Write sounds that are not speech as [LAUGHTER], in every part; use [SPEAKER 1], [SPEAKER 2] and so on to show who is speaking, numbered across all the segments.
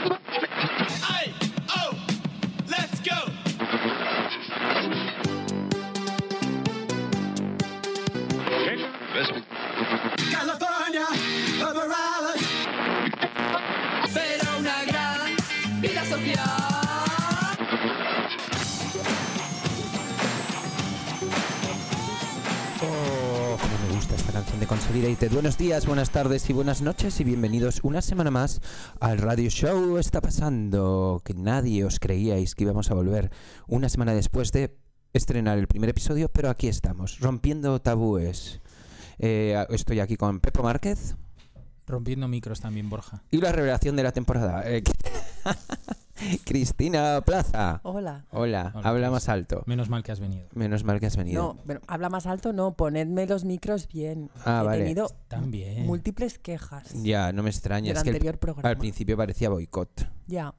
[SPEAKER 1] Hey, oh, let's go. California, Rhode Island. Será una gran vida social.
[SPEAKER 2] Oh, cómo me gusta esta canción de Consolidated. Buenos días, buenas tardes y buenas noches y bienvenidos una semana más al Radio Show. Está pasando que nadie os creíais que íbamos a volver una semana después de estrenar el primer episodio, pero aquí estamos, rompiendo tabúes. Eh, estoy aquí con Pepo Márquez
[SPEAKER 3] Rompiendo micros también, Borja.
[SPEAKER 2] y la revelación de la temporada. eh, [LAUGHS] Cristina Plaza.
[SPEAKER 4] Hola.
[SPEAKER 2] Hola,
[SPEAKER 3] Hola,
[SPEAKER 2] habla
[SPEAKER 3] Cris.
[SPEAKER 2] más alto.
[SPEAKER 3] Menos mal que has venido.
[SPEAKER 2] Menos mal que has venido.
[SPEAKER 4] No, pero habla más alto, no, ponedme los micros bien.
[SPEAKER 2] Ah,
[SPEAKER 4] He
[SPEAKER 2] vale.
[SPEAKER 4] tenido
[SPEAKER 3] También.
[SPEAKER 4] múltiples quejas
[SPEAKER 2] Ya, no me extraña.
[SPEAKER 4] del
[SPEAKER 2] Es que el-
[SPEAKER 4] anterior programa.
[SPEAKER 2] al principio parecía boicot.
[SPEAKER 4] Ya.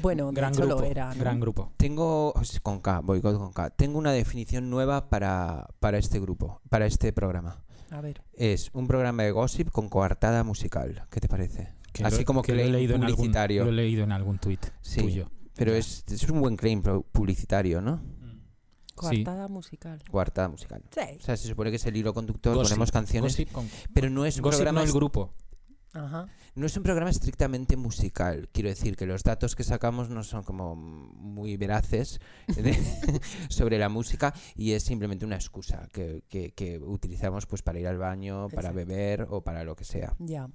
[SPEAKER 4] Bueno, de
[SPEAKER 3] gran
[SPEAKER 4] hecho
[SPEAKER 3] grupo.
[SPEAKER 4] lo era. ¿no?
[SPEAKER 3] Gran grupo.
[SPEAKER 2] Tengo es con K, boicot con K. Tengo una definición nueva para, para este grupo, para este programa.
[SPEAKER 4] A ver.
[SPEAKER 2] Es un programa de gossip con coartada musical. ¿Qué te parece?
[SPEAKER 3] Que
[SPEAKER 2] Así
[SPEAKER 3] lo-
[SPEAKER 2] como
[SPEAKER 3] lo he
[SPEAKER 2] claim
[SPEAKER 3] leído en algún-
[SPEAKER 2] publicitario.
[SPEAKER 3] lo he leído en algún tuit
[SPEAKER 2] Sí.
[SPEAKER 3] tuyo. Mm.
[SPEAKER 2] Pero es, es un buen claim pro- publicitario, ¿no?
[SPEAKER 4] Coartada musical.
[SPEAKER 2] Coartada musical.
[SPEAKER 4] Sí.
[SPEAKER 2] O sea, se supone que es el hilo conductor,
[SPEAKER 3] Gossip,
[SPEAKER 2] ponemos canciones,
[SPEAKER 3] Gossip con-
[SPEAKER 2] pero no es un
[SPEAKER 3] Gossip
[SPEAKER 2] programa
[SPEAKER 3] no el
[SPEAKER 2] est-
[SPEAKER 3] grupo.
[SPEAKER 4] Ajá.
[SPEAKER 2] no es un programa estrictamente musical. Quiero decir que los datos que sacamos no son como muy veraces de- sobre la música y es simplemente una excusa que, que- que utilizamos pues para ir al baño, para
[SPEAKER 4] Exacto.
[SPEAKER 2] beber o para lo que sea.
[SPEAKER 4] Ya.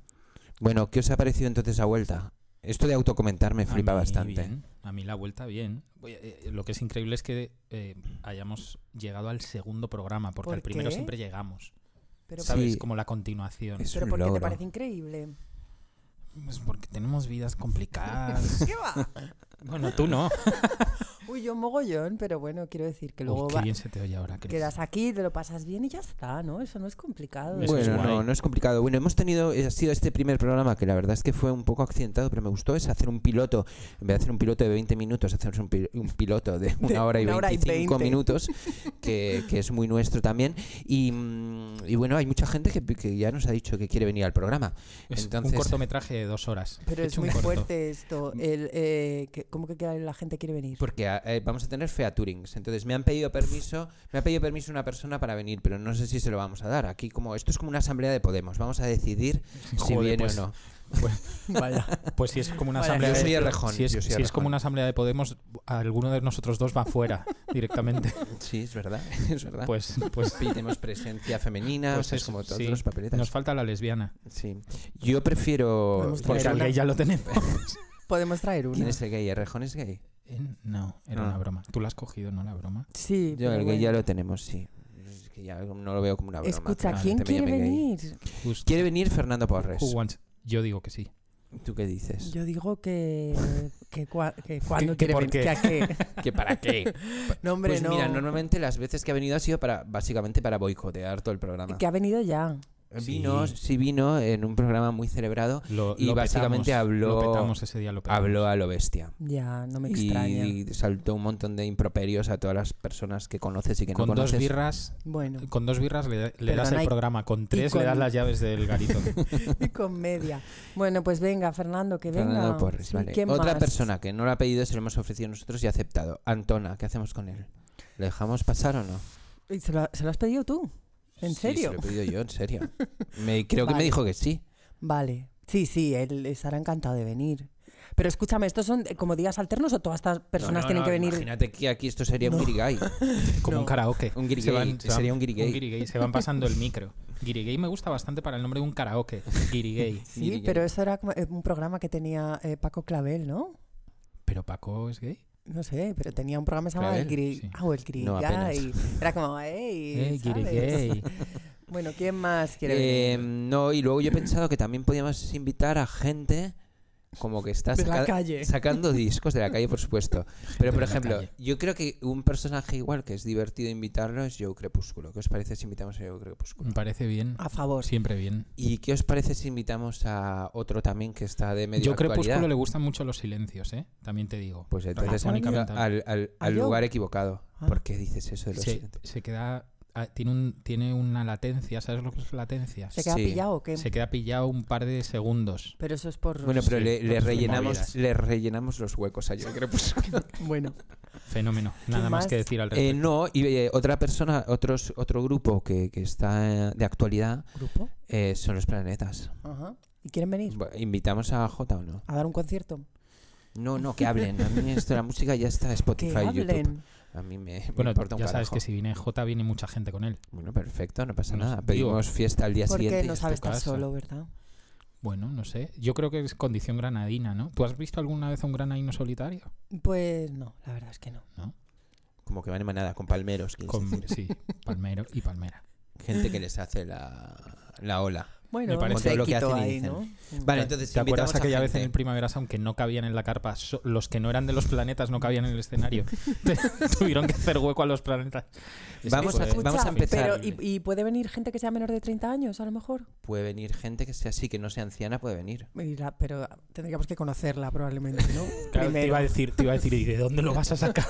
[SPEAKER 2] Bueno, ¿qué os ha parecido entonces a vuelta? Esto de autocomentar me flipa
[SPEAKER 3] A mí
[SPEAKER 2] bastante.
[SPEAKER 3] bien. A mí la vuelta bien. Voy a- eh, Lo que es increíble es que eh, hayamos llegado al segundo programa, porque
[SPEAKER 4] ¿Por
[SPEAKER 3] al primero
[SPEAKER 4] qué?
[SPEAKER 3] siempre llegamos.
[SPEAKER 4] Pero,
[SPEAKER 2] Sí,
[SPEAKER 3] ¿Sabes? Como la continuación.
[SPEAKER 2] Es
[SPEAKER 4] pero
[SPEAKER 2] un
[SPEAKER 4] ¿por qué te
[SPEAKER 2] logro.
[SPEAKER 4] parece increíble?
[SPEAKER 3] Pues porque tenemos
[SPEAKER 2] [LAUGHS]
[SPEAKER 3] vidas complicadas.
[SPEAKER 4] ¿Qué va?
[SPEAKER 3] bueno, tú no.
[SPEAKER 4] Uy, yo mogollón, pero bueno, quiero decir que
[SPEAKER 3] Uy,
[SPEAKER 4] luego
[SPEAKER 3] qué
[SPEAKER 4] va-
[SPEAKER 3] bien se te oye ahora, Cris.
[SPEAKER 4] quedas aquí, te lo pasas bien y ya está, ¿no? Eso no es complicado.
[SPEAKER 3] Eso es
[SPEAKER 2] Bueno, no,
[SPEAKER 3] guay.
[SPEAKER 2] no es complicado. Bueno, hemos tenido, eh, ha sido este primer programa que la verdad es que fue un poco accidentado, pero me gustó, es hacer un piloto, en vez de hacer un piloto de 20 minutos, hacer un, pi- un piloto
[SPEAKER 3] [LAUGHS]
[SPEAKER 2] de una hora y
[SPEAKER 4] una hora y
[SPEAKER 2] 25
[SPEAKER 4] 20.
[SPEAKER 2] minutos, que, que es muy nuestro también. Y, mm, y bueno, hay mucha gente que, que ya nos ha dicho que quiere venir al programa.
[SPEAKER 3] Es
[SPEAKER 2] Entonces,
[SPEAKER 3] un cortometraje de dos horas.
[SPEAKER 4] Pero
[SPEAKER 3] He
[SPEAKER 4] es
[SPEAKER 3] hecho un
[SPEAKER 4] muy
[SPEAKER 3] corto.
[SPEAKER 4] fuerte esto. El, eh, que- ¿Cómo que la gente quiere venir?
[SPEAKER 2] porque ah, eh, vamos a tener featurings. Entonces me han pedido permiso, me ha pedido permiso una persona para venir, pero no sé si se lo vamos a dar. Aquí como esto es como una asamblea de Podemos, vamos a
[SPEAKER 3] [LAUGHS]
[SPEAKER 2] decidir si
[SPEAKER 3] Joder,
[SPEAKER 2] viene
[SPEAKER 3] pues,
[SPEAKER 2] o no.
[SPEAKER 3] Pues, pues si es como una
[SPEAKER 4] Vaya.
[SPEAKER 3] asamblea
[SPEAKER 2] Yo
[SPEAKER 3] de-
[SPEAKER 2] soy Errejón,
[SPEAKER 3] si es,
[SPEAKER 2] yo soy
[SPEAKER 3] si es
[SPEAKER 2] Errejón.
[SPEAKER 3] como una asamblea de Podemos, alguno de nosotros dos va
[SPEAKER 2] [LAUGHS]
[SPEAKER 3] fuera directamente.
[SPEAKER 2] Sí, es verdad, [LAUGHS] es verdad.
[SPEAKER 3] Pues,
[SPEAKER 2] [LAUGHS]
[SPEAKER 3] pues,
[SPEAKER 2] Tenemos presencia femenina,
[SPEAKER 3] pues
[SPEAKER 2] o sea, es
[SPEAKER 3] eso,
[SPEAKER 2] como todos
[SPEAKER 3] sí.
[SPEAKER 2] los papeletas.
[SPEAKER 3] Nos falta la lesbiana.
[SPEAKER 2] Sí. Yo prefiero.
[SPEAKER 4] Podemos
[SPEAKER 3] Porque
[SPEAKER 4] Pero
[SPEAKER 3] al
[SPEAKER 4] una-
[SPEAKER 3] gay ya lo tenemos.
[SPEAKER 2] [LAUGHS]
[SPEAKER 4] Podemos traer uno.
[SPEAKER 2] ¿Quién es el gay? ¿El rejón es gay?
[SPEAKER 3] Eh, No, era
[SPEAKER 2] Ah.
[SPEAKER 3] una broma. Tú la has cogido, ¿no? La broma.
[SPEAKER 4] Sí,
[SPEAKER 2] Yo,
[SPEAKER 4] pero
[SPEAKER 2] el gay
[SPEAKER 4] bueno.
[SPEAKER 2] ya lo tenemos, sí. Es que ya no lo veo como una broma.
[SPEAKER 4] Escucha,
[SPEAKER 2] que la
[SPEAKER 4] ¿quién
[SPEAKER 2] gente me
[SPEAKER 4] quiere
[SPEAKER 2] llame gay.
[SPEAKER 4] venir?
[SPEAKER 3] Justo.
[SPEAKER 2] Quiere venir Fernando Porres.
[SPEAKER 3] Who wants- Yo digo que sí.
[SPEAKER 2] ¿Tú qué dices?
[SPEAKER 4] Yo digo que, que, cua- que cuando
[SPEAKER 3] que
[SPEAKER 4] quiere
[SPEAKER 3] por qué.
[SPEAKER 4] venir. Que a
[SPEAKER 2] [LAUGHS]
[SPEAKER 4] qué.
[SPEAKER 2] ¿Que para qué?
[SPEAKER 4] No, [LAUGHS] hombre,
[SPEAKER 2] pues
[SPEAKER 4] no.
[SPEAKER 2] mira, normalmente las veces que ha venido ha sido para básicamente para boicotear todo el programa.
[SPEAKER 4] Que ha venido ya.
[SPEAKER 2] Vino,
[SPEAKER 3] Sí.
[SPEAKER 2] sí vino en un programa muy celebrado,
[SPEAKER 3] Lo,
[SPEAKER 2] Y
[SPEAKER 3] lo
[SPEAKER 2] básicamente
[SPEAKER 3] petamos,
[SPEAKER 2] habló-
[SPEAKER 3] Lo petamos ese día, lo petamos.
[SPEAKER 2] habló a lo bestia.
[SPEAKER 4] Ya, no me extraña.
[SPEAKER 2] Y saltó un montón de improperios a todas las personas que conoces y que
[SPEAKER 3] con
[SPEAKER 2] no
[SPEAKER 3] dos
[SPEAKER 2] conoces.
[SPEAKER 3] birras.
[SPEAKER 4] Bueno, [LAUGHS]
[SPEAKER 3] Con dos birras le, le das
[SPEAKER 4] Perdona,
[SPEAKER 3] el
[SPEAKER 4] y-
[SPEAKER 3] programa, con tres le das
[SPEAKER 4] con-
[SPEAKER 3] las llaves del
[SPEAKER 2] [LAUGHS]
[SPEAKER 3] garito.
[SPEAKER 4] y comedia. Bueno, pues venga, Fernando, que venga.
[SPEAKER 2] Fernando Porres,
[SPEAKER 4] Sí,
[SPEAKER 2] vale.
[SPEAKER 4] ¿quién
[SPEAKER 2] Otra
[SPEAKER 4] más?
[SPEAKER 2] persona que no lo ha pedido se lo hemos ofrecido nosotros y ha aceptado. Antona, ¿qué hacemos con él? ¿Le dejamos pasar o no?
[SPEAKER 4] ¿Y se, lo, se lo has pedido tú? ¿En
[SPEAKER 2] Sí,
[SPEAKER 4] serio?
[SPEAKER 2] se lo he pedido yo, en serio.
[SPEAKER 4] [LAUGHS]
[SPEAKER 2] Me- creo que me
[SPEAKER 4] Vale.
[SPEAKER 2] dijo que sí.
[SPEAKER 4] Vale. Sí, sí, él estará encantado de venir. Pero escúchame, ¿estos son eh, como días alternos o todas estas personas
[SPEAKER 2] No, no,
[SPEAKER 4] tienen
[SPEAKER 2] no,
[SPEAKER 4] que venir?
[SPEAKER 2] Imagínate que aquí esto sería
[SPEAKER 4] No.
[SPEAKER 2] un
[SPEAKER 4] [LAUGHS]
[SPEAKER 2] guirigay.
[SPEAKER 3] Como un karaoke.
[SPEAKER 2] Un guirigay,
[SPEAKER 3] Se van- se van-
[SPEAKER 2] sería un guirigay.
[SPEAKER 3] guirigay, Se van pasando el micro. Guirigay me gusta bastante para el nombre de un karaoke. Guirigay.
[SPEAKER 4] Sí, pero eso era como, eh, un programa que tenía eh, Paco Clavel, ¿no?
[SPEAKER 3] ¿Pero Paco es gay?
[SPEAKER 4] No sé, pero tenía un programa que se llamaba El
[SPEAKER 2] Clavel,
[SPEAKER 4] Gri...
[SPEAKER 3] sí.
[SPEAKER 4] Ah, o El Gri...
[SPEAKER 2] No, apenas.
[SPEAKER 4] Guy. Era como, ¡ey!
[SPEAKER 3] Eh,
[SPEAKER 4] ¿sabes?
[SPEAKER 3] guirigay.
[SPEAKER 4] [LAUGHS] Bueno, ¿quién más quiere
[SPEAKER 2] Eh,
[SPEAKER 4] venir?
[SPEAKER 2] no, y luego yo he pensado que también podíamos invitar a gente como que está
[SPEAKER 4] De la
[SPEAKER 2] saca-
[SPEAKER 4] calle. [LAUGHS]
[SPEAKER 2] sacando discos de la calle, por supuesto. Pero,
[SPEAKER 3] de
[SPEAKER 2] por
[SPEAKER 3] la
[SPEAKER 2] ejemplo,
[SPEAKER 3] calle.
[SPEAKER 2] yo creo que un personaje igual que es divertido invitarlo es Joe Crepúsculo. ¿Qué os parece si invitamos a Joe Crepúsculo?
[SPEAKER 3] Me parece bien.
[SPEAKER 4] A favor.
[SPEAKER 3] Siempre bien.
[SPEAKER 2] ¿Y qué os parece si invitamos a otro también que está de medio
[SPEAKER 3] Yo
[SPEAKER 2] actualidad?
[SPEAKER 3] Crepúsculo le gustan mucho los silencios, ¿eh? También te digo.
[SPEAKER 2] Pues entonces
[SPEAKER 3] Radiofónicamente.
[SPEAKER 2] al, al-
[SPEAKER 4] ¿A
[SPEAKER 2] al
[SPEAKER 4] Ah, Joe?
[SPEAKER 2] lugar equivocado.
[SPEAKER 4] Ah.
[SPEAKER 2] ¿Por qué dices eso de los
[SPEAKER 3] Se,
[SPEAKER 2] silencios?
[SPEAKER 3] se queda ah, tiene, un, tiene una latencia. ¿Sabes lo que es latencia?
[SPEAKER 4] ¿Se queda
[SPEAKER 2] Sí.
[SPEAKER 4] pillado o qué?
[SPEAKER 3] Se queda pillado un par de segundos.
[SPEAKER 4] Pero eso es por.
[SPEAKER 2] Bueno, pero
[SPEAKER 3] Sí,
[SPEAKER 2] le, le
[SPEAKER 3] por sus
[SPEAKER 2] rellenamos,
[SPEAKER 3] movidas.
[SPEAKER 2] le rellenamos los huecos a Johnny Crepúsculo.
[SPEAKER 4] Bueno,
[SPEAKER 3] Fenómeno. Nada
[SPEAKER 4] más?
[SPEAKER 3] más que decir al
[SPEAKER 2] Eh,
[SPEAKER 3] respecto.
[SPEAKER 2] no, y eh, otra persona, otros, otro grupo que, que está eh, de actualidad
[SPEAKER 4] grupo.
[SPEAKER 2] eh, son los planetas.
[SPEAKER 4] Ajá. ¿Y quieren venir
[SPEAKER 2] Bu- ¿Invitamos a Jota o no?
[SPEAKER 4] a dar un concierto?
[SPEAKER 2] No, no, que hablen. A mí esto, la música ya [LAUGHS] está
[SPEAKER 4] Que
[SPEAKER 2] Spotify y YouTube.
[SPEAKER 4] hablen.
[SPEAKER 2] A mí me, me
[SPEAKER 3] bueno,
[SPEAKER 2] importa un
[SPEAKER 3] ya sabes
[SPEAKER 2] carajo.
[SPEAKER 3] que si viene J, viene mucha gente con él.
[SPEAKER 2] Bueno, perfecto, no pasa
[SPEAKER 3] Bueno,
[SPEAKER 2] nada.
[SPEAKER 3] digo-
[SPEAKER 2] Pedimos fiesta al día siguiente.
[SPEAKER 4] Porque
[SPEAKER 2] y
[SPEAKER 4] no
[SPEAKER 2] ya
[SPEAKER 4] sabe
[SPEAKER 2] está.
[SPEAKER 4] estar
[SPEAKER 3] casa.
[SPEAKER 4] solo, ¿verdad?
[SPEAKER 3] Bueno, no sé. Yo creo que es condición granadina, ¿no? ¿Tú has visto alguna vez a un granadino solitario?
[SPEAKER 4] Pues no, la verdad es que no.
[SPEAKER 2] Como que van en manada con palmeros. quieres
[SPEAKER 3] Con,
[SPEAKER 2] decir.
[SPEAKER 3] sí, palmero y palmera.
[SPEAKER 2] [LAUGHS] Gente que les hace la, la ola.
[SPEAKER 4] Bueno,
[SPEAKER 3] Me parece
[SPEAKER 4] un
[SPEAKER 2] lo que
[SPEAKER 4] séquito
[SPEAKER 2] hacen y
[SPEAKER 4] ahí,
[SPEAKER 2] dicen.
[SPEAKER 4] ¿no?
[SPEAKER 2] Vale,
[SPEAKER 3] ¿Te-
[SPEAKER 2] entonces
[SPEAKER 3] ¿Te acuerdas
[SPEAKER 2] invitamos a
[SPEAKER 3] aquella vez en
[SPEAKER 2] gente.
[SPEAKER 3] el Primavera Sound que no cabían en la carpa? So- los que no eran de los planetas no cabían en el escenario. Te- Tuvieron que hacer hueco a los planetas. Es
[SPEAKER 2] Vamos
[SPEAKER 3] que
[SPEAKER 2] a-
[SPEAKER 3] fue-
[SPEAKER 2] vamos a
[SPEAKER 4] Escucha,
[SPEAKER 2] empezar.
[SPEAKER 4] Pero, ¿y, y puede venir gente que sea menor de 30 años, a lo mejor?
[SPEAKER 2] Puede venir gente que sea así, que no sea anciana, puede venir.
[SPEAKER 4] Y la- pero tendríamos que conocerla probablemente, ¿no?
[SPEAKER 2] [LAUGHS]
[SPEAKER 3] Claro, te iba a decir, te iba a decir, ¿y de dónde lo vas a sacar?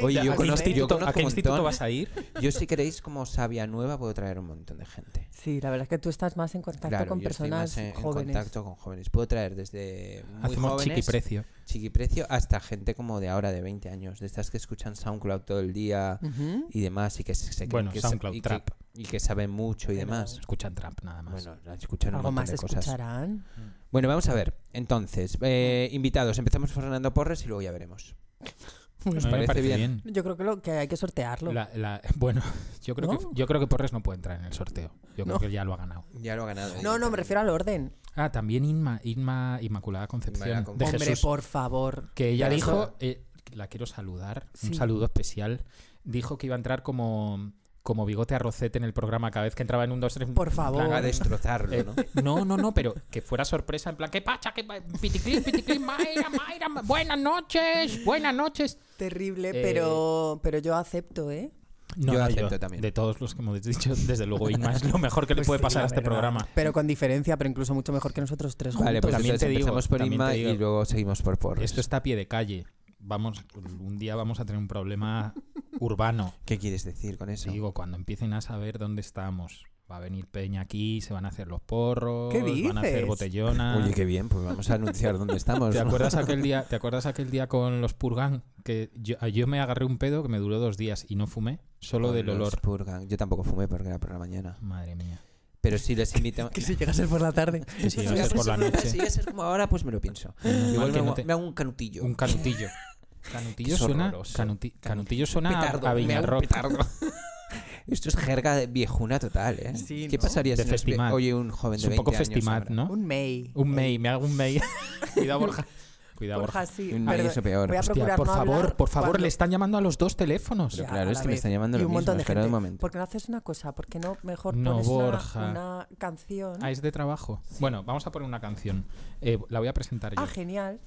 [SPEAKER 2] Oye,
[SPEAKER 3] ¿A
[SPEAKER 2] yo
[SPEAKER 3] qué
[SPEAKER 2] conozco- yo
[SPEAKER 3] instituto-
[SPEAKER 2] conozco
[SPEAKER 3] ¿A qué
[SPEAKER 2] un
[SPEAKER 3] instituto
[SPEAKER 2] montón.
[SPEAKER 3] vas a ir?
[SPEAKER 2] Yo si queréis como sabia nueva puedo traer un montón de gente.
[SPEAKER 4] Sí, la verdad es que tú estás más en contacto
[SPEAKER 2] claro,
[SPEAKER 4] con
[SPEAKER 2] yo estoy
[SPEAKER 4] personas
[SPEAKER 2] más en, en
[SPEAKER 4] jóvenes.
[SPEAKER 2] contacto con jóvenes. Puedo traer desde muy
[SPEAKER 3] Hacemos
[SPEAKER 2] jóvenes,
[SPEAKER 3] chiquiprecio.
[SPEAKER 2] chiquiprecio, hasta gente como de ahora, de 20 años, de estas que escuchan SoundCloud todo el día
[SPEAKER 4] Ujú.
[SPEAKER 2] y demás, y que se se-
[SPEAKER 3] Bueno,
[SPEAKER 2] que sa-
[SPEAKER 3] SoundCloud,
[SPEAKER 2] y que-
[SPEAKER 3] trap.
[SPEAKER 2] y que saben mucho y
[SPEAKER 4] Pero-
[SPEAKER 2] demás.
[SPEAKER 3] Escuchan trap nada más.
[SPEAKER 2] Ah. Bueno, escuchan un
[SPEAKER 4] Algo
[SPEAKER 2] montón
[SPEAKER 4] más
[SPEAKER 2] de cosas.
[SPEAKER 4] escucharán.
[SPEAKER 2] Bueno, vamos a ver. Entonces, eh, invitados, empezamos por Fernando Porres y luego ya veremos.
[SPEAKER 3] A
[SPEAKER 2] ¿Os
[SPEAKER 3] mí me
[SPEAKER 2] parece bien?
[SPEAKER 4] Yo creo que, lo, que hay que sortearlo.
[SPEAKER 3] La- la- [LAUGHS] bueno, yo creo, que,
[SPEAKER 4] ¿No?
[SPEAKER 3] yo creo que Porres no puede entrar en el sorteo. Yo
[SPEAKER 4] No.
[SPEAKER 3] creo que ya lo ha ganado.
[SPEAKER 2] Ya lo ha ganado.
[SPEAKER 4] No, no, me refiero al orden.
[SPEAKER 3] Ah, también Inma, Inma Inmaculada Concepción
[SPEAKER 2] Inmaculada
[SPEAKER 3] de
[SPEAKER 4] Hombre,
[SPEAKER 3] Jesús,
[SPEAKER 4] por favor.
[SPEAKER 3] que ella
[SPEAKER 2] Pero
[SPEAKER 3] dijo,
[SPEAKER 2] eso-
[SPEAKER 3] eh, la quiero saludar,
[SPEAKER 4] Sí.
[SPEAKER 3] un saludo especial. Dijo que iba a entrar como, como bigote arrocete en el programa cada vez que entraba en un 2 3
[SPEAKER 4] Por favor.
[SPEAKER 2] Va a destrozarlo, ¿no?
[SPEAKER 3] no, no, no, pero que fuera sorpresa, en plan, ¿qué pacha? ¿Qué pa- piticlín, piticlín, Mayra, Mayra, ma- buenas noches, buenas noches.
[SPEAKER 4] Terrible,
[SPEAKER 3] Eh,
[SPEAKER 4] pero, pero yo acepto, ¿eh?
[SPEAKER 3] No,
[SPEAKER 2] Yo
[SPEAKER 3] no,
[SPEAKER 2] acepto también.
[SPEAKER 3] De todos los que hemos dicho, desde luego, Inma es lo mejor que le
[SPEAKER 4] Pues
[SPEAKER 3] puede
[SPEAKER 4] sí,
[SPEAKER 3] pasar
[SPEAKER 4] la
[SPEAKER 3] a este
[SPEAKER 4] verdad.
[SPEAKER 3] programa.
[SPEAKER 4] Pero con diferencia, pero incluso mucho mejor que nosotros tres juntos.
[SPEAKER 2] Vale, pues
[SPEAKER 3] También
[SPEAKER 2] también
[SPEAKER 3] te digo,
[SPEAKER 2] empezamos por
[SPEAKER 3] también
[SPEAKER 2] Inma
[SPEAKER 3] te digo.
[SPEAKER 2] y luego seguimos por Porres.
[SPEAKER 3] Esto está a pie de calle. Vamos, un día vamos a tener un problema
[SPEAKER 2] [LAUGHS]
[SPEAKER 3] urbano.
[SPEAKER 2] ¿Qué quieres decir con eso?
[SPEAKER 3] Digo, cuando empiecen a saber dónde estamos, va a venir Peña aquí, se van a hacer los porros,
[SPEAKER 4] ¿Qué
[SPEAKER 3] van a hacer
[SPEAKER 4] dices?
[SPEAKER 3] botellona.
[SPEAKER 2] Oye, qué bien, pues vamos a anunciar
[SPEAKER 3] [LAUGHS]
[SPEAKER 2] dónde estamos.
[SPEAKER 3] ah. ¿Te
[SPEAKER 2] ¿no? [LAUGHS]
[SPEAKER 3] acuerdas aquel día, te acuerdas aquel día con los purgan que yo, yo me agarré un pedo que me duró dos días y no fumé, solo
[SPEAKER 2] Con
[SPEAKER 3] del
[SPEAKER 2] los
[SPEAKER 3] olor.
[SPEAKER 2] Purgan. Yo tampoco fumé porque era por la mañana. [LAUGHS]
[SPEAKER 3] Madre mía.
[SPEAKER 2] Pero si les
[SPEAKER 3] [LAUGHS]
[SPEAKER 2] invitamos. [LAUGHS]
[SPEAKER 4] Que [LAUGHS] si llega a ser por la tarde.
[SPEAKER 3] Que si iba a ser por la
[SPEAKER 2] Si
[SPEAKER 3] noche,
[SPEAKER 2] llega a ser como ahora, pues me lo pienso.
[SPEAKER 3] Menos
[SPEAKER 2] Igual
[SPEAKER 3] mal
[SPEAKER 2] me,
[SPEAKER 3] que no
[SPEAKER 2] hago,
[SPEAKER 3] te-
[SPEAKER 2] me hago un canutillo. [LAUGHS]
[SPEAKER 3] un canutillo. Canutillo
[SPEAKER 2] Es
[SPEAKER 3] suena,
[SPEAKER 2] horroroso.
[SPEAKER 3] canuti- canutillo suena a-
[SPEAKER 2] petardo, me
[SPEAKER 3] a
[SPEAKER 2] hago un
[SPEAKER 3] Viñarrock. [LAUGHS]
[SPEAKER 2] petardo. Esto es jerga de viejuna total, ¿eh?
[SPEAKER 4] Sí,
[SPEAKER 2] ¿Qué
[SPEAKER 4] ¿no?
[SPEAKER 2] pasaría si
[SPEAKER 3] De
[SPEAKER 2] nos ve-
[SPEAKER 3] festimat.
[SPEAKER 2] oye un joven
[SPEAKER 3] Es
[SPEAKER 2] de
[SPEAKER 3] un
[SPEAKER 2] 20
[SPEAKER 3] poco
[SPEAKER 2] años
[SPEAKER 3] festimat,
[SPEAKER 2] ahora?
[SPEAKER 3] ¿no?
[SPEAKER 4] Un May.
[SPEAKER 3] Un May, me hago un May. [LAUGHS] Cuidado, Borja. Cuidado, Borja.
[SPEAKER 4] Borja, sí.
[SPEAKER 2] Un
[SPEAKER 4] A ver,
[SPEAKER 2] May eso peor.
[SPEAKER 4] Voy a
[SPEAKER 2] Hostia,
[SPEAKER 3] Tía,
[SPEAKER 4] procurar
[SPEAKER 3] por
[SPEAKER 4] no
[SPEAKER 3] favor,
[SPEAKER 4] hablar
[SPEAKER 3] por favor,
[SPEAKER 4] cuando-
[SPEAKER 3] le están llamando a los dos teléfonos.
[SPEAKER 2] Pero
[SPEAKER 4] Ya,
[SPEAKER 2] claro,
[SPEAKER 4] a
[SPEAKER 2] es
[SPEAKER 4] la
[SPEAKER 2] que me
[SPEAKER 4] vez.
[SPEAKER 2] están llamando
[SPEAKER 4] y
[SPEAKER 2] lo
[SPEAKER 4] un
[SPEAKER 2] mismo,
[SPEAKER 4] montón de
[SPEAKER 2] espera
[SPEAKER 4] gente.
[SPEAKER 2] un momento.
[SPEAKER 4] Porque no haces una cosa, porque no mejor
[SPEAKER 3] No,
[SPEAKER 4] pones una-
[SPEAKER 3] Borja.
[SPEAKER 4] Una, canción.
[SPEAKER 3] Ah, es de trabajo. Bueno, vamos a poner una canción. Eh, la voy a presentar yo.
[SPEAKER 4] Ah, genial.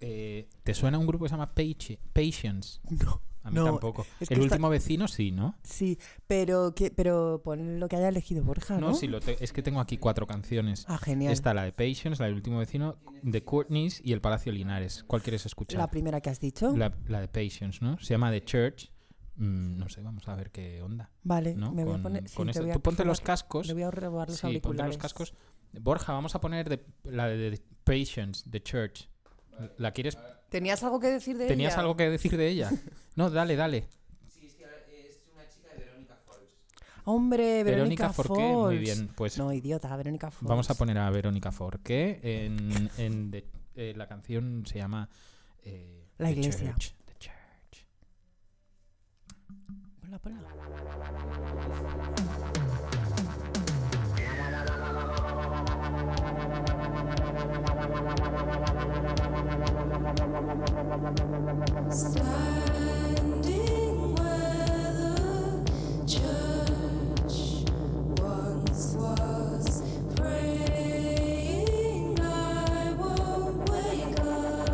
[SPEAKER 3] Eh, ¿Te suena un grupo que se llama Pati- Patience?
[SPEAKER 4] No.
[SPEAKER 3] A mí
[SPEAKER 4] No,
[SPEAKER 3] tampoco.
[SPEAKER 4] es que
[SPEAKER 3] El
[SPEAKER 4] está-
[SPEAKER 3] último vecino sí, ¿no?
[SPEAKER 4] Sí, pero que, pero pon lo que haya elegido Borja, ¿no?
[SPEAKER 3] No, sí, lo te- es que tengo aquí cuatro canciones.
[SPEAKER 4] Ah, genial.
[SPEAKER 3] Está la de Patience, la del último vecino, de Courtney's y el Palacio Linares. ¿Cuál quieres
[SPEAKER 4] La
[SPEAKER 3] escuchar?
[SPEAKER 4] primera que has dicho.
[SPEAKER 3] La, la de Patience, ¿no? Se llama The Church. Mm, no sé, vamos a ver qué onda.
[SPEAKER 4] Vale,
[SPEAKER 3] ¿no?
[SPEAKER 4] me voy
[SPEAKER 3] Con-
[SPEAKER 4] a poner. sí,
[SPEAKER 3] con
[SPEAKER 4] te
[SPEAKER 3] esto.
[SPEAKER 4] voy a
[SPEAKER 3] Tú ponte los
[SPEAKER 4] robar-
[SPEAKER 3] cascos.
[SPEAKER 4] Le voy a robar los
[SPEAKER 3] Sí, ponte
[SPEAKER 4] auriculares.
[SPEAKER 3] los cascos. Borja, vamos a poner de- la de, de Patience, The Church. ¿La quieres?
[SPEAKER 4] ¿Tenías algo que decir de
[SPEAKER 3] ¿Tenías
[SPEAKER 4] ella?
[SPEAKER 3] algo que decir de
[SPEAKER 4] [LAUGHS]
[SPEAKER 3] ella? No, dale, dale.
[SPEAKER 4] Hombre, Verónica,
[SPEAKER 3] Forqué, muy
[SPEAKER 4] Falls.
[SPEAKER 3] bien. Pues
[SPEAKER 4] No, idiota, Verónica Falls.
[SPEAKER 3] vamos a poner a Verónica Forqué en, en The- eh, la canción se llama eh,
[SPEAKER 4] La
[SPEAKER 3] The
[SPEAKER 4] iglesia.
[SPEAKER 3] Church, The Church.
[SPEAKER 4] Ponla, ponla.
[SPEAKER 1] Standing where the church once was, praying I won't wake up.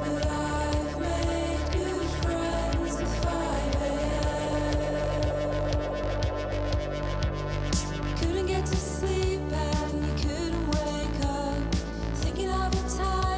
[SPEAKER 1] But I've made good friends at 5 a.m. Couldn't get to sleep and you couldn't wake up. Thinking of the time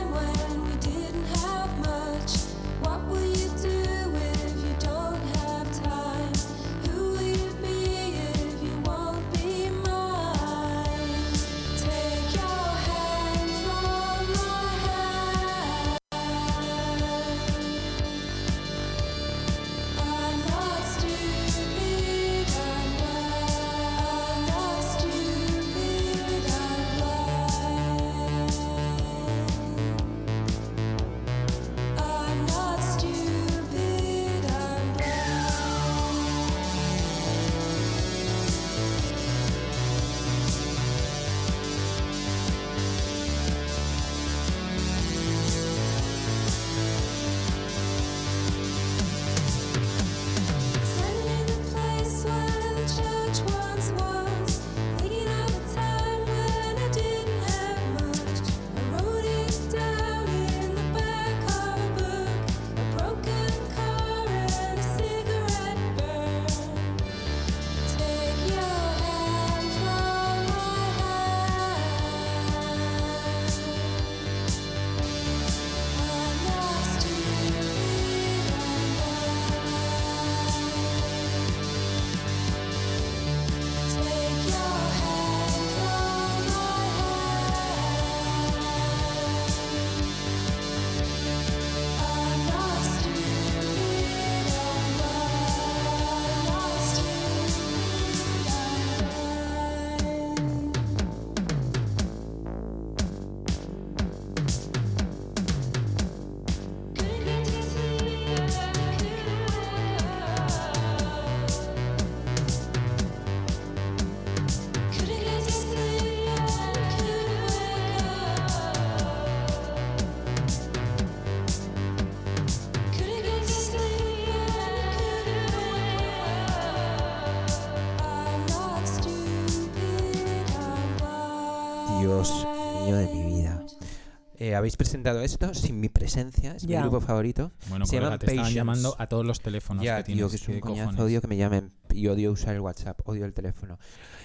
[SPEAKER 2] año de mi vida. Eh, habéis presentado esto sin mi presencia, es
[SPEAKER 4] Ya.
[SPEAKER 2] mi grupo favorito.
[SPEAKER 3] Bueno,
[SPEAKER 2] Se
[SPEAKER 3] colega,
[SPEAKER 2] llaman
[SPEAKER 3] te estaban
[SPEAKER 2] Patience.
[SPEAKER 3] llamando a todos los teléfonos
[SPEAKER 2] Ya,
[SPEAKER 3] que tienes.
[SPEAKER 2] tío, que es un
[SPEAKER 3] ¿qué
[SPEAKER 2] coñazo,
[SPEAKER 3] cojones?
[SPEAKER 2] odio que me llamen y odio usar el WhatsApp, odio el teléfono.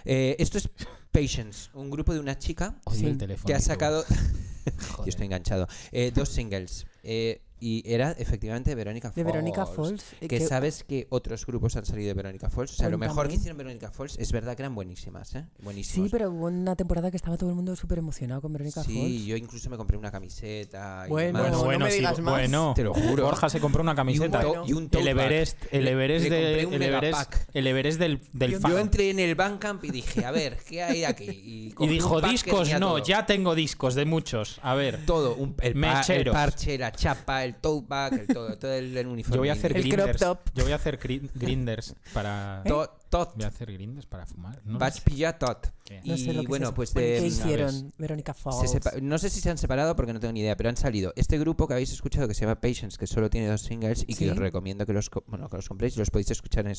[SPEAKER 2] Eh, esto es Patience, un grupo de una chica
[SPEAKER 3] Odio
[SPEAKER 4] Sí.
[SPEAKER 3] el teléfono.
[SPEAKER 2] que ha
[SPEAKER 3] tío.
[SPEAKER 2] sacado, yo
[SPEAKER 3] [LAUGHS] Joder.
[SPEAKER 2] estoy enganchado, eh, dos singles. Eh, y era efectivamente Verónica
[SPEAKER 4] De
[SPEAKER 2] Falls.
[SPEAKER 4] Verónica Falls. eh,
[SPEAKER 2] Que,
[SPEAKER 4] que-
[SPEAKER 2] sabes que otros grupos han salido de Verónica Falls. O sea, lo mejor
[SPEAKER 4] Cuéntame.
[SPEAKER 2] que hicieron Verónica Falls es verdad que eran buenísimas, ¿eh? Buenísimas.
[SPEAKER 4] Sí, pero hubo una temporada que estaba todo el mundo súper emocionado con Verónica
[SPEAKER 2] Sí,
[SPEAKER 4] Falls.
[SPEAKER 2] yo incluso me compré una camiseta. y
[SPEAKER 4] Bueno,
[SPEAKER 2] demás.
[SPEAKER 3] Bueno,
[SPEAKER 4] no
[SPEAKER 3] bueno,
[SPEAKER 4] me
[SPEAKER 3] sí,
[SPEAKER 4] digas más.
[SPEAKER 3] bueno.
[SPEAKER 2] Te lo juro.
[SPEAKER 3] Borja se compró una camiseta.
[SPEAKER 2] to- y un tote
[SPEAKER 3] el
[SPEAKER 2] bag.
[SPEAKER 3] Everest, el
[SPEAKER 2] Le- le
[SPEAKER 3] Everest, de-
[SPEAKER 2] compré un
[SPEAKER 3] el, Everest
[SPEAKER 2] megapack.
[SPEAKER 3] el Everest del, del fan.
[SPEAKER 2] Yo entré en el Bandcamp y dije, a ver, ¿qué hay aquí? Y,
[SPEAKER 3] y
[SPEAKER 2] compré
[SPEAKER 3] dijo,
[SPEAKER 2] un pack que
[SPEAKER 3] discos
[SPEAKER 2] tenía
[SPEAKER 3] no,
[SPEAKER 2] todo.
[SPEAKER 3] ya tengo discos de muchos. A ver,
[SPEAKER 2] Todo, un- el, pa- el
[SPEAKER 3] Mecheros.
[SPEAKER 2] parche, la chapa, el tote bag, el todo, todo el, el uniforme.
[SPEAKER 3] yo voy a hacer
[SPEAKER 4] El crop
[SPEAKER 3] grinders.
[SPEAKER 4] top. ¿Eh?
[SPEAKER 3] Yo voy a hacer
[SPEAKER 2] [LAUGHS]
[SPEAKER 3] gri- grinders para...
[SPEAKER 2] Tot, tot.
[SPEAKER 3] Voy a hacer grinders para fumar. No lo
[SPEAKER 2] Vas pilla tot.
[SPEAKER 3] Bien.
[SPEAKER 2] Y
[SPEAKER 4] No sé lo que es
[SPEAKER 2] bueno,
[SPEAKER 4] eso.
[SPEAKER 2] pues
[SPEAKER 4] ¿qué
[SPEAKER 2] de-
[SPEAKER 4] hicieron? Verónica Falls.
[SPEAKER 2] se sepa- no sé si se han separado porque no tengo ni idea, pero han salido. Este grupo que habéis escuchado que se llama Patience, que solo tiene dos singles y
[SPEAKER 4] Sí.
[SPEAKER 2] que os recomiendo que los, co- bueno, que los compréis, los podéis escuchar en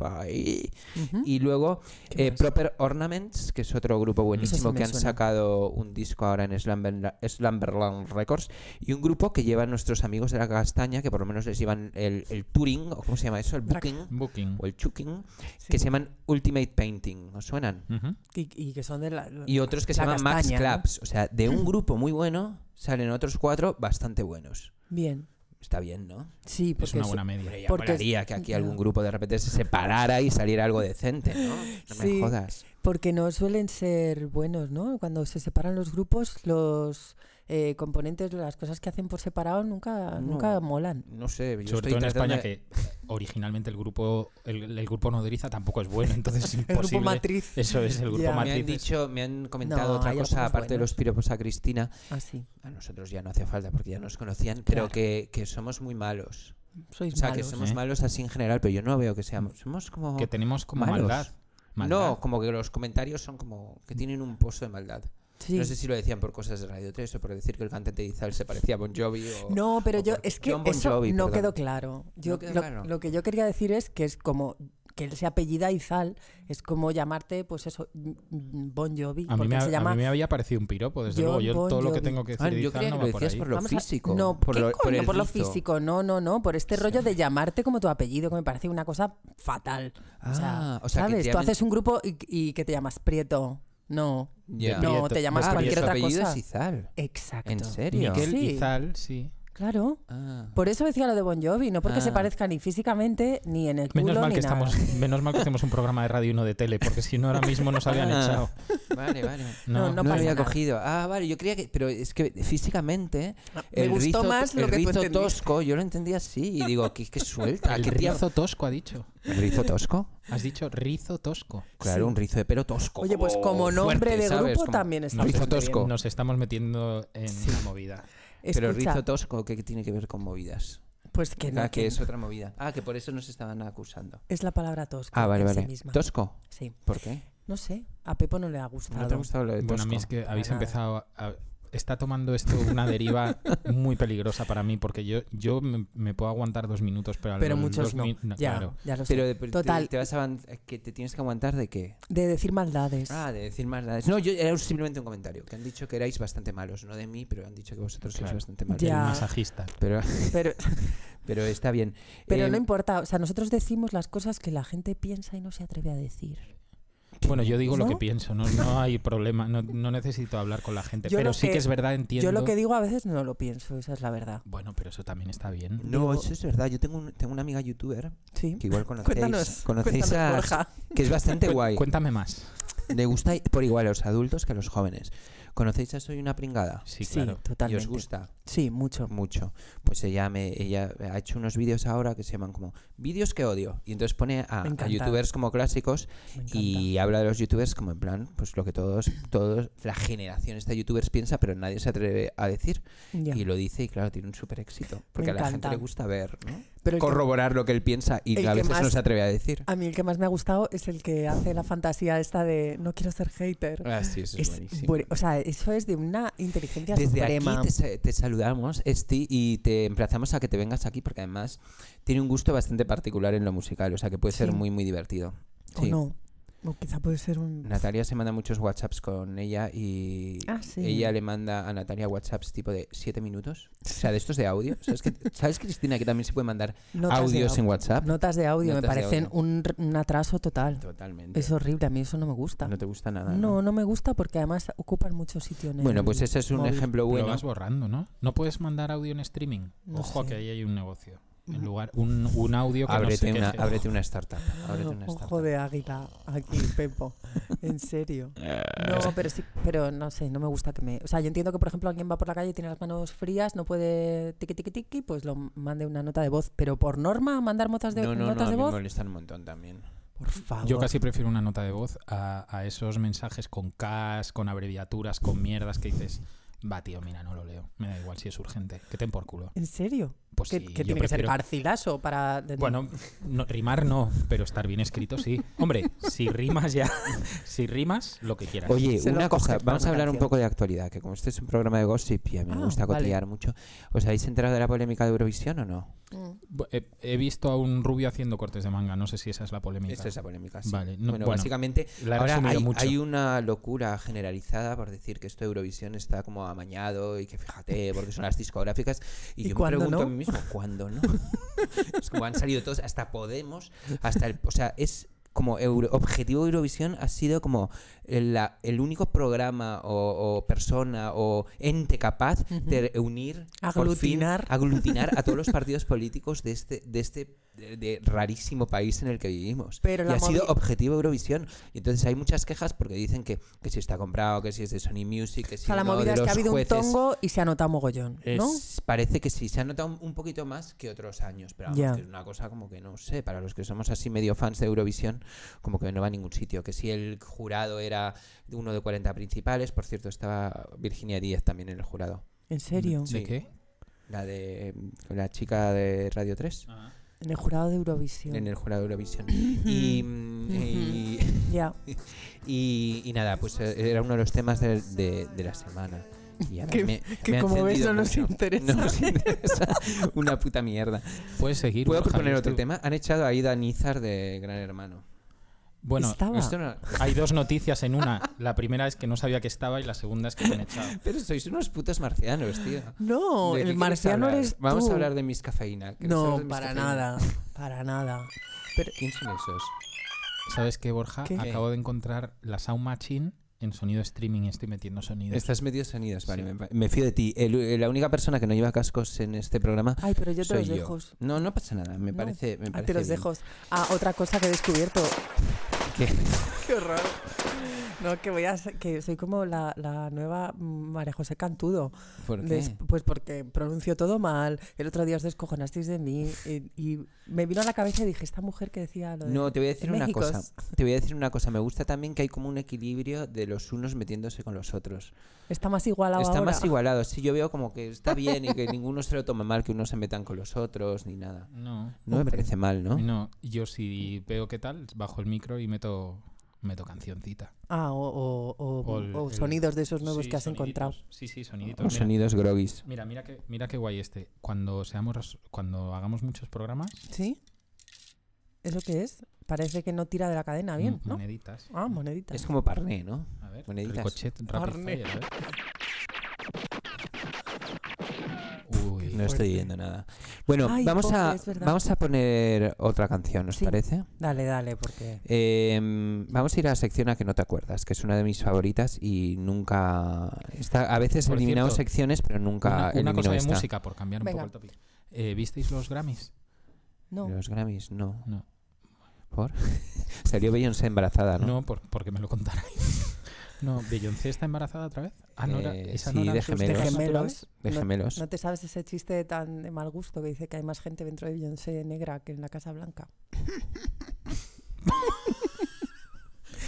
[SPEAKER 2] Spotify.
[SPEAKER 4] Ujú.
[SPEAKER 2] Y luego
[SPEAKER 4] ¿Qué
[SPEAKER 2] eh,
[SPEAKER 4] más?
[SPEAKER 2] Proper Ornaments, que es otro grupo buenísimo
[SPEAKER 4] me
[SPEAKER 2] que han
[SPEAKER 4] suena.
[SPEAKER 2] sacado un disco ahora en Slumberla- Slumberland Records. Y un grupo que llevan nuestros amigos de la castaña, que por lo menos les llevan el, el touring, o cómo se llama eso, el
[SPEAKER 4] Track.
[SPEAKER 2] booking,
[SPEAKER 3] Booking.
[SPEAKER 2] o el chuking,
[SPEAKER 4] Sí.
[SPEAKER 2] que se llaman Ultimate Painting. ¿Os suenan?
[SPEAKER 3] Ujú.
[SPEAKER 4] Y, y que son de la.
[SPEAKER 2] Y otros que se
[SPEAKER 4] La
[SPEAKER 2] llaman
[SPEAKER 4] castaña,
[SPEAKER 2] Max
[SPEAKER 4] ¿no?
[SPEAKER 2] Claps. O sea, de
[SPEAKER 4] [LAUGHS]
[SPEAKER 2] un grupo muy bueno salen otros cuatro bastante buenos.
[SPEAKER 4] Bien.
[SPEAKER 2] Está bien, ¿no?
[SPEAKER 4] Sí, porque
[SPEAKER 3] Es una buena
[SPEAKER 4] es-
[SPEAKER 2] Pero
[SPEAKER 3] media.
[SPEAKER 2] ya
[SPEAKER 4] Porque-
[SPEAKER 2] molaría que aquí
[SPEAKER 4] ya.
[SPEAKER 2] algún grupo de repente se separara y saliera algo decente, ¿no? No me
[SPEAKER 4] Sí.
[SPEAKER 2] jodas.
[SPEAKER 4] Porque no suelen ser buenos, ¿no? Cuando se separan los grupos, los eh, componentes, las cosas que hacen por separado nunca, nunca
[SPEAKER 2] No.
[SPEAKER 4] molan.
[SPEAKER 2] No sé, yo
[SPEAKER 3] Sobre
[SPEAKER 2] estoy
[SPEAKER 3] todo en
[SPEAKER 2] tratando de-
[SPEAKER 3] España, que originalmente el grupo el, el grupo nodriza tampoco es bueno, entonces es
[SPEAKER 4] [LAUGHS] El
[SPEAKER 3] imposible.
[SPEAKER 4] grupo matriz.
[SPEAKER 3] Eso es, el grupo
[SPEAKER 4] Ya.
[SPEAKER 2] Me han
[SPEAKER 3] matriz. es-
[SPEAKER 2] dicho, me han comentado
[SPEAKER 4] No,
[SPEAKER 2] otra
[SPEAKER 4] hay
[SPEAKER 2] cosa,
[SPEAKER 4] algunos
[SPEAKER 2] aparte de
[SPEAKER 4] buenos.
[SPEAKER 2] los piropos a Cristina.
[SPEAKER 4] Así.
[SPEAKER 2] A nosotros ya no hacía falta porque ya nos conocían, pero
[SPEAKER 4] Claro.
[SPEAKER 2] que, que somos muy malos.
[SPEAKER 4] Sois
[SPEAKER 2] O sea, que
[SPEAKER 4] malos.
[SPEAKER 2] somos
[SPEAKER 3] ¿eh?
[SPEAKER 2] malos así en general, pero yo no veo que seamos. Somos como.
[SPEAKER 3] que tenemos como
[SPEAKER 2] malos.
[SPEAKER 3] maldad.
[SPEAKER 2] No,
[SPEAKER 3] Maldad.
[SPEAKER 2] como que los comentarios son como que tienen un pozo de maldad.
[SPEAKER 4] Sí.
[SPEAKER 2] No sé si lo decían por cosas de Radio 3 o por decir que el cantante de Izal se parecía a Bon Jovi o...
[SPEAKER 4] No, pero
[SPEAKER 2] o
[SPEAKER 4] yo,
[SPEAKER 2] por-
[SPEAKER 4] es que
[SPEAKER 2] John Bon
[SPEAKER 4] eso
[SPEAKER 2] Jovi,
[SPEAKER 4] no
[SPEAKER 2] perdón.
[SPEAKER 4] quedó claro. Yo,
[SPEAKER 2] No quedó
[SPEAKER 4] lo,
[SPEAKER 2] claro.
[SPEAKER 4] lo que yo quería decir es que es como que él se apellida Izal, es como llamarte, pues eso, mm, mm, Bon Jovi,
[SPEAKER 3] A mí,
[SPEAKER 4] porque
[SPEAKER 3] me,
[SPEAKER 4] se
[SPEAKER 3] a
[SPEAKER 4] llama...
[SPEAKER 3] mí me había parecido un piropo, desde
[SPEAKER 4] John
[SPEAKER 3] luego. Yo
[SPEAKER 4] Bon
[SPEAKER 3] todo lo que
[SPEAKER 4] Jovi.
[SPEAKER 3] tengo que
[SPEAKER 2] Ah,
[SPEAKER 3] decir de
[SPEAKER 2] yo
[SPEAKER 3] Izal
[SPEAKER 2] creía que
[SPEAKER 3] no
[SPEAKER 2] lo
[SPEAKER 3] va por
[SPEAKER 2] decías
[SPEAKER 3] ahí.
[SPEAKER 2] por lo
[SPEAKER 4] Vamos a-
[SPEAKER 2] físico.
[SPEAKER 4] No,
[SPEAKER 2] por
[SPEAKER 4] ¿qué
[SPEAKER 2] lo, por
[SPEAKER 4] coño?
[SPEAKER 2] el
[SPEAKER 4] Por lo
[SPEAKER 2] rizo.
[SPEAKER 4] físico, no, no, no, por este rollo de llamarte como tu apellido, que me parece una cosa fatal. o sea,
[SPEAKER 2] Ah, o sea, que
[SPEAKER 4] ¿sabes?
[SPEAKER 2] te
[SPEAKER 4] Tú
[SPEAKER 2] llamen-
[SPEAKER 4] haces un grupo y, y que te llamas Prieto. No,
[SPEAKER 2] Ya.
[SPEAKER 4] no,
[SPEAKER 3] Prieto.
[SPEAKER 4] te llamas
[SPEAKER 3] Ah,
[SPEAKER 2] pero
[SPEAKER 4] cualquier
[SPEAKER 2] su
[SPEAKER 4] otra
[SPEAKER 2] apellido
[SPEAKER 4] cosa.
[SPEAKER 2] es Izal.
[SPEAKER 4] Exacto.
[SPEAKER 2] ¿En serio?
[SPEAKER 3] Miquel
[SPEAKER 4] Sí.
[SPEAKER 3] Izal, sí.
[SPEAKER 4] Claro.
[SPEAKER 2] Ah.
[SPEAKER 4] Por eso decía lo de Bon Jovi, no porque se
[SPEAKER 2] Ah.
[SPEAKER 4] parezca ni físicamente, ni en el culo,
[SPEAKER 3] Menos mal,
[SPEAKER 4] ni
[SPEAKER 3] que
[SPEAKER 4] nada.
[SPEAKER 3] estamos, menos mal que hacemos un programa de radio y no de tele, porque si no ahora mismo nos habían
[SPEAKER 2] Ah.
[SPEAKER 3] echado.
[SPEAKER 2] Vale, [LAUGHS] vale.
[SPEAKER 3] [LAUGHS] No,
[SPEAKER 4] No,
[SPEAKER 2] No,
[SPEAKER 4] no
[SPEAKER 2] lo
[SPEAKER 4] pasa
[SPEAKER 2] había
[SPEAKER 4] nada.
[SPEAKER 2] cogido. Ah, vale, yo creía que. Pero es que físicamente.
[SPEAKER 4] Ah, Me
[SPEAKER 2] el
[SPEAKER 4] gustó
[SPEAKER 2] rizo,
[SPEAKER 4] más lo
[SPEAKER 2] el
[SPEAKER 4] que tú
[SPEAKER 2] rizo
[SPEAKER 4] entendiste.
[SPEAKER 2] tosco, yo lo entendí así. Y digo, ¿qué, qué suelta?
[SPEAKER 3] El
[SPEAKER 2] ¿Qué tía-
[SPEAKER 3] rizo tosco ha dicho.
[SPEAKER 2] ¿El rizo tosco?
[SPEAKER 3] Has dicho rizo tosco.
[SPEAKER 2] Claro, un rizo de pelo tosco.
[SPEAKER 4] Oye, pues como nombre
[SPEAKER 2] Oh, fuerte,
[SPEAKER 4] de
[SPEAKER 2] ¿sabes?
[SPEAKER 4] grupo
[SPEAKER 2] Como-
[SPEAKER 4] también está
[SPEAKER 2] Rizo
[SPEAKER 4] bastante
[SPEAKER 2] tosco.
[SPEAKER 4] bien.
[SPEAKER 3] Nos estamos metiendo en una movida.
[SPEAKER 2] Pero
[SPEAKER 4] Escucha,
[SPEAKER 2] rizo tosco, ¿qué tiene que ver con movidas?
[SPEAKER 4] pues que no,
[SPEAKER 2] Ah, que
[SPEAKER 4] que
[SPEAKER 2] es otra movida. Ah, que por eso nos estaban acusando.
[SPEAKER 4] es la palabra tosca
[SPEAKER 2] Ah, vale,
[SPEAKER 4] en
[SPEAKER 2] vale.
[SPEAKER 4] sí misma.
[SPEAKER 2] ¿Tosco?
[SPEAKER 4] sí,
[SPEAKER 2] ¿Por qué?
[SPEAKER 4] no sé, a Pepo no le ha gustado.
[SPEAKER 2] ¿No te ha gustado lo de tosco?
[SPEAKER 3] Bueno, a mí es que
[SPEAKER 4] para
[SPEAKER 3] habéis
[SPEAKER 4] nada.
[SPEAKER 3] empezado a- Está tomando esto una deriva muy peligrosa para mí, porque yo, yo me, me puedo aguantar dos minutos, pero, a
[SPEAKER 4] Pero
[SPEAKER 3] los
[SPEAKER 4] muchos
[SPEAKER 3] dos
[SPEAKER 4] no.
[SPEAKER 3] min-
[SPEAKER 4] ya,
[SPEAKER 3] Claro.
[SPEAKER 4] ya lo sé.
[SPEAKER 2] Pero de- pero te-
[SPEAKER 4] Total.
[SPEAKER 2] Te, vas a avan- que te tienes que aguantar de qué?
[SPEAKER 4] De decir maldades.
[SPEAKER 2] Ah, de decir más nada. No, yo era simplemente un comentario. Que han dicho que erais bastante malos. No de mí, pero han dicho que vosotros sois
[SPEAKER 3] Claro.
[SPEAKER 2] bastante malos.
[SPEAKER 3] El
[SPEAKER 4] Ya.
[SPEAKER 3] masajista.
[SPEAKER 2] Pero,
[SPEAKER 4] Pero,
[SPEAKER 2] pero está bien.
[SPEAKER 4] pero
[SPEAKER 2] Eh,
[SPEAKER 4] no importa, o sea, nosotros decimos las cosas que la gente piensa y no se atreve a decir.
[SPEAKER 3] Bueno, yo digo lo que
[SPEAKER 4] ¿No?
[SPEAKER 3] pienso, no, no hay problema, no, no necesito hablar con la gente,
[SPEAKER 4] Yo
[SPEAKER 3] pero
[SPEAKER 4] lo
[SPEAKER 3] sí que,
[SPEAKER 4] que-
[SPEAKER 3] es verdad, entiendo.
[SPEAKER 4] Yo lo que digo a veces no lo pienso, esa es la verdad.
[SPEAKER 3] Bueno, pero eso también está bien.
[SPEAKER 2] No,
[SPEAKER 4] digo-
[SPEAKER 2] eso es verdad. Yo tengo, un- tengo una amiga youtuber
[SPEAKER 4] Sí.
[SPEAKER 2] que igual conocéis.
[SPEAKER 4] [LAUGHS] Cuéntanos,
[SPEAKER 2] conocéis a-
[SPEAKER 4] cuéntanos, Borja.
[SPEAKER 2] Que es
[SPEAKER 4] [LAUGHS]
[SPEAKER 2] bastante guay.
[SPEAKER 3] Cuéntame más.
[SPEAKER 2] Le gusta por igual a los adultos que a los jóvenes. ¿Conocéis a Soy una pringada?
[SPEAKER 3] Sí, claro.
[SPEAKER 4] totalmente.
[SPEAKER 2] Y os gusta
[SPEAKER 4] Sí, mucho.
[SPEAKER 2] mucho. Pues ella me ella ha hecho unos vídeos ahora que se llaman como vídeos que odio. Y entonces pone a,
[SPEAKER 4] Me
[SPEAKER 2] a
[SPEAKER 4] encanta.
[SPEAKER 2] youtubers como clásicos
[SPEAKER 4] Me encanta.
[SPEAKER 2] y habla de los youtubers como en plan, pues lo que todos, todos, la generación esta de youtubers piensa, pero nadie se atreve a decir.
[SPEAKER 4] Ya.
[SPEAKER 2] Y lo dice y claro, tiene un súper éxito. Porque a la gente
[SPEAKER 4] encanta.
[SPEAKER 2] le gusta ver, ¿no?
[SPEAKER 4] Pero el que-
[SPEAKER 2] Corroborar lo que él piensa y
[SPEAKER 4] el
[SPEAKER 2] a
[SPEAKER 4] que
[SPEAKER 2] veces no
[SPEAKER 4] más-
[SPEAKER 2] se atreve a decir.
[SPEAKER 4] A mí el que más me ha gustado es el que hace la fantasía esta de no quiero ser hater.
[SPEAKER 2] Ah, sí, eso es,
[SPEAKER 4] Es
[SPEAKER 2] buenísimo.
[SPEAKER 4] buen- o sea, eso es de una inteligencia
[SPEAKER 2] Desde
[SPEAKER 4] suprema.
[SPEAKER 2] aquí te, sa- te saludamos, Esti, y te emplazamos a que te vengas aquí porque además tiene un gusto bastante particular en lo musical, o sea que puede ser
[SPEAKER 4] Sí.
[SPEAKER 2] muy, muy divertido.
[SPEAKER 4] ¿O
[SPEAKER 2] Sí.
[SPEAKER 4] no? O quizá puede ser un...
[SPEAKER 2] Natalia se manda muchos WhatsApps con ella y
[SPEAKER 4] Ah, sí.
[SPEAKER 2] ella le manda a Natalia WhatsApps tipo de 7 minutos. O sea, de estos de
[SPEAKER 4] [LAUGHS]
[SPEAKER 2] audio. ¿Sabes, que, ¿sabes Cristina, que también se puede mandar
[SPEAKER 4] Notas de
[SPEAKER 2] audios en
[SPEAKER 4] audio.
[SPEAKER 2] WhatsApp?
[SPEAKER 4] Notas de audio, me
[SPEAKER 2] Notas de
[SPEAKER 4] parecen
[SPEAKER 2] audio.
[SPEAKER 4] Un, r- un atraso total.
[SPEAKER 2] Totalmente.
[SPEAKER 4] Es horrible, a mí eso no me gusta.
[SPEAKER 2] No te gusta nada.
[SPEAKER 4] No, no me gusta porque además ocupan mucho sitio en
[SPEAKER 2] Bueno,
[SPEAKER 4] el
[SPEAKER 2] pues ese es un
[SPEAKER 4] móvil.
[SPEAKER 2] ejemplo
[SPEAKER 3] Pero
[SPEAKER 2] bueno.
[SPEAKER 3] vas borrando, ¿no? No puedes mandar audio en streaming.
[SPEAKER 4] No
[SPEAKER 3] Ojo,
[SPEAKER 4] sé.
[SPEAKER 3] que ahí hay un negocio. En lugar, un, un audio que no
[SPEAKER 2] Ábrete,
[SPEAKER 3] se
[SPEAKER 2] una,
[SPEAKER 3] queje.
[SPEAKER 2] ábrete una startup. ábrete una
[SPEAKER 4] Ojo
[SPEAKER 2] startup.
[SPEAKER 4] de águila aquí, Pepo.
[SPEAKER 2] [LAUGHS]
[SPEAKER 4] En serio. No, pero sí, pero no sé, no me gusta que me. O sea, yo entiendo que, por ejemplo, alguien va por la calle y tiene las manos frías, no puede tiqui tiqui tiqui, pues lo mande una nota de voz. Pero por norma, mandar notas de,
[SPEAKER 2] no, no, no,
[SPEAKER 4] notas
[SPEAKER 2] a
[SPEAKER 4] de
[SPEAKER 2] mí me
[SPEAKER 4] voz.
[SPEAKER 2] molestan un montón también.
[SPEAKER 4] Por favor.
[SPEAKER 3] Yo casi prefiero una nota de voz a, a esos mensajes con Ks, con abreviaturas, con mierdas que dices, va tío, mira, no lo leo. Me da igual si es urgente. Que ten por culo.
[SPEAKER 4] ¿En serio?
[SPEAKER 3] Pues
[SPEAKER 4] que
[SPEAKER 3] sí,
[SPEAKER 4] que
[SPEAKER 3] yo
[SPEAKER 4] tiene que ser
[SPEAKER 3] prefiero-
[SPEAKER 4] parcilazo para. de-
[SPEAKER 3] Bueno, no- rimar no, pero estar bien escrito sí. Hombre, si rimas ya, [LAUGHS] si rimas, lo que quieras.
[SPEAKER 2] Oye,
[SPEAKER 4] Se lo
[SPEAKER 2] una cosa,
[SPEAKER 4] coges para
[SPEAKER 2] vamos a
[SPEAKER 4] una
[SPEAKER 2] hablar un
[SPEAKER 4] canción.
[SPEAKER 2] poco de actualidad, que como este es un programa de gossip y a mí me
[SPEAKER 4] Ah,
[SPEAKER 2] gusta
[SPEAKER 4] vale.
[SPEAKER 2] cotillar mucho, ¿os habéis enterado de la polémica de Eurovisión o no?
[SPEAKER 4] Mm.
[SPEAKER 3] Bu- He, he visto a un rubio haciendo cortes de manga, no sé si esa es la polémica.
[SPEAKER 2] Esa es la polémica, sí.
[SPEAKER 3] Vale,
[SPEAKER 2] bueno,
[SPEAKER 3] no- bueno,
[SPEAKER 2] básicamente
[SPEAKER 3] la he
[SPEAKER 2] ahora
[SPEAKER 3] resumido
[SPEAKER 2] hay,
[SPEAKER 3] mucho.
[SPEAKER 2] hay una locura generalizada por decir que esto de Eurovisión está como amañado y que fíjate, porque son las discográficas. Y,
[SPEAKER 3] [LAUGHS]
[SPEAKER 4] ¿Y
[SPEAKER 2] yo me
[SPEAKER 4] cuándo
[SPEAKER 2] pregunto
[SPEAKER 4] no?
[SPEAKER 2] a mí mismo, ¿cuándo no? [LAUGHS] es como han salido todos, hasta Podemos, hasta el... O sea, es como Euro- objetivo de Eurovisión ha sido como el, la- el único programa o, o persona o ente capaz de unir, por fin,
[SPEAKER 4] Aglutinar.
[SPEAKER 2] aglutinar a todos los partidos políticos de este, de este de- de rarísimo país en el que vivimos.
[SPEAKER 4] Pero
[SPEAKER 2] y
[SPEAKER 4] la
[SPEAKER 2] ha sido
[SPEAKER 4] movi-
[SPEAKER 2] objetivo Eurovisión. Y entonces hay muchas quejas porque dicen que, que si está comprado, que si es de Sony Music, que si
[SPEAKER 4] O sea, la
[SPEAKER 2] no, de
[SPEAKER 4] movida es que ha
[SPEAKER 2] los
[SPEAKER 4] habido
[SPEAKER 2] jueces.
[SPEAKER 4] un tongo y se ha notado mogollón, ¿no?
[SPEAKER 2] Es- Parece que sí, se ha notado un- un poquito más que otros años, pero vamos,
[SPEAKER 4] Ya.
[SPEAKER 2] que es una cosa como que no sé, para los que somos así medio fans de Eurovisión, como que no va a ningún sitio, que si el jurado era uno de 40 principales, por cierto, estaba Virginia Díaz también en el jurado,
[SPEAKER 4] ¿En serio?
[SPEAKER 3] ¿De
[SPEAKER 2] Sí.
[SPEAKER 3] qué?
[SPEAKER 2] la de la chica de Radio 3,
[SPEAKER 4] En el jurado de Eurovisión.
[SPEAKER 2] en el jurado de Eurovisión. y, mm, y-
[SPEAKER 4] Ya.
[SPEAKER 2] [LAUGHS] y- y nada, pues eh, era uno de los temas del- de, de la semana. Y a mí
[SPEAKER 4] Que-
[SPEAKER 2] me-
[SPEAKER 4] que
[SPEAKER 2] me ha
[SPEAKER 4] como ves,
[SPEAKER 2] encendido
[SPEAKER 4] no nos
[SPEAKER 2] mucho.
[SPEAKER 4] interesa.
[SPEAKER 2] No nos interesa. [LAUGHS] Una puta mierda.
[SPEAKER 3] Puedes seguir.
[SPEAKER 2] ¿Puedo
[SPEAKER 3] Borja,
[SPEAKER 2] proponer
[SPEAKER 3] yo
[SPEAKER 2] otro
[SPEAKER 3] estoy-
[SPEAKER 2] tema? Han echado a Ida Nizar de Gran Hermano.
[SPEAKER 3] Bueno,
[SPEAKER 4] Estaba.
[SPEAKER 2] Esto no-
[SPEAKER 3] hay dos noticias en una. La primera es que no sabía que estaba y la segunda es que me han echado.
[SPEAKER 2] Pero sois unos putos marcianos, tío. ¿De
[SPEAKER 4] No,
[SPEAKER 2] qué
[SPEAKER 4] el
[SPEAKER 2] quieres
[SPEAKER 4] marciano
[SPEAKER 2] hablar?
[SPEAKER 4] eres tú.
[SPEAKER 2] Vamos a hablar de mis cafeína. ¿Quieres hablar de
[SPEAKER 4] No,
[SPEAKER 2] Miss
[SPEAKER 4] para
[SPEAKER 2] Cafeína?
[SPEAKER 4] nada. Para nada.
[SPEAKER 2] ¿Quién son esos?
[SPEAKER 3] ¿Sabes qué, Borja?
[SPEAKER 4] ¿Qué?
[SPEAKER 3] Acabo de encontrar la Sound Machine en sonido streaming y estoy metiendo sonidos.
[SPEAKER 2] Estás medio sonidos, vale. Me, me fío de ti. El- eh, la única persona que no lleva cascos en este programa
[SPEAKER 4] Ay, pero yo te
[SPEAKER 2] soy
[SPEAKER 4] los dejo.
[SPEAKER 2] No, no pasa nada. Me
[SPEAKER 4] No.
[SPEAKER 2] parece. Me
[SPEAKER 4] Ah,
[SPEAKER 2] parece
[SPEAKER 4] te los
[SPEAKER 2] bien.
[SPEAKER 4] dejo. Ah, otra cosa que he descubierto.
[SPEAKER 2] ¿Qué?
[SPEAKER 4] [LAUGHS] Qué horror. No, que voy a ser- que soy como la, la nueva mm, María José Cantudo.
[SPEAKER 2] ¿Por qué?
[SPEAKER 4] Des- pues porque pronuncio todo mal. El otro día os descojonasteis de mí y, y me vino a la cabeza y dije, esta mujer que decía lo de
[SPEAKER 2] No, te voy a decir
[SPEAKER 4] en
[SPEAKER 2] una
[SPEAKER 4] México
[SPEAKER 2] cosa.
[SPEAKER 4] es-
[SPEAKER 2] Te voy a decir una cosa. Me gusta también que hay como un equilibrio de los unos metiéndose con los otros.
[SPEAKER 4] está más igualado
[SPEAKER 2] Está
[SPEAKER 4] ahora.
[SPEAKER 2] más igualado. Sí, yo veo como que está bien y
[SPEAKER 4] [LAUGHS]
[SPEAKER 2] que ninguno se lo tome mal que unos se metan con los otros ni nada.
[SPEAKER 3] No,
[SPEAKER 2] No me
[SPEAKER 4] Hombre.
[SPEAKER 2] parece mal, ¿no?
[SPEAKER 3] no. Yo si veo qué tal, bajo el micro y meto, meto cancioncita.
[SPEAKER 4] Ah, o, o- o-
[SPEAKER 3] O el-
[SPEAKER 4] o
[SPEAKER 3] el-
[SPEAKER 4] sonidos de esos nuevos
[SPEAKER 3] Sí,
[SPEAKER 4] que has
[SPEAKER 3] soniditos.
[SPEAKER 4] encontrado.
[SPEAKER 3] Sí, sí, soniditos.
[SPEAKER 2] Los
[SPEAKER 3] Mira,
[SPEAKER 2] sonidos groguis.
[SPEAKER 3] Mira, mira que, mira qué guay este. Cuando seamos, cuando hagamos muchos programas,
[SPEAKER 4] ¿Sí? ¿Eso qué es? Parece que no tira de la cadena bien,
[SPEAKER 3] mm,
[SPEAKER 4] ¿no?
[SPEAKER 3] moneditas.
[SPEAKER 4] Ah, monedita.
[SPEAKER 2] Es como parné, ¿no?
[SPEAKER 3] A ver,
[SPEAKER 2] moneditas.
[SPEAKER 3] ricochet, rapid
[SPEAKER 4] Arne.
[SPEAKER 3] fire, a ver. Uy,
[SPEAKER 2] No estoy viendo nada. Bueno,
[SPEAKER 4] Ay,
[SPEAKER 2] vamos,
[SPEAKER 4] pobre,
[SPEAKER 2] a,
[SPEAKER 4] es verdad.
[SPEAKER 2] vamos a poner otra canción, ¿os
[SPEAKER 4] Sí.
[SPEAKER 2] parece?
[SPEAKER 4] Dale, dale, porque...
[SPEAKER 2] Eh, vamos a ir a la sección a que no te acuerdas, que es una de mis favoritas y nunca... Está, a veces
[SPEAKER 3] Por
[SPEAKER 2] eliminamos
[SPEAKER 3] cierto,
[SPEAKER 2] secciones, pero nunca
[SPEAKER 3] una, una
[SPEAKER 2] elimino
[SPEAKER 3] cosa de
[SPEAKER 2] esta.
[SPEAKER 3] música por cambiar un
[SPEAKER 4] Venga.
[SPEAKER 3] poco el topic. Eh, ¿Visteis los Grammys?
[SPEAKER 4] No.
[SPEAKER 2] Los Grammys, no.
[SPEAKER 3] No.
[SPEAKER 2] ¿Por? [LAUGHS] Salió Beyoncé embarazada, Ah, ¿no?
[SPEAKER 3] No, por- porque me lo contarais. [LAUGHS] no, Beyoncé está embarazada otra vez. Ah, no, era-
[SPEAKER 2] Eh,
[SPEAKER 3] esa
[SPEAKER 2] sí,
[SPEAKER 3] no eran
[SPEAKER 2] de
[SPEAKER 3] sus
[SPEAKER 4] De
[SPEAKER 2] gemelos.
[SPEAKER 3] hijas
[SPEAKER 4] gemelos.
[SPEAKER 3] naturales.
[SPEAKER 2] De
[SPEAKER 4] No-
[SPEAKER 2] gemelos.
[SPEAKER 4] No, te sabes ese chiste tan de mal gusto que dice que hay más gente dentro de Beyoncé negra que en la
[SPEAKER 3] [LAUGHS]
[SPEAKER 4] Casa Blanca? ¿eh?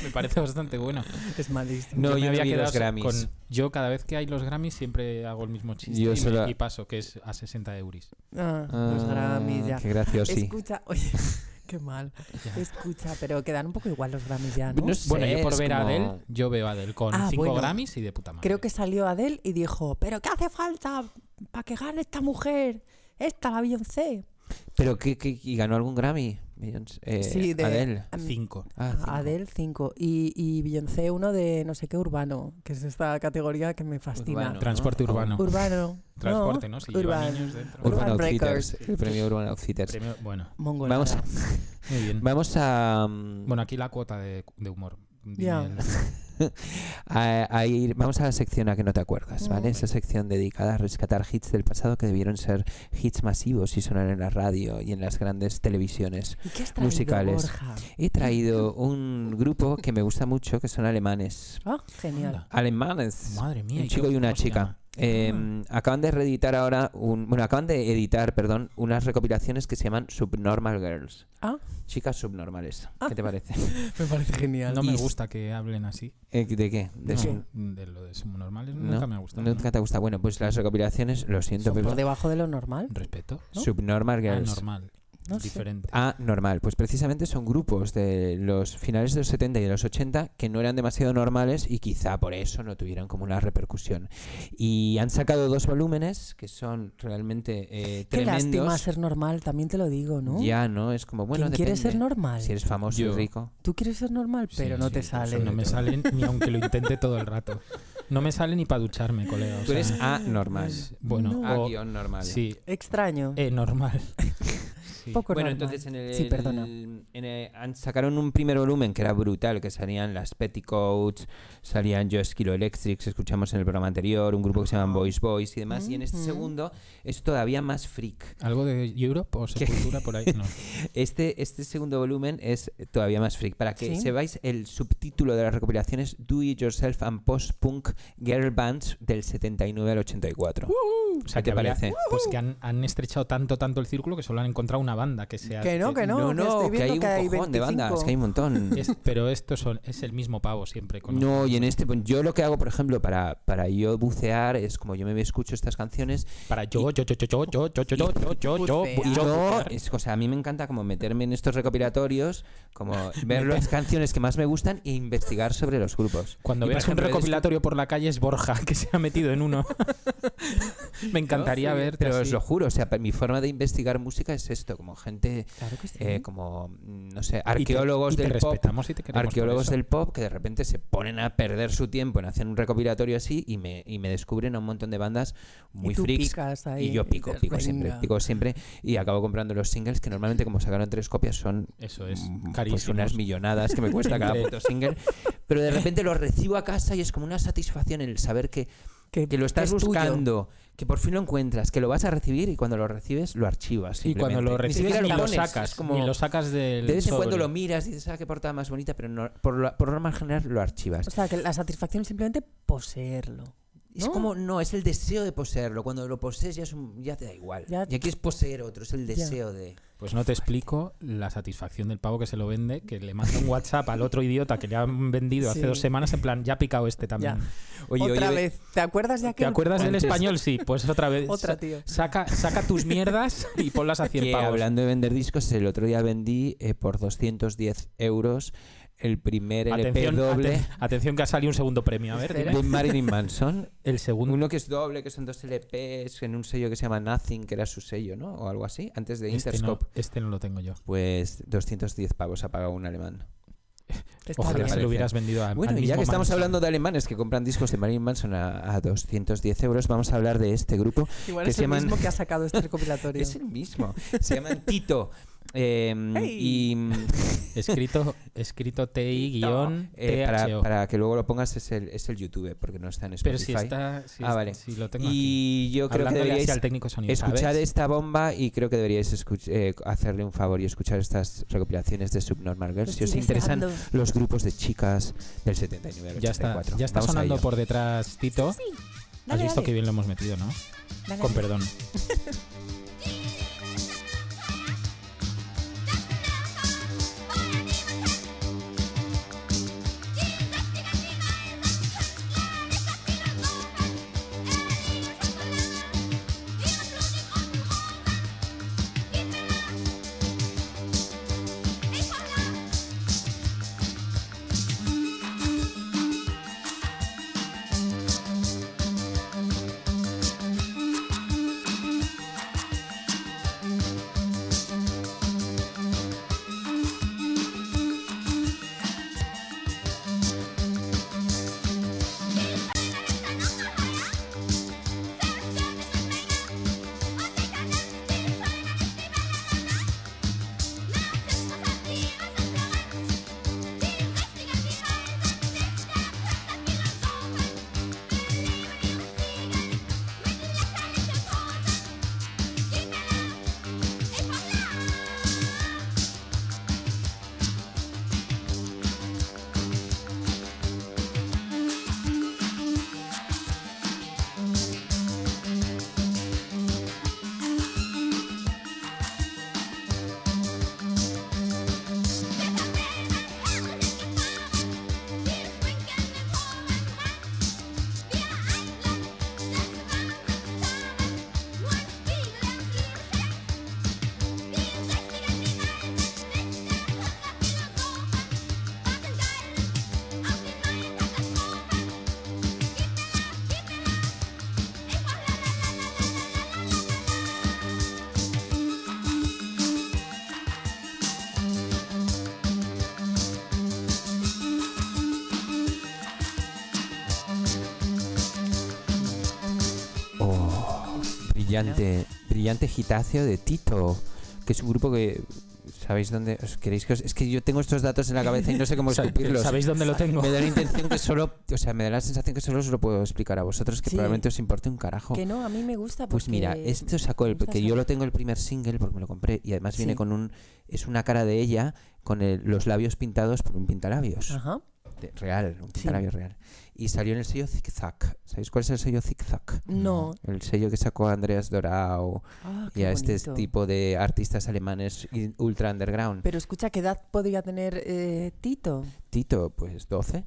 [SPEAKER 3] Me parece bastante bueno.
[SPEAKER 4] Es malísimo.
[SPEAKER 2] No,
[SPEAKER 3] me
[SPEAKER 2] yo no
[SPEAKER 3] había
[SPEAKER 2] vi
[SPEAKER 3] quedado
[SPEAKER 2] los Grammys.
[SPEAKER 3] con- yo cada vez que hay los Grammys siempre hago el mismo chiste
[SPEAKER 2] Yo
[SPEAKER 3] y, me-
[SPEAKER 2] solo-
[SPEAKER 3] y paso, que es a 60 euros.
[SPEAKER 4] Ah, los
[SPEAKER 2] Ah,
[SPEAKER 4] Grammys ya.
[SPEAKER 2] Qué gracioso.
[SPEAKER 4] Escucha, oye, [LAUGHS] qué mal. Escucha, pero quedan un poco igual los Grammys ya, ¿no?
[SPEAKER 2] No sé,
[SPEAKER 3] Bueno, yo por
[SPEAKER 2] es
[SPEAKER 3] ver a
[SPEAKER 2] como-
[SPEAKER 3] Adele, yo veo a Adele con
[SPEAKER 4] Ah,
[SPEAKER 3] 5
[SPEAKER 4] bueno.
[SPEAKER 3] Grammys y de puta madre.
[SPEAKER 4] Creo que salió Adele y dijo, ¿pero qué hace falta para que gane esta mujer? Esta, la Beyoncé.
[SPEAKER 2] ¿Pero qué, qué- y ganó algún Grammy? Beyoncé, eh,
[SPEAKER 4] Sí, de-
[SPEAKER 2] Adele.
[SPEAKER 4] Am-
[SPEAKER 3] Cinco.
[SPEAKER 2] Ah, cinco.
[SPEAKER 4] Adele 5 y, y Beyoncé uno de no sé qué urbano, que es esta categoría que me fascina.
[SPEAKER 2] Urbano.
[SPEAKER 3] Transporte
[SPEAKER 2] Pues ¿no?
[SPEAKER 3] urbano.
[SPEAKER 4] Urbano.
[SPEAKER 3] [LAUGHS] Transporte, ¿no? Si lleva
[SPEAKER 4] Urban.
[SPEAKER 3] niños dentro.
[SPEAKER 4] Urban
[SPEAKER 2] Urban Outfitters.
[SPEAKER 4] Breakers.
[SPEAKER 2] El premio Urban Outfitters.
[SPEAKER 3] Premio- bueno,
[SPEAKER 4] Mongol.
[SPEAKER 2] Vamos a,
[SPEAKER 3] muy bien.
[SPEAKER 2] vamos a, mm,
[SPEAKER 3] Bueno, aquí la cuota de, de humor. Dime
[SPEAKER 4] Ya.
[SPEAKER 2] [LAUGHS]
[SPEAKER 3] el-
[SPEAKER 2] a- a ir, vamos a la sección a que no te acuerdas, ¿vale?
[SPEAKER 4] Mm.
[SPEAKER 2] Esa sección dedicada a rescatar hits del pasado que debieron ser hits masivos y sonar en la radio y en las grandes televisiones.
[SPEAKER 4] ¿Y qué has traído,
[SPEAKER 2] musicales.
[SPEAKER 4] Borja?
[SPEAKER 2] He traído un grupo que me gusta mucho, que son alemanes.
[SPEAKER 4] Ah, genial.
[SPEAKER 3] Anda.
[SPEAKER 2] Alemanes.
[SPEAKER 3] Madre mía.
[SPEAKER 2] Un
[SPEAKER 3] ¿y qué-
[SPEAKER 2] chico y una
[SPEAKER 3] cómo se
[SPEAKER 2] chica.
[SPEAKER 3] llama?
[SPEAKER 2] Eh, acaban de reeditar ahora un, bueno, acaban de editar, perdón, unas recopilaciones que se llaman Subnormal Girls.
[SPEAKER 4] Ah.
[SPEAKER 2] Chicas subnormales.
[SPEAKER 3] Ah.
[SPEAKER 2] ¿Qué te parece?
[SPEAKER 4] Me parece genial.
[SPEAKER 3] No me
[SPEAKER 2] Y-
[SPEAKER 3] gusta que hablen así.
[SPEAKER 2] Eh, ¿De qué? De
[SPEAKER 3] No,
[SPEAKER 2] su-
[SPEAKER 3] de lo de subnormales
[SPEAKER 2] No,
[SPEAKER 3] nunca me ha gustado.
[SPEAKER 2] Nunca te gusta. Bueno, pues las recopilaciones, lo siento,
[SPEAKER 4] Por
[SPEAKER 2] pero
[SPEAKER 4] debajo de lo normal.
[SPEAKER 3] Respeto.
[SPEAKER 4] ¿no?
[SPEAKER 2] Subnormal
[SPEAKER 3] Ah,
[SPEAKER 2] Girls.
[SPEAKER 3] normal.
[SPEAKER 4] No sé.
[SPEAKER 3] diferente.
[SPEAKER 2] Ah, normal. Pues precisamente son grupos de los finales de los 70 y de los 80 que no eran demasiado normales y quizá por eso no tuvieron como una repercusión. Y han sacado dos volúmenes que son realmente eh,
[SPEAKER 4] Qué lástima
[SPEAKER 2] tremendos.
[SPEAKER 4] ser normal, también te lo digo, ¿no?
[SPEAKER 2] Ya, ¿no? Es como, bueno,
[SPEAKER 4] ¿Quién quiere ser
[SPEAKER 2] depende.
[SPEAKER 4] normal?
[SPEAKER 2] Si eres famoso y
[SPEAKER 3] Yo.
[SPEAKER 2] rico.
[SPEAKER 4] Tú quieres ser normal, pero
[SPEAKER 3] Sí,
[SPEAKER 4] no
[SPEAKER 3] sí,
[SPEAKER 4] te
[SPEAKER 3] sí,
[SPEAKER 4] sale.
[SPEAKER 3] No me
[SPEAKER 2] Sobre
[SPEAKER 3] sale
[SPEAKER 2] [LAUGHS]
[SPEAKER 3] ni aunque lo intente todo el rato. No me sale ni para ducharme, colega. o
[SPEAKER 2] Tú eres
[SPEAKER 3] sea,
[SPEAKER 2] anormal.
[SPEAKER 3] bueno,
[SPEAKER 4] No.
[SPEAKER 3] o-
[SPEAKER 2] A-normal. Ah, normal.
[SPEAKER 3] sí,
[SPEAKER 4] Extraño.
[SPEAKER 3] eh, normal. [LAUGHS] Sí.
[SPEAKER 4] Poco
[SPEAKER 2] Bueno,
[SPEAKER 4] normal.
[SPEAKER 2] entonces en el,
[SPEAKER 4] Sí, perdona.
[SPEAKER 2] en el- han- sacaron un primer volumen que era brutal, que salían las Petticoats, salían Just Kilo Electrics, escuchamos en el programa anterior, un grupo que se llama Boys Boys y demás. Y en este
[SPEAKER 4] Ujú.
[SPEAKER 2] segundo es todavía más freak.
[SPEAKER 3] ¿Algo de Europe o Sepultura por ahí? No.
[SPEAKER 2] [LAUGHS] Este, este segundo volumen es todavía más freak. Para que
[SPEAKER 4] Sí.
[SPEAKER 2] sepáis, el subtítulo de la recopilación es Do It Yourself and Post-Punk Girl Bands del 79 al 84.
[SPEAKER 4] Uh-huh.
[SPEAKER 3] O sea,
[SPEAKER 2] ¿Qué te
[SPEAKER 3] que había-
[SPEAKER 2] parece?
[SPEAKER 3] Pues que han, han estrechado tanto, tanto el círculo que solo han encontrado una banda que sea.
[SPEAKER 4] Que no, que no.
[SPEAKER 2] no,
[SPEAKER 4] que estoy
[SPEAKER 2] que hay
[SPEAKER 4] viendo
[SPEAKER 2] un
[SPEAKER 4] que hay
[SPEAKER 2] cojón de bandas,
[SPEAKER 4] 25.
[SPEAKER 2] que hay un
[SPEAKER 4] [LAUGHS]
[SPEAKER 2] montón.
[SPEAKER 3] [LAUGHS] Es- pero esto son, es el mismo pavo siempre. Con los-
[SPEAKER 2] No, y en este, pues, yo lo que hago, por ejemplo, para, para yo bucear, es como yo me escucho estas canciones
[SPEAKER 3] Para yo, yo, yo, yo, yo, yo, yo, yo, yo, yo, yo, yo,
[SPEAKER 4] Bucear.
[SPEAKER 2] y
[SPEAKER 3] Oh, yo,
[SPEAKER 2] yo,
[SPEAKER 3] bucear.
[SPEAKER 2] es- o sea, a mí me encanta como meterme en estos recopilatorios,
[SPEAKER 3] [LAUGHS]
[SPEAKER 2] como ver las canciones que más me gustan e investigar sobre los grupos.
[SPEAKER 3] Cuando
[SPEAKER 2] Y, por
[SPEAKER 3] veas un
[SPEAKER 2] ejemplo, he
[SPEAKER 3] recopilatorio por la calle es Borja, [LAUGHS] que se ha metido
[SPEAKER 2] [LAUGHS]
[SPEAKER 3] en uno. Me encantaría
[SPEAKER 2] descubierto-
[SPEAKER 3] ver.
[SPEAKER 2] Pero os lo juro, o sea, pa- mi forma de investigar música es esto, como gente,
[SPEAKER 4] Claro que sí.
[SPEAKER 2] eh, como, no sé, arqueólogos
[SPEAKER 3] y te, y te
[SPEAKER 2] del pop.
[SPEAKER 3] respetamos y te queremos por
[SPEAKER 2] Arqueólogos
[SPEAKER 3] eso.
[SPEAKER 2] del pop que de repente se ponen a perder su tiempo en hacer un recopilatorio así y me, y me descubren a un montón de bandas muy
[SPEAKER 4] y tú
[SPEAKER 2] freaks
[SPEAKER 4] picas ahí.
[SPEAKER 2] Y yo pico,
[SPEAKER 4] dices,
[SPEAKER 2] pico siempre,
[SPEAKER 4] "Venga".
[SPEAKER 2] pico siempre. Y acabo comprando los singles que normalmente, como sacaron tres copias, son
[SPEAKER 3] Eso es,
[SPEAKER 2] mm, pues
[SPEAKER 3] carísimos.
[SPEAKER 2] unas millonadas que me cuesta
[SPEAKER 3] [LAUGHS]
[SPEAKER 2] cada
[SPEAKER 3] Entre-
[SPEAKER 2] puto single. Pero de repente lo recibo a casa y es como una satisfacción el saber que, que lo estás
[SPEAKER 4] es tuyo.
[SPEAKER 2] buscando, que por fin lo encuentras, que lo vas a recibir y cuando lo recibes lo archivas.
[SPEAKER 3] Y cuando
[SPEAKER 2] simplemente.
[SPEAKER 3] lo recibes
[SPEAKER 2] siquiera
[SPEAKER 3] ni lo
[SPEAKER 2] pones,
[SPEAKER 3] sacas.
[SPEAKER 2] es como-
[SPEAKER 3] Ni lo sacas del.
[SPEAKER 2] de vez en cuando
[SPEAKER 3] sobre.
[SPEAKER 2] lo miras y dices, ah, qué portada más bonita, pero no- por, lo, por norma general lo archivas.
[SPEAKER 4] O sea, que la satisfacción es simplemente poseerlo.
[SPEAKER 2] Es
[SPEAKER 4] Pues, ¿no?
[SPEAKER 2] como, no, es el deseo de poseerlo. Cuando lo posees ya, es un- ya te da igual.
[SPEAKER 4] Ya-
[SPEAKER 2] Y aquí es poseer otro, es el
[SPEAKER 4] Ya.
[SPEAKER 2] deseo de...
[SPEAKER 3] Pues no te explico la satisfacción del pavo que se lo vende, que le manda un WhatsApp al otro idiota que le han vendido hace
[SPEAKER 4] Sí.
[SPEAKER 3] dos semanas, en plan, ya ha picado este también.
[SPEAKER 4] Ya.
[SPEAKER 2] Oye,
[SPEAKER 4] Otra
[SPEAKER 2] oye,
[SPEAKER 4] vez. ¿Te acuerdas de
[SPEAKER 3] ¿Te
[SPEAKER 4] aquel?
[SPEAKER 3] acuerdas del
[SPEAKER 2] Antes-
[SPEAKER 3] español? Sí, pues otra vez.
[SPEAKER 4] Otra,
[SPEAKER 3] Sa-
[SPEAKER 4] tío.
[SPEAKER 3] Saca, saca
[SPEAKER 2] [LAUGHS]
[SPEAKER 3] tus mierdas y ponlas a 100
[SPEAKER 2] que
[SPEAKER 3] pavos.
[SPEAKER 2] hablando de vender discos, el otro día vendí eh, por 210 euros el primer LP
[SPEAKER 3] Atención,
[SPEAKER 2] doble
[SPEAKER 3] aten- atención que ha salido un segundo premio. A ver,
[SPEAKER 4] Espera.
[SPEAKER 3] dime.
[SPEAKER 2] de Marilyn Manson.
[SPEAKER 3] El segundo.
[SPEAKER 2] Uno que es doble, que son dos LPs en un sello que se llama Nothing, que era su sello, ¿no? O algo así, antes de
[SPEAKER 3] Este no,
[SPEAKER 2] Interscope.
[SPEAKER 3] este no lo tengo yo.
[SPEAKER 2] Pues 210 pavos ha pagado un alemán.
[SPEAKER 4] Está
[SPEAKER 3] Ojalá
[SPEAKER 4] bien.
[SPEAKER 3] se
[SPEAKER 2] parece.
[SPEAKER 3] lo hubieras vendido a
[SPEAKER 2] Bueno,
[SPEAKER 3] al
[SPEAKER 2] y ya
[SPEAKER 3] mismo
[SPEAKER 2] que estamos
[SPEAKER 3] Manson.
[SPEAKER 2] hablando de alemanes que compran discos de Marilyn Manson a, a 210 euros, vamos a hablar de este grupo
[SPEAKER 4] [LAUGHS] Igual
[SPEAKER 2] que
[SPEAKER 4] es
[SPEAKER 2] se
[SPEAKER 4] el
[SPEAKER 2] llaman- [LAUGHS]
[SPEAKER 4] mismo que ha sacado este recopilatorio.
[SPEAKER 2] Es el mismo. Se
[SPEAKER 4] [LAUGHS]
[SPEAKER 2] llaman Tito. em,
[SPEAKER 4] Hey.
[SPEAKER 2] Y mm,
[SPEAKER 3] Escrito, escrito TI
[SPEAKER 2] [LAUGHS]
[SPEAKER 3] guión
[SPEAKER 2] eh, para,
[SPEAKER 3] THO.
[SPEAKER 2] para que luego lo pongas es el, es el YouTube, porque no está en
[SPEAKER 3] Pero
[SPEAKER 2] Spotify.
[SPEAKER 3] si está. Si,
[SPEAKER 2] Ah,
[SPEAKER 3] es-
[SPEAKER 2] vale.
[SPEAKER 3] si lo tengo aquí.
[SPEAKER 2] y yo creo que
[SPEAKER 3] Hablándole así
[SPEAKER 2] deberíais
[SPEAKER 3] al técnico de sonido,
[SPEAKER 2] escuchar
[SPEAKER 3] ¿sabes?
[SPEAKER 2] esta bomba y creo que deberíais escuch- eh, hacerle un favor y escuchar estas recopilaciones de Subnormal Girls si os
[SPEAKER 4] estoy
[SPEAKER 2] interesan
[SPEAKER 4] deseando.
[SPEAKER 2] los grupos de chicas del 79 al
[SPEAKER 3] Ya está,
[SPEAKER 2] 84.
[SPEAKER 3] ya está
[SPEAKER 2] Vamos a
[SPEAKER 3] sonando
[SPEAKER 2] ello.
[SPEAKER 3] por detrás Tito. Has
[SPEAKER 4] [LAUGHS] Dale,
[SPEAKER 3] visto
[SPEAKER 4] dale.
[SPEAKER 3] que bien lo hemos metido, ¿no?
[SPEAKER 4] Dale,
[SPEAKER 3] Con
[SPEAKER 4] dale.
[SPEAKER 3] perdón.
[SPEAKER 5] Thank
[SPEAKER 2] Oh, brillante, brillante gitáceo de Tito, que es un grupo que sabéis dónde os queréis que os- es que yo tengo estos datos en la cabeza y no sé
[SPEAKER 3] [LAUGHS]
[SPEAKER 2] cómo
[SPEAKER 3] O sea,
[SPEAKER 2] escupirlos.
[SPEAKER 3] ¿Sabéis dónde lo tengo?
[SPEAKER 2] Me da la intención que solo, o sea, me da la sensación que solo os lo puedo explicar a vosotros que
[SPEAKER 4] Sí.
[SPEAKER 2] probablemente os importe un carajo.
[SPEAKER 4] Que no, a mí me gusta.
[SPEAKER 2] Pues
[SPEAKER 4] porque
[SPEAKER 2] mira, esto sacó
[SPEAKER 4] me
[SPEAKER 2] el
[SPEAKER 4] gusta
[SPEAKER 2] porque
[SPEAKER 4] esa-
[SPEAKER 2] yo lo tengo el primer single porque me lo compré y además viene
[SPEAKER 4] Sí.
[SPEAKER 2] con un es una cara de ella con el- los labios pintados por un pintalabios
[SPEAKER 4] Ajá.
[SPEAKER 2] de- real, un pintalabios real y salió en el sello Zig Zag. ¿Sabéis cuál es el sello Zig Zag?
[SPEAKER 4] No.
[SPEAKER 2] El sello que sacó Andreas Dorao
[SPEAKER 4] Mm. Ah,
[SPEAKER 2] y
[SPEAKER 4] qué
[SPEAKER 2] a este
[SPEAKER 4] bonito.
[SPEAKER 2] tipo de artistas alemanes y- ultra underground.
[SPEAKER 4] Pero escucha, ¿qué edad podría tener eh,
[SPEAKER 2] [LAUGHS]
[SPEAKER 4] Tito?
[SPEAKER 2] Tito, pues 12.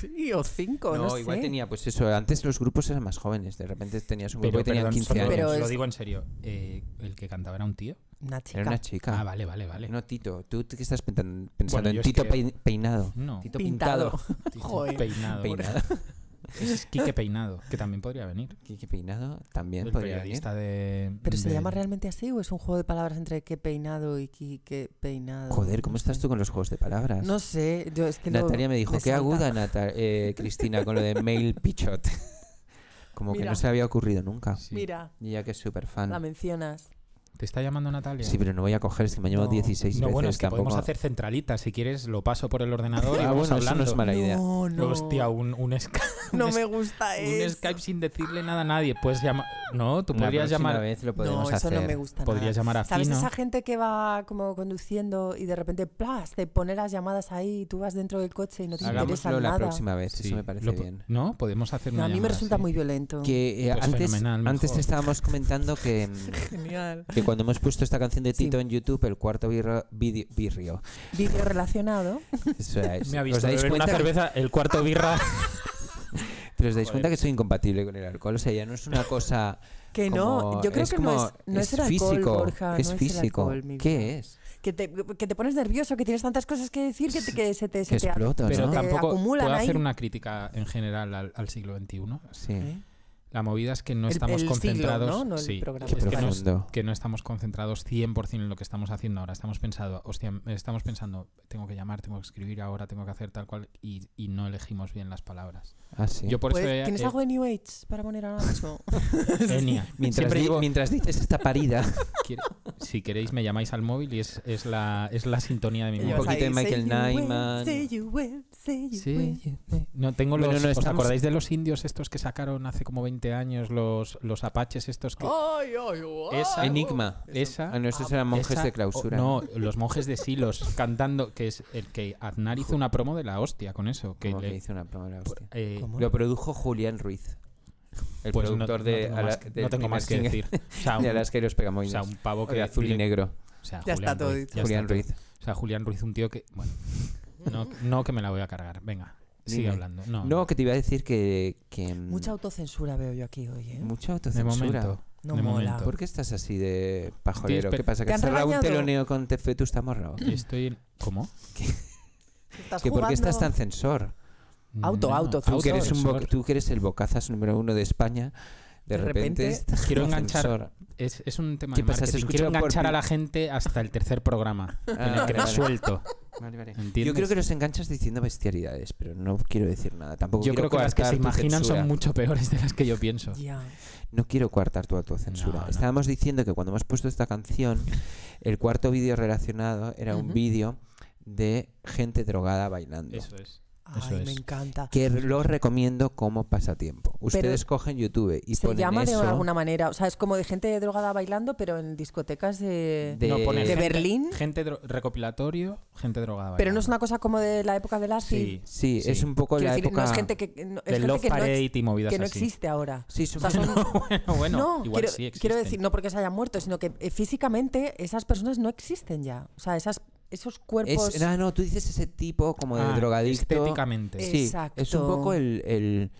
[SPEAKER 4] sí, o cinco, no,
[SPEAKER 2] igual
[SPEAKER 4] sé.
[SPEAKER 2] tenía, pues eso, antes los grupos eran más jóvenes, de repente tenías un grupo
[SPEAKER 3] Pero,
[SPEAKER 2] que tenía
[SPEAKER 3] perdón,
[SPEAKER 2] 15
[SPEAKER 3] solo-
[SPEAKER 2] años.
[SPEAKER 4] Pero
[SPEAKER 3] os lo
[SPEAKER 4] es-
[SPEAKER 3] digo en serio. eh, ¿El que cantaba era un tío?
[SPEAKER 4] Una
[SPEAKER 2] Era
[SPEAKER 4] chica.
[SPEAKER 2] una chica.
[SPEAKER 3] Ah, vale, vale, vale.
[SPEAKER 2] No, Tito, tú te- que estás pentan- pensando
[SPEAKER 3] Bueno,
[SPEAKER 2] en
[SPEAKER 3] yo es
[SPEAKER 2] Tito
[SPEAKER 3] que-
[SPEAKER 2] pei- peinado.
[SPEAKER 3] No,
[SPEAKER 2] Tito
[SPEAKER 4] Pintado.
[SPEAKER 2] pintado. [LAUGHS]
[SPEAKER 3] tío,
[SPEAKER 4] joder.
[SPEAKER 3] peinado.
[SPEAKER 2] Peinado.
[SPEAKER 3] Es Quique Peinado, que también podría venir.
[SPEAKER 2] Quique peinado también
[SPEAKER 3] El
[SPEAKER 2] podría venir.
[SPEAKER 3] periodista de...
[SPEAKER 4] ¿Pero se
[SPEAKER 3] del-
[SPEAKER 4] llama realmente así o es un juego de palabras entre qué peinado y qué, qué peinado?
[SPEAKER 2] Joder, ¿cómo
[SPEAKER 4] No
[SPEAKER 2] estás
[SPEAKER 4] sé.
[SPEAKER 2] tú con los juegos de palabras?
[SPEAKER 4] No sé, yo es que no-
[SPEAKER 2] Natalia me dijo, qué
[SPEAKER 4] salta".
[SPEAKER 2] aguda Nata- eh, Cristina con lo de Mail Pichot. [LAUGHS] Como que
[SPEAKER 4] Mira.
[SPEAKER 2] no se le había ocurrido nunca.
[SPEAKER 3] Sí.
[SPEAKER 4] Mira,
[SPEAKER 2] Y ya que es súper
[SPEAKER 4] la
[SPEAKER 2] fan.
[SPEAKER 4] mencionas.
[SPEAKER 3] ¿Te está llamando Natalia?
[SPEAKER 2] Sí, pero no voy a coger, si me llevo
[SPEAKER 3] No.
[SPEAKER 2] 16
[SPEAKER 3] No,
[SPEAKER 2] veces
[SPEAKER 3] bueno, es que
[SPEAKER 2] tampoco.
[SPEAKER 3] podemos hacer centralitas. Si quieres, lo paso por el ordenador y
[SPEAKER 2] Ah,
[SPEAKER 3] vamos
[SPEAKER 2] bueno, eso no
[SPEAKER 3] hablando.
[SPEAKER 2] es mala idea.
[SPEAKER 4] No, no.
[SPEAKER 3] Hostia, un, un Skype.
[SPEAKER 4] [LAUGHS] no
[SPEAKER 3] un
[SPEAKER 4] me gusta
[SPEAKER 3] un
[SPEAKER 4] eso.
[SPEAKER 3] Skype sin decirle nada a nadie. Puedes llamar. No, tú
[SPEAKER 2] La
[SPEAKER 3] podrías
[SPEAKER 2] próxima
[SPEAKER 3] llamar.
[SPEAKER 2] vez lo podemos
[SPEAKER 4] No, eso
[SPEAKER 2] hacer.
[SPEAKER 4] no me gusta nada.
[SPEAKER 3] Podrías llamar a
[SPEAKER 4] ¿Sabes
[SPEAKER 3] Fino.
[SPEAKER 4] esa gente que va como conduciendo y de repente plas te pone las llamadas ahí y tú vas dentro del coche y no te interesa
[SPEAKER 2] Hagámoslo
[SPEAKER 4] nada?
[SPEAKER 2] la próxima vez,
[SPEAKER 3] Sí,
[SPEAKER 2] eso me parece
[SPEAKER 3] lo po-
[SPEAKER 2] bien.
[SPEAKER 3] No, podemos hacer
[SPEAKER 4] No,
[SPEAKER 3] una
[SPEAKER 4] a mí me
[SPEAKER 3] llamada
[SPEAKER 4] resulta
[SPEAKER 3] así.
[SPEAKER 4] muy violento.
[SPEAKER 2] Que eh,
[SPEAKER 3] Pues
[SPEAKER 2] antes,
[SPEAKER 3] fenomenal,
[SPEAKER 2] antes
[SPEAKER 3] mejor.
[SPEAKER 2] estábamos comentando que,
[SPEAKER 3] [LAUGHS]
[SPEAKER 4] Genial.
[SPEAKER 2] que cuando hemos puesto esta canción de
[SPEAKER 4] Sí.
[SPEAKER 2] Tito en YouTube, el cuarto birro- vidi- birrio.
[SPEAKER 4] Vídeo relacionado.
[SPEAKER 2] O
[SPEAKER 4] [LAUGHS]
[SPEAKER 2] sea, es-
[SPEAKER 3] Me ha visto
[SPEAKER 2] ¿Os dais
[SPEAKER 3] beber
[SPEAKER 2] cuenta,
[SPEAKER 3] una
[SPEAKER 2] que,
[SPEAKER 3] cerveza, el cuarto birra.
[SPEAKER 2] pero os dais
[SPEAKER 3] Joder.
[SPEAKER 2] cuenta que soy incompatible con el alcohol. O sea, ya no es una cosa.
[SPEAKER 4] [LAUGHS] Que
[SPEAKER 2] como-
[SPEAKER 4] no, yo creo
[SPEAKER 2] es
[SPEAKER 4] que
[SPEAKER 2] como-
[SPEAKER 4] no es, no es, el
[SPEAKER 2] físico.
[SPEAKER 4] alcohol, Borja,
[SPEAKER 2] es
[SPEAKER 4] no el
[SPEAKER 2] físico.
[SPEAKER 4] alcohol, mi vida.
[SPEAKER 2] ¿Qué es?
[SPEAKER 4] Que te, que te pones nervioso, que tienes tantas cosas que decir que, te, que se te...
[SPEAKER 2] Que
[SPEAKER 4] se te-
[SPEAKER 2] exploto,
[SPEAKER 3] Pero
[SPEAKER 2] ¿no?
[SPEAKER 4] tam-
[SPEAKER 3] tampoco
[SPEAKER 4] acumulan
[SPEAKER 3] puedo
[SPEAKER 4] ahí.
[SPEAKER 3] hacer una crítica en general al, al siglo XXI.
[SPEAKER 2] Sí.
[SPEAKER 4] ¿Eh?
[SPEAKER 3] La movida es que no
[SPEAKER 4] El-
[SPEAKER 3] estamos
[SPEAKER 4] el siglo,
[SPEAKER 3] concentrados.
[SPEAKER 4] ¿no? No el
[SPEAKER 3] sí,
[SPEAKER 4] programa.
[SPEAKER 3] es que no, es-
[SPEAKER 2] Profundo.
[SPEAKER 3] que no estamos concentrados 100% en lo que estamos haciendo ahora. Estamos pensando, hostia, estamos pensando, tengo que llamar, tengo que escribir ahora, tengo que hacer tal cual, y, y no elegimos bien las palabras.
[SPEAKER 2] Ah, sí.
[SPEAKER 3] Yo por
[SPEAKER 4] Pues,
[SPEAKER 3] eso. he-
[SPEAKER 4] ¿Tienes
[SPEAKER 3] he-
[SPEAKER 4] algo de New Age para poner ahora mismo?
[SPEAKER 3] Enia.
[SPEAKER 2] Mientras,
[SPEAKER 3] Siempre
[SPEAKER 2] di-
[SPEAKER 3] digo,
[SPEAKER 2] mientras dices esta
[SPEAKER 4] [LAUGHS]
[SPEAKER 2] parida,
[SPEAKER 3] quiere- si queréis, me llamáis al móvil y es, es, la, es la sintonía de mi
[SPEAKER 4] Y
[SPEAKER 2] [LAUGHS] Un
[SPEAKER 4] vas
[SPEAKER 3] móvil.
[SPEAKER 2] poquito
[SPEAKER 4] ahí,
[SPEAKER 2] de
[SPEAKER 4] "Say
[SPEAKER 2] Michael
[SPEAKER 4] you will,
[SPEAKER 2] Nyman".
[SPEAKER 4] say you will, say you will.
[SPEAKER 3] Sí, no tengo los.
[SPEAKER 2] Bueno, no,
[SPEAKER 3] ¿Os
[SPEAKER 2] estamos-
[SPEAKER 3] acordáis de los indios estos que sacaron hace como 20 años los, los apaches estos que
[SPEAKER 4] Ay, ay, ay.
[SPEAKER 3] Esa-
[SPEAKER 2] Enigma.
[SPEAKER 3] esa
[SPEAKER 2] Ah, no, esos eran monjes
[SPEAKER 3] esa-
[SPEAKER 2] de clausura.
[SPEAKER 3] o- no, los monjes de Silos cantando que es el que Aznar hizo una promo de la hostia con eso, que
[SPEAKER 2] Como que
[SPEAKER 3] le-
[SPEAKER 2] hice una promo, la hostia.
[SPEAKER 3] eh,
[SPEAKER 4] ¿Cómo?
[SPEAKER 2] Lo produjo Julián Ruiz. El
[SPEAKER 3] pues no-
[SPEAKER 2] productor
[SPEAKER 3] no,
[SPEAKER 2] de
[SPEAKER 3] tengo
[SPEAKER 2] Ala-
[SPEAKER 3] más que,
[SPEAKER 2] del
[SPEAKER 3] no tengo
[SPEAKER 2] primer
[SPEAKER 3] más que
[SPEAKER 2] single
[SPEAKER 3] decir. O sea,
[SPEAKER 2] [LAUGHS]
[SPEAKER 3] un,
[SPEAKER 2] De Alaska y los
[SPEAKER 3] o
[SPEAKER 2] Pegamoinos.
[SPEAKER 3] sea, un pavo que
[SPEAKER 2] de azul y
[SPEAKER 3] direct-
[SPEAKER 2] negro.
[SPEAKER 3] o sea,
[SPEAKER 4] Ya
[SPEAKER 3] Julián
[SPEAKER 4] está todo
[SPEAKER 3] Ruiz,
[SPEAKER 4] dicho.
[SPEAKER 3] ya
[SPEAKER 2] Julián
[SPEAKER 3] está todo.
[SPEAKER 2] Ruiz.
[SPEAKER 3] O sea, Julián Ruiz, un tío que. Bueno, no, no que me la voy a cargar. Venga, sigue
[SPEAKER 2] Dime.
[SPEAKER 3] hablando. No,
[SPEAKER 2] No, que te iba a decir que. que mm,
[SPEAKER 4] Mucha autocensura veo yo aquí hoy, ¿eh?
[SPEAKER 2] mucha
[SPEAKER 3] de
[SPEAKER 2] autocensura.
[SPEAKER 3] momento.
[SPEAKER 4] No
[SPEAKER 3] de
[SPEAKER 4] mola.
[SPEAKER 3] momento.
[SPEAKER 2] ¿Por qué estás así de pajolero?
[SPEAKER 3] Estoy esper-
[SPEAKER 2] ¿Qué pasa?
[SPEAKER 4] ¿Te
[SPEAKER 2] ¿Que has
[SPEAKER 4] han
[SPEAKER 2] cerrado un
[SPEAKER 4] regañado?
[SPEAKER 2] teloneo con Tefetus Tamorrao?
[SPEAKER 3] Estoy. en- ¿Cómo?
[SPEAKER 4] ¿Estás
[SPEAKER 2] ¿Que ¿Por qué estás tan
[SPEAKER 4] jugando?
[SPEAKER 2] censor?
[SPEAKER 4] Auto,
[SPEAKER 3] No,
[SPEAKER 4] auto,
[SPEAKER 2] Tú que, eres un bo-
[SPEAKER 3] censor.
[SPEAKER 2] tú que eres el bocazas número uno de España, de,
[SPEAKER 4] De
[SPEAKER 2] repente,
[SPEAKER 4] repente-
[SPEAKER 2] estás
[SPEAKER 3] [LAUGHS] Quiero
[SPEAKER 2] como
[SPEAKER 3] enganchar-
[SPEAKER 2] censor.
[SPEAKER 3] Es, es un tema
[SPEAKER 2] ¿Qué
[SPEAKER 3] de
[SPEAKER 2] pasa? ¿Se
[SPEAKER 3] marketing. Quiero
[SPEAKER 2] escucha por
[SPEAKER 3] enganchar a
[SPEAKER 2] pi-
[SPEAKER 3] [LAUGHS] la gente hasta el tercer programa en
[SPEAKER 2] Ah,
[SPEAKER 3] el que me
[SPEAKER 2] vale,
[SPEAKER 3] suelto.
[SPEAKER 2] vale, vale.
[SPEAKER 3] ¿Entiendes?
[SPEAKER 2] Yo creo que los enganchas diciendo bestialidades, pero no quiero decir nada. Tampoco
[SPEAKER 3] Yo
[SPEAKER 2] quiero
[SPEAKER 3] creo que las que
[SPEAKER 2] coartar
[SPEAKER 3] se
[SPEAKER 2] tu
[SPEAKER 3] imaginan
[SPEAKER 2] censura.
[SPEAKER 3] son mucho peores de las que yo pienso.
[SPEAKER 4] Ya.
[SPEAKER 2] No quiero coartar tu autocensura.
[SPEAKER 3] No, no.
[SPEAKER 2] Estábamos diciendo que cuando hemos puesto esta canción, el cuarto vídeo relacionado era un
[SPEAKER 4] Ujú.
[SPEAKER 2] vídeo de gente drogada bailando.
[SPEAKER 3] [LAUGHS] Eso es. Eso
[SPEAKER 4] Ay, me
[SPEAKER 3] es.
[SPEAKER 4] encanta.
[SPEAKER 2] Que lo recomiendo como pasatiempo. Ustedes cogen YouTube y
[SPEAKER 4] Se
[SPEAKER 2] ponen
[SPEAKER 4] llama
[SPEAKER 2] eso
[SPEAKER 4] de alguna manera, o sea, es como de gente drogada bailando, pero en discotecas de...
[SPEAKER 2] de-
[SPEAKER 3] No, pone
[SPEAKER 2] de
[SPEAKER 3] gente-
[SPEAKER 4] Berlín.
[SPEAKER 3] Gente dro- recopilatorio, gente drogada.
[SPEAKER 4] Pero no
[SPEAKER 3] bailando.
[SPEAKER 4] es una cosa como de la época del ácido.
[SPEAKER 3] Sí.
[SPEAKER 2] Sí, es
[SPEAKER 3] Sí.
[SPEAKER 2] un poco
[SPEAKER 4] Quiero
[SPEAKER 2] la
[SPEAKER 4] decir,
[SPEAKER 2] época...
[SPEAKER 4] no es gente que, no, es
[SPEAKER 3] Del
[SPEAKER 4] gente
[SPEAKER 3] Love
[SPEAKER 4] que, no,
[SPEAKER 3] Parade
[SPEAKER 4] ex-
[SPEAKER 3] y movidas
[SPEAKER 4] que no
[SPEAKER 3] así.
[SPEAKER 4] existe ahora.
[SPEAKER 2] Sí, es un
[SPEAKER 4] O sea,
[SPEAKER 3] [LAUGHS]
[SPEAKER 2] poco-
[SPEAKER 4] son-
[SPEAKER 3] bueno, bueno,
[SPEAKER 4] no,
[SPEAKER 3] igual
[SPEAKER 4] quiero,
[SPEAKER 3] sí existen. Ah,
[SPEAKER 4] quiero decir, no porque se hayan muerto, sino que eh, físicamente esas personas no existen ya. O sea, esas, esos
[SPEAKER 2] es-
[SPEAKER 4] cuerpos...
[SPEAKER 2] no, no, tú dices ese tipo como de
[SPEAKER 3] Ah,
[SPEAKER 2] drogadicto.
[SPEAKER 3] Estéticamente.
[SPEAKER 4] Eh,
[SPEAKER 2] Sí, es un
[SPEAKER 4] Exacto.
[SPEAKER 2] poco el, el,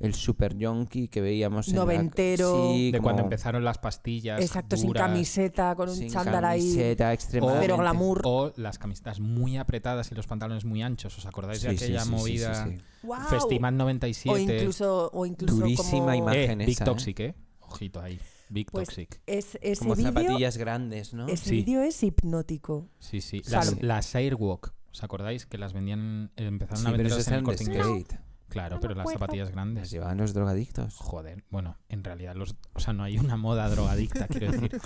[SPEAKER 2] el super yonki que veíamos en la-
[SPEAKER 4] Noventero.
[SPEAKER 2] Sí,
[SPEAKER 3] de
[SPEAKER 2] como-
[SPEAKER 3] cuando empezaron las pastillas.
[SPEAKER 4] Exacto, sin
[SPEAKER 3] duras,
[SPEAKER 4] camiseta, con un
[SPEAKER 2] sin
[SPEAKER 4] chándal ahí.
[SPEAKER 3] Oh.
[SPEAKER 2] camiseta, extremadamente-
[SPEAKER 4] pero glamour.
[SPEAKER 3] O las camisetas muy apretadas y los pantalones muy anchos. ¿Os acordáis
[SPEAKER 2] Sí,
[SPEAKER 3] de
[SPEAKER 2] sí,
[SPEAKER 3] aquella
[SPEAKER 2] sí, sí,
[SPEAKER 3] movida?
[SPEAKER 2] sí, sí.
[SPEAKER 4] ¡Guau!
[SPEAKER 3] Festival 97.
[SPEAKER 4] O incluso, o incluso
[SPEAKER 2] Durísima
[SPEAKER 4] como
[SPEAKER 2] imagen.
[SPEAKER 3] eh, Big
[SPEAKER 2] esa, ¿eh?
[SPEAKER 3] Toxic, ¿eh? Ojito ahí. Big
[SPEAKER 4] Pues-
[SPEAKER 3] Toxic.
[SPEAKER 4] Es, ese
[SPEAKER 2] Como
[SPEAKER 4] vídeo
[SPEAKER 2] zapatillas grandes, ¿no?
[SPEAKER 4] ese
[SPEAKER 3] Sí.
[SPEAKER 4] vídeo es hipnótico.
[SPEAKER 3] Sí, sí.
[SPEAKER 2] Sí.
[SPEAKER 3] Las,
[SPEAKER 2] Sí.
[SPEAKER 3] las Airwalk. ¿Os acordáis que las vendían? eh, Empezaron
[SPEAKER 2] Sí,
[SPEAKER 3] a
[SPEAKER 2] pero esas
[SPEAKER 3] venderlas en el
[SPEAKER 2] eran de
[SPEAKER 3] corte inglés.
[SPEAKER 2] skate.
[SPEAKER 3] Claro,
[SPEAKER 4] No
[SPEAKER 3] pero
[SPEAKER 4] me
[SPEAKER 3] las
[SPEAKER 4] acuerdo.
[SPEAKER 3] zapatillas
[SPEAKER 2] Las
[SPEAKER 3] grandes.
[SPEAKER 2] llevaban los drogadictos.
[SPEAKER 3] Joder, bueno, en realidad los, o sea, no hay una moda drogadicta,
[SPEAKER 2] [LAUGHS]
[SPEAKER 3] quiero decir.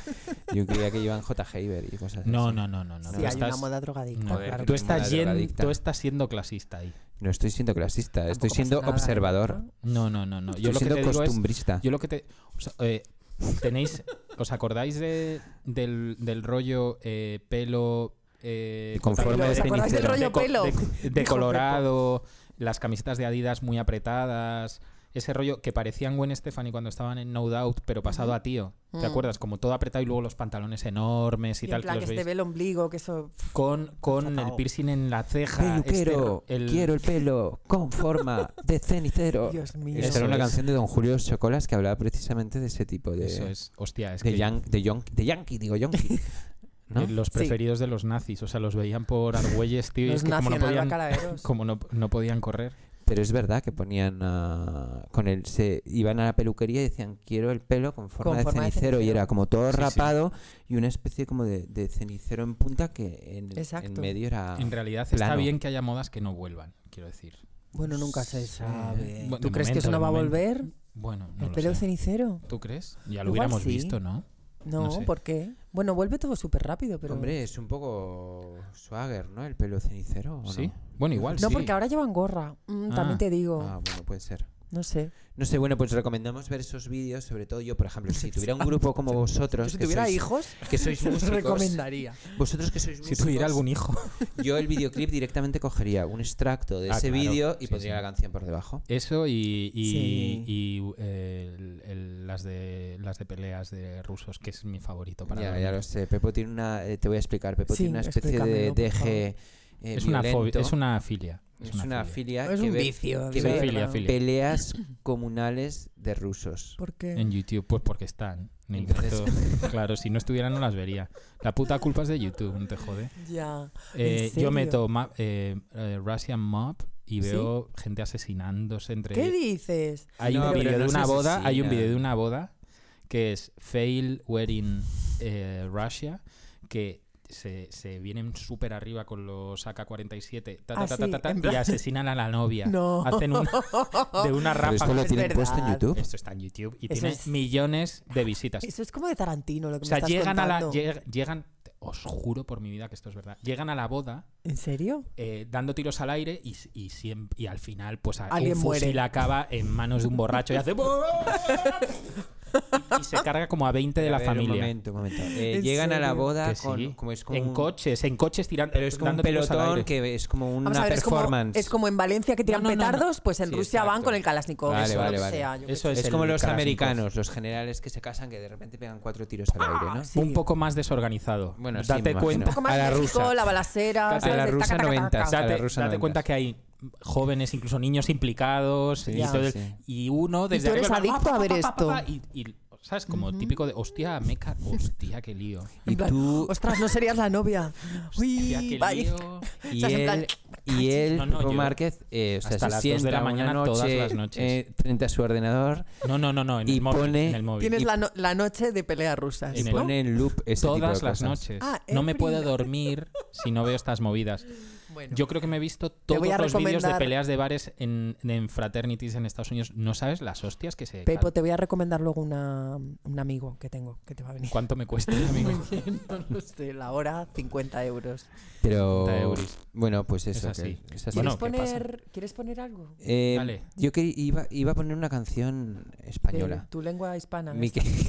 [SPEAKER 2] Yo creía que llevan J. Haber y cosas
[SPEAKER 3] No,
[SPEAKER 2] así.
[SPEAKER 3] no, no, no, no.
[SPEAKER 4] Sí,
[SPEAKER 3] Tú
[SPEAKER 4] hay una
[SPEAKER 3] estás-
[SPEAKER 4] moda drogadicta.
[SPEAKER 3] no,
[SPEAKER 2] Joder,
[SPEAKER 4] claro
[SPEAKER 3] tú
[SPEAKER 4] que
[SPEAKER 2] está-
[SPEAKER 3] estás
[SPEAKER 2] moda
[SPEAKER 3] yen-
[SPEAKER 2] drogadicta.
[SPEAKER 3] tú estás siendo clasista ahí.
[SPEAKER 2] No estoy siendo clasista, estoy
[SPEAKER 4] Tampoco
[SPEAKER 2] siendo
[SPEAKER 4] pasa nada,
[SPEAKER 2] observador.
[SPEAKER 3] No,
[SPEAKER 4] ¿no?
[SPEAKER 3] no, no, no. Yo
[SPEAKER 2] Estoy
[SPEAKER 3] lo que
[SPEAKER 2] siendo
[SPEAKER 3] te digo es
[SPEAKER 2] costumbrista.
[SPEAKER 3] Yo lo que te. o sea, eh, tenéis. ¿Os acordáis de, del, del rollo eh, pelo. eh,
[SPEAKER 2] Con forma de
[SPEAKER 3] co-
[SPEAKER 2] acordáis del
[SPEAKER 4] rollo
[SPEAKER 3] co-
[SPEAKER 4] pelo?
[SPEAKER 3] de- de
[SPEAKER 4] Dijo
[SPEAKER 3] colorado, las camisetas de Adidas muy apretadas. Ese rollo que parecían Gwen Stefani cuando estaban en No Doubt, pero pasado a tío. ¿Te
[SPEAKER 4] Mm.
[SPEAKER 3] acuerdas? Como todo apretado y luego los pantalones enormes y,
[SPEAKER 4] Y en
[SPEAKER 3] tal.
[SPEAKER 4] plan
[SPEAKER 3] que
[SPEAKER 4] que
[SPEAKER 3] los
[SPEAKER 4] se te
[SPEAKER 3] veis.
[SPEAKER 4] ve el ombligo, que eso...
[SPEAKER 3] Con, con el
[SPEAKER 4] Fatal.
[SPEAKER 3] piercing en la ceja. este
[SPEAKER 2] Peluquero,
[SPEAKER 3] ro- el-
[SPEAKER 2] quiero el pelo con forma de cenicero.
[SPEAKER 4] [LAUGHS] Dios mío.
[SPEAKER 2] Esa
[SPEAKER 3] Eso
[SPEAKER 2] era una
[SPEAKER 3] es.
[SPEAKER 2] canción de Don Julio Chocolas que hablaba precisamente de ese tipo de,
[SPEAKER 3] Eso es. Hostia, es
[SPEAKER 2] de,
[SPEAKER 3] que.
[SPEAKER 2] yan- de, yonki- de yankee, digo yankee. ¿no?
[SPEAKER 3] eh, Los
[SPEAKER 4] Sí.
[SPEAKER 3] preferidos de los nazis, o sea, los veían por Argüelles, tío, y
[SPEAKER 4] Los
[SPEAKER 3] es que como no
[SPEAKER 4] nacional
[SPEAKER 3] podían,
[SPEAKER 4] bacalaeros.
[SPEAKER 3] como no, no podían correr.
[SPEAKER 2] Pero es verdad que ponían ah, con el se iban a la peluquería y decían quiero el pelo con forma,
[SPEAKER 4] Con
[SPEAKER 2] de,
[SPEAKER 4] forma de
[SPEAKER 2] cenicero. y
[SPEAKER 4] cenicero.
[SPEAKER 2] era como todo
[SPEAKER 3] Sí, sí.
[SPEAKER 2] rapado y una especie como de, de cenicero en punta que en, en
[SPEAKER 4] Exacto.
[SPEAKER 2] medio era
[SPEAKER 3] en realidad está
[SPEAKER 2] Ah, plano.
[SPEAKER 3] bien que haya modas que no vuelvan, quiero decir.
[SPEAKER 4] Bueno, nunca se
[SPEAKER 2] Sí.
[SPEAKER 4] sabe.
[SPEAKER 3] Bueno,
[SPEAKER 4] ¿Tú
[SPEAKER 3] de
[SPEAKER 4] crees
[SPEAKER 3] momento,
[SPEAKER 4] que eso
[SPEAKER 3] de
[SPEAKER 4] no va a
[SPEAKER 3] momento.
[SPEAKER 4] volver?
[SPEAKER 3] Bueno, no
[SPEAKER 4] ¿El
[SPEAKER 3] lo
[SPEAKER 4] pelo
[SPEAKER 3] sé.
[SPEAKER 4] cenicero?
[SPEAKER 3] ¿Tú crees? Ya
[SPEAKER 4] Igual
[SPEAKER 3] lo hubiéramos
[SPEAKER 4] sí.
[SPEAKER 3] visto, ¿no?
[SPEAKER 4] No,
[SPEAKER 3] No sé.
[SPEAKER 4] ¿por qué? Bueno, vuelve todo súper rápido, pero...
[SPEAKER 2] Hombre, es un poco swagger, ¿no? El pelo cenicero. ¿o no?
[SPEAKER 3] Sí. Bueno, igual
[SPEAKER 4] no,
[SPEAKER 3] sí.
[SPEAKER 4] porque ahora llevan gorra. Mm,
[SPEAKER 3] Ah.
[SPEAKER 4] También te digo.
[SPEAKER 2] Ah, bueno, puede ser.
[SPEAKER 4] No sé.
[SPEAKER 2] No sé, bueno, pues recomendamos ver esos vídeos, sobre todo yo, por ejemplo,
[SPEAKER 4] [LAUGHS]
[SPEAKER 2] si tuviera un grupo
[SPEAKER 3] [LAUGHS]
[SPEAKER 2] como vosotros, que, sois,
[SPEAKER 4] hijos,
[SPEAKER 2] que
[SPEAKER 4] [LAUGHS]
[SPEAKER 2] sois
[SPEAKER 4] se los
[SPEAKER 2] músicos,
[SPEAKER 4] recomendaría.
[SPEAKER 2] vosotros que sois
[SPEAKER 3] Si
[SPEAKER 2] músicos,
[SPEAKER 3] tuviera algún hijo.
[SPEAKER 2] yo el videoclip directamente cogería un extracto de
[SPEAKER 3] Ah,
[SPEAKER 2] ese
[SPEAKER 3] claro.
[SPEAKER 2] vídeo y
[SPEAKER 3] Sí,
[SPEAKER 2] pondría
[SPEAKER 3] sí.
[SPEAKER 2] la canción por debajo.
[SPEAKER 3] [LAUGHS] Eso y, y,
[SPEAKER 4] Sí.
[SPEAKER 3] y, eh, el- el- las de las de peleas de rusos, que es mi favorito para
[SPEAKER 2] Ya,
[SPEAKER 3] dormir.
[SPEAKER 2] ya lo sé. Pepo tiene una. eh, Te voy a explicar. Pepo
[SPEAKER 4] Sí,
[SPEAKER 2] tiene una especie de,
[SPEAKER 4] explícamelo,
[SPEAKER 2] de
[SPEAKER 4] por favor.
[SPEAKER 2] eje. eh,
[SPEAKER 3] es, una fobia-
[SPEAKER 2] violento.
[SPEAKER 3] es una filia.
[SPEAKER 2] Es una filia
[SPEAKER 4] Es
[SPEAKER 2] que
[SPEAKER 4] un
[SPEAKER 2] ve
[SPEAKER 4] vicio.
[SPEAKER 2] que
[SPEAKER 4] de
[SPEAKER 2] ve-
[SPEAKER 4] verdad.
[SPEAKER 3] Filia, filia.
[SPEAKER 2] peleas comunales de rusos.
[SPEAKER 4] ¿Por qué?
[SPEAKER 3] En YouTube, pues porque están. Ni
[SPEAKER 2] Entonces-
[SPEAKER 3] tanto- [LAUGHS] claro, si no estuvieran no las vería. La puta culpa es de YouTube, no te jode.
[SPEAKER 4] Ya.
[SPEAKER 3] Eh,
[SPEAKER 4] ¿En
[SPEAKER 3] yo
[SPEAKER 4] serio?
[SPEAKER 3] meto ma- eh, eh, Russian Mob y
[SPEAKER 4] ¿Sí?
[SPEAKER 3] veo gente asesinándose entre
[SPEAKER 4] ¿Qué
[SPEAKER 3] ellos.
[SPEAKER 4] dices?
[SPEAKER 3] Hay
[SPEAKER 2] No,
[SPEAKER 3] un
[SPEAKER 2] pero
[SPEAKER 3] vídeo
[SPEAKER 2] no
[SPEAKER 3] de
[SPEAKER 2] se
[SPEAKER 3] una boda, hay un
[SPEAKER 2] asesina.
[SPEAKER 3] vídeo de una boda que es Fail Wearing eh, Russia, que se, se vienen súper arriba con los AK-47 ta, ta,
[SPEAKER 4] Ah,
[SPEAKER 3] ta, ta,
[SPEAKER 4] sí,
[SPEAKER 3] ta, ta,
[SPEAKER 4] en
[SPEAKER 3] y
[SPEAKER 4] plan-
[SPEAKER 3] asesinan a la novia.
[SPEAKER 4] [LAUGHS] No.
[SPEAKER 3] Hacen una- de una
[SPEAKER 2] Pero esto
[SPEAKER 3] ráfaga.
[SPEAKER 2] lo
[SPEAKER 4] Pues, Es
[SPEAKER 2] tienen puesto en
[SPEAKER 4] verdad.
[SPEAKER 2] YouTube.
[SPEAKER 3] Esto está en YouTube y
[SPEAKER 4] Eso
[SPEAKER 3] tiene
[SPEAKER 4] es-
[SPEAKER 3] millones de visitas.
[SPEAKER 4] Eso es como de Tarantino lo
[SPEAKER 3] O
[SPEAKER 4] que
[SPEAKER 3] sea,
[SPEAKER 4] me estás
[SPEAKER 3] llegan a la.
[SPEAKER 4] contando.
[SPEAKER 3] lleg- llegan, te- os juro por mi vida que esto es verdad. Llegan a la boda
[SPEAKER 4] ¿En serio?
[SPEAKER 3] eh, dando tiros al aire y, s- y, siem- y al final, pues a- un
[SPEAKER 4] Alguien muere.
[SPEAKER 3] fusil acaba en manos de un borracho y hace. y, y se carga como a 20 de
[SPEAKER 2] A
[SPEAKER 3] la
[SPEAKER 2] ver, Un
[SPEAKER 3] familia.
[SPEAKER 2] momento, un momento. Eh,
[SPEAKER 4] ¿En
[SPEAKER 2] llegan a la
[SPEAKER 4] serio?
[SPEAKER 2] boda
[SPEAKER 3] Que sí.
[SPEAKER 2] con, como es como
[SPEAKER 3] en
[SPEAKER 2] un-
[SPEAKER 3] coches, en coches tirando.
[SPEAKER 2] Pero es como un
[SPEAKER 3] dando tiros al
[SPEAKER 2] pelotón
[SPEAKER 3] aire.
[SPEAKER 2] que es como una
[SPEAKER 4] Vamos a ver, es como,
[SPEAKER 2] performance.
[SPEAKER 4] es como en Valencia que tiran
[SPEAKER 3] no, no, no.
[SPEAKER 4] petardos, pues en
[SPEAKER 2] Sí,
[SPEAKER 4] Rusia van
[SPEAKER 2] exacto.
[SPEAKER 4] con el Kalashnikov
[SPEAKER 2] Vale,
[SPEAKER 4] o lo
[SPEAKER 2] vale,
[SPEAKER 4] que
[SPEAKER 2] vale.
[SPEAKER 4] sea. yo qué
[SPEAKER 3] Eso
[SPEAKER 4] sé.
[SPEAKER 3] es
[SPEAKER 2] Es
[SPEAKER 3] el
[SPEAKER 2] como los
[SPEAKER 3] Kalashnikov.
[SPEAKER 2] americanos, los generales que se casan que de repente pegan cuatro tiros al aire, ¿no?
[SPEAKER 4] Sí.
[SPEAKER 3] Un poco más desorganizado.
[SPEAKER 2] Bueno, sí, me
[SPEAKER 3] date
[SPEAKER 2] imagino.
[SPEAKER 3] cuenta.
[SPEAKER 4] Un poco más
[SPEAKER 2] a la
[SPEAKER 4] México,
[SPEAKER 2] rusa.
[SPEAKER 4] la balacera.
[SPEAKER 3] A
[SPEAKER 2] A
[SPEAKER 4] ¿sabes?
[SPEAKER 2] la
[SPEAKER 4] De
[SPEAKER 2] rusa
[SPEAKER 4] taca, taca, taca,
[SPEAKER 2] noventas,
[SPEAKER 4] taca.
[SPEAKER 2] a la
[SPEAKER 3] Date,
[SPEAKER 2] rusa
[SPEAKER 3] date
[SPEAKER 2] noventas.
[SPEAKER 3] cuenta que hay jóvenes, incluso niños implicados.
[SPEAKER 2] Sí,
[SPEAKER 3] y,
[SPEAKER 4] Ya.
[SPEAKER 3] todo el-
[SPEAKER 2] sí.
[SPEAKER 3] y uno desde
[SPEAKER 4] tú eres
[SPEAKER 3] arriba,
[SPEAKER 4] adicto a ver
[SPEAKER 3] pa, pa, pa, pa,
[SPEAKER 4] esto.
[SPEAKER 3] Y, y, ¿Sabes? Como típico de, hostia, me ca- hostia, qué lío.
[SPEAKER 4] En
[SPEAKER 2] Y
[SPEAKER 4] plan,
[SPEAKER 2] tú
[SPEAKER 4] Ostras, no serías la
[SPEAKER 2] [LAUGHS]
[SPEAKER 4] novia.
[SPEAKER 3] Hostia,
[SPEAKER 4] Uy,
[SPEAKER 3] qué
[SPEAKER 4] vaya.
[SPEAKER 3] lío.
[SPEAKER 2] y
[SPEAKER 4] Estás en plan,
[SPEAKER 2] él y él,
[SPEAKER 3] No, no,
[SPEAKER 2] Pepo
[SPEAKER 3] yo-
[SPEAKER 2] Márquez, eh, o sea, se
[SPEAKER 3] hasta las dos de
[SPEAKER 2] sienta
[SPEAKER 3] la
[SPEAKER 2] una
[SPEAKER 3] mañana
[SPEAKER 2] noche,
[SPEAKER 3] todas las noches.
[SPEAKER 2] eh, frente a su ordenador
[SPEAKER 3] No, no, no, no, en
[SPEAKER 2] Y
[SPEAKER 3] el móvil.
[SPEAKER 2] pone-
[SPEAKER 3] en el móvil.
[SPEAKER 4] Tienes
[SPEAKER 3] Y
[SPEAKER 4] la, no- la noche de peleas rusas.
[SPEAKER 2] y
[SPEAKER 3] En el-
[SPEAKER 4] ¿no?
[SPEAKER 2] pone en loop ese tipo de
[SPEAKER 3] todas las
[SPEAKER 2] cosas.
[SPEAKER 3] noches.
[SPEAKER 4] Ah,
[SPEAKER 3] no me
[SPEAKER 4] every
[SPEAKER 3] puedo
[SPEAKER 4] night.
[SPEAKER 3] dormir si no veo estas movidas.
[SPEAKER 4] Bueno,
[SPEAKER 3] Yo creo que me he visto
[SPEAKER 4] Te
[SPEAKER 3] todos
[SPEAKER 4] voy a
[SPEAKER 3] los vídeos de
[SPEAKER 4] recomendar-
[SPEAKER 3] peleas de bares en, en fraternities en Estados Unidos. No sabes las hostias que se.
[SPEAKER 4] Pepo, te voy a recomendar luego una, un amigo que tengo que te va a [LAUGHS] venir.
[SPEAKER 3] ¿Cuánto me cuesta, amigo?
[SPEAKER 4] no lo sé, la hora 50 euros.
[SPEAKER 2] Pero
[SPEAKER 3] 50 euros.
[SPEAKER 2] bueno, pues eso
[SPEAKER 3] Es
[SPEAKER 2] que-
[SPEAKER 3] así.
[SPEAKER 2] es así.
[SPEAKER 3] Bueno,
[SPEAKER 4] ¿Quieres,
[SPEAKER 3] ¿qué pasa?
[SPEAKER 4] poner, ¿Quieres poner algo?
[SPEAKER 2] Eh,
[SPEAKER 3] Dale.
[SPEAKER 2] yo que iba, iba a poner una canción
[SPEAKER 4] De
[SPEAKER 2] española.
[SPEAKER 4] tu lengua hispana.
[SPEAKER 2] Mi
[SPEAKER 4] esta.
[SPEAKER 2] que-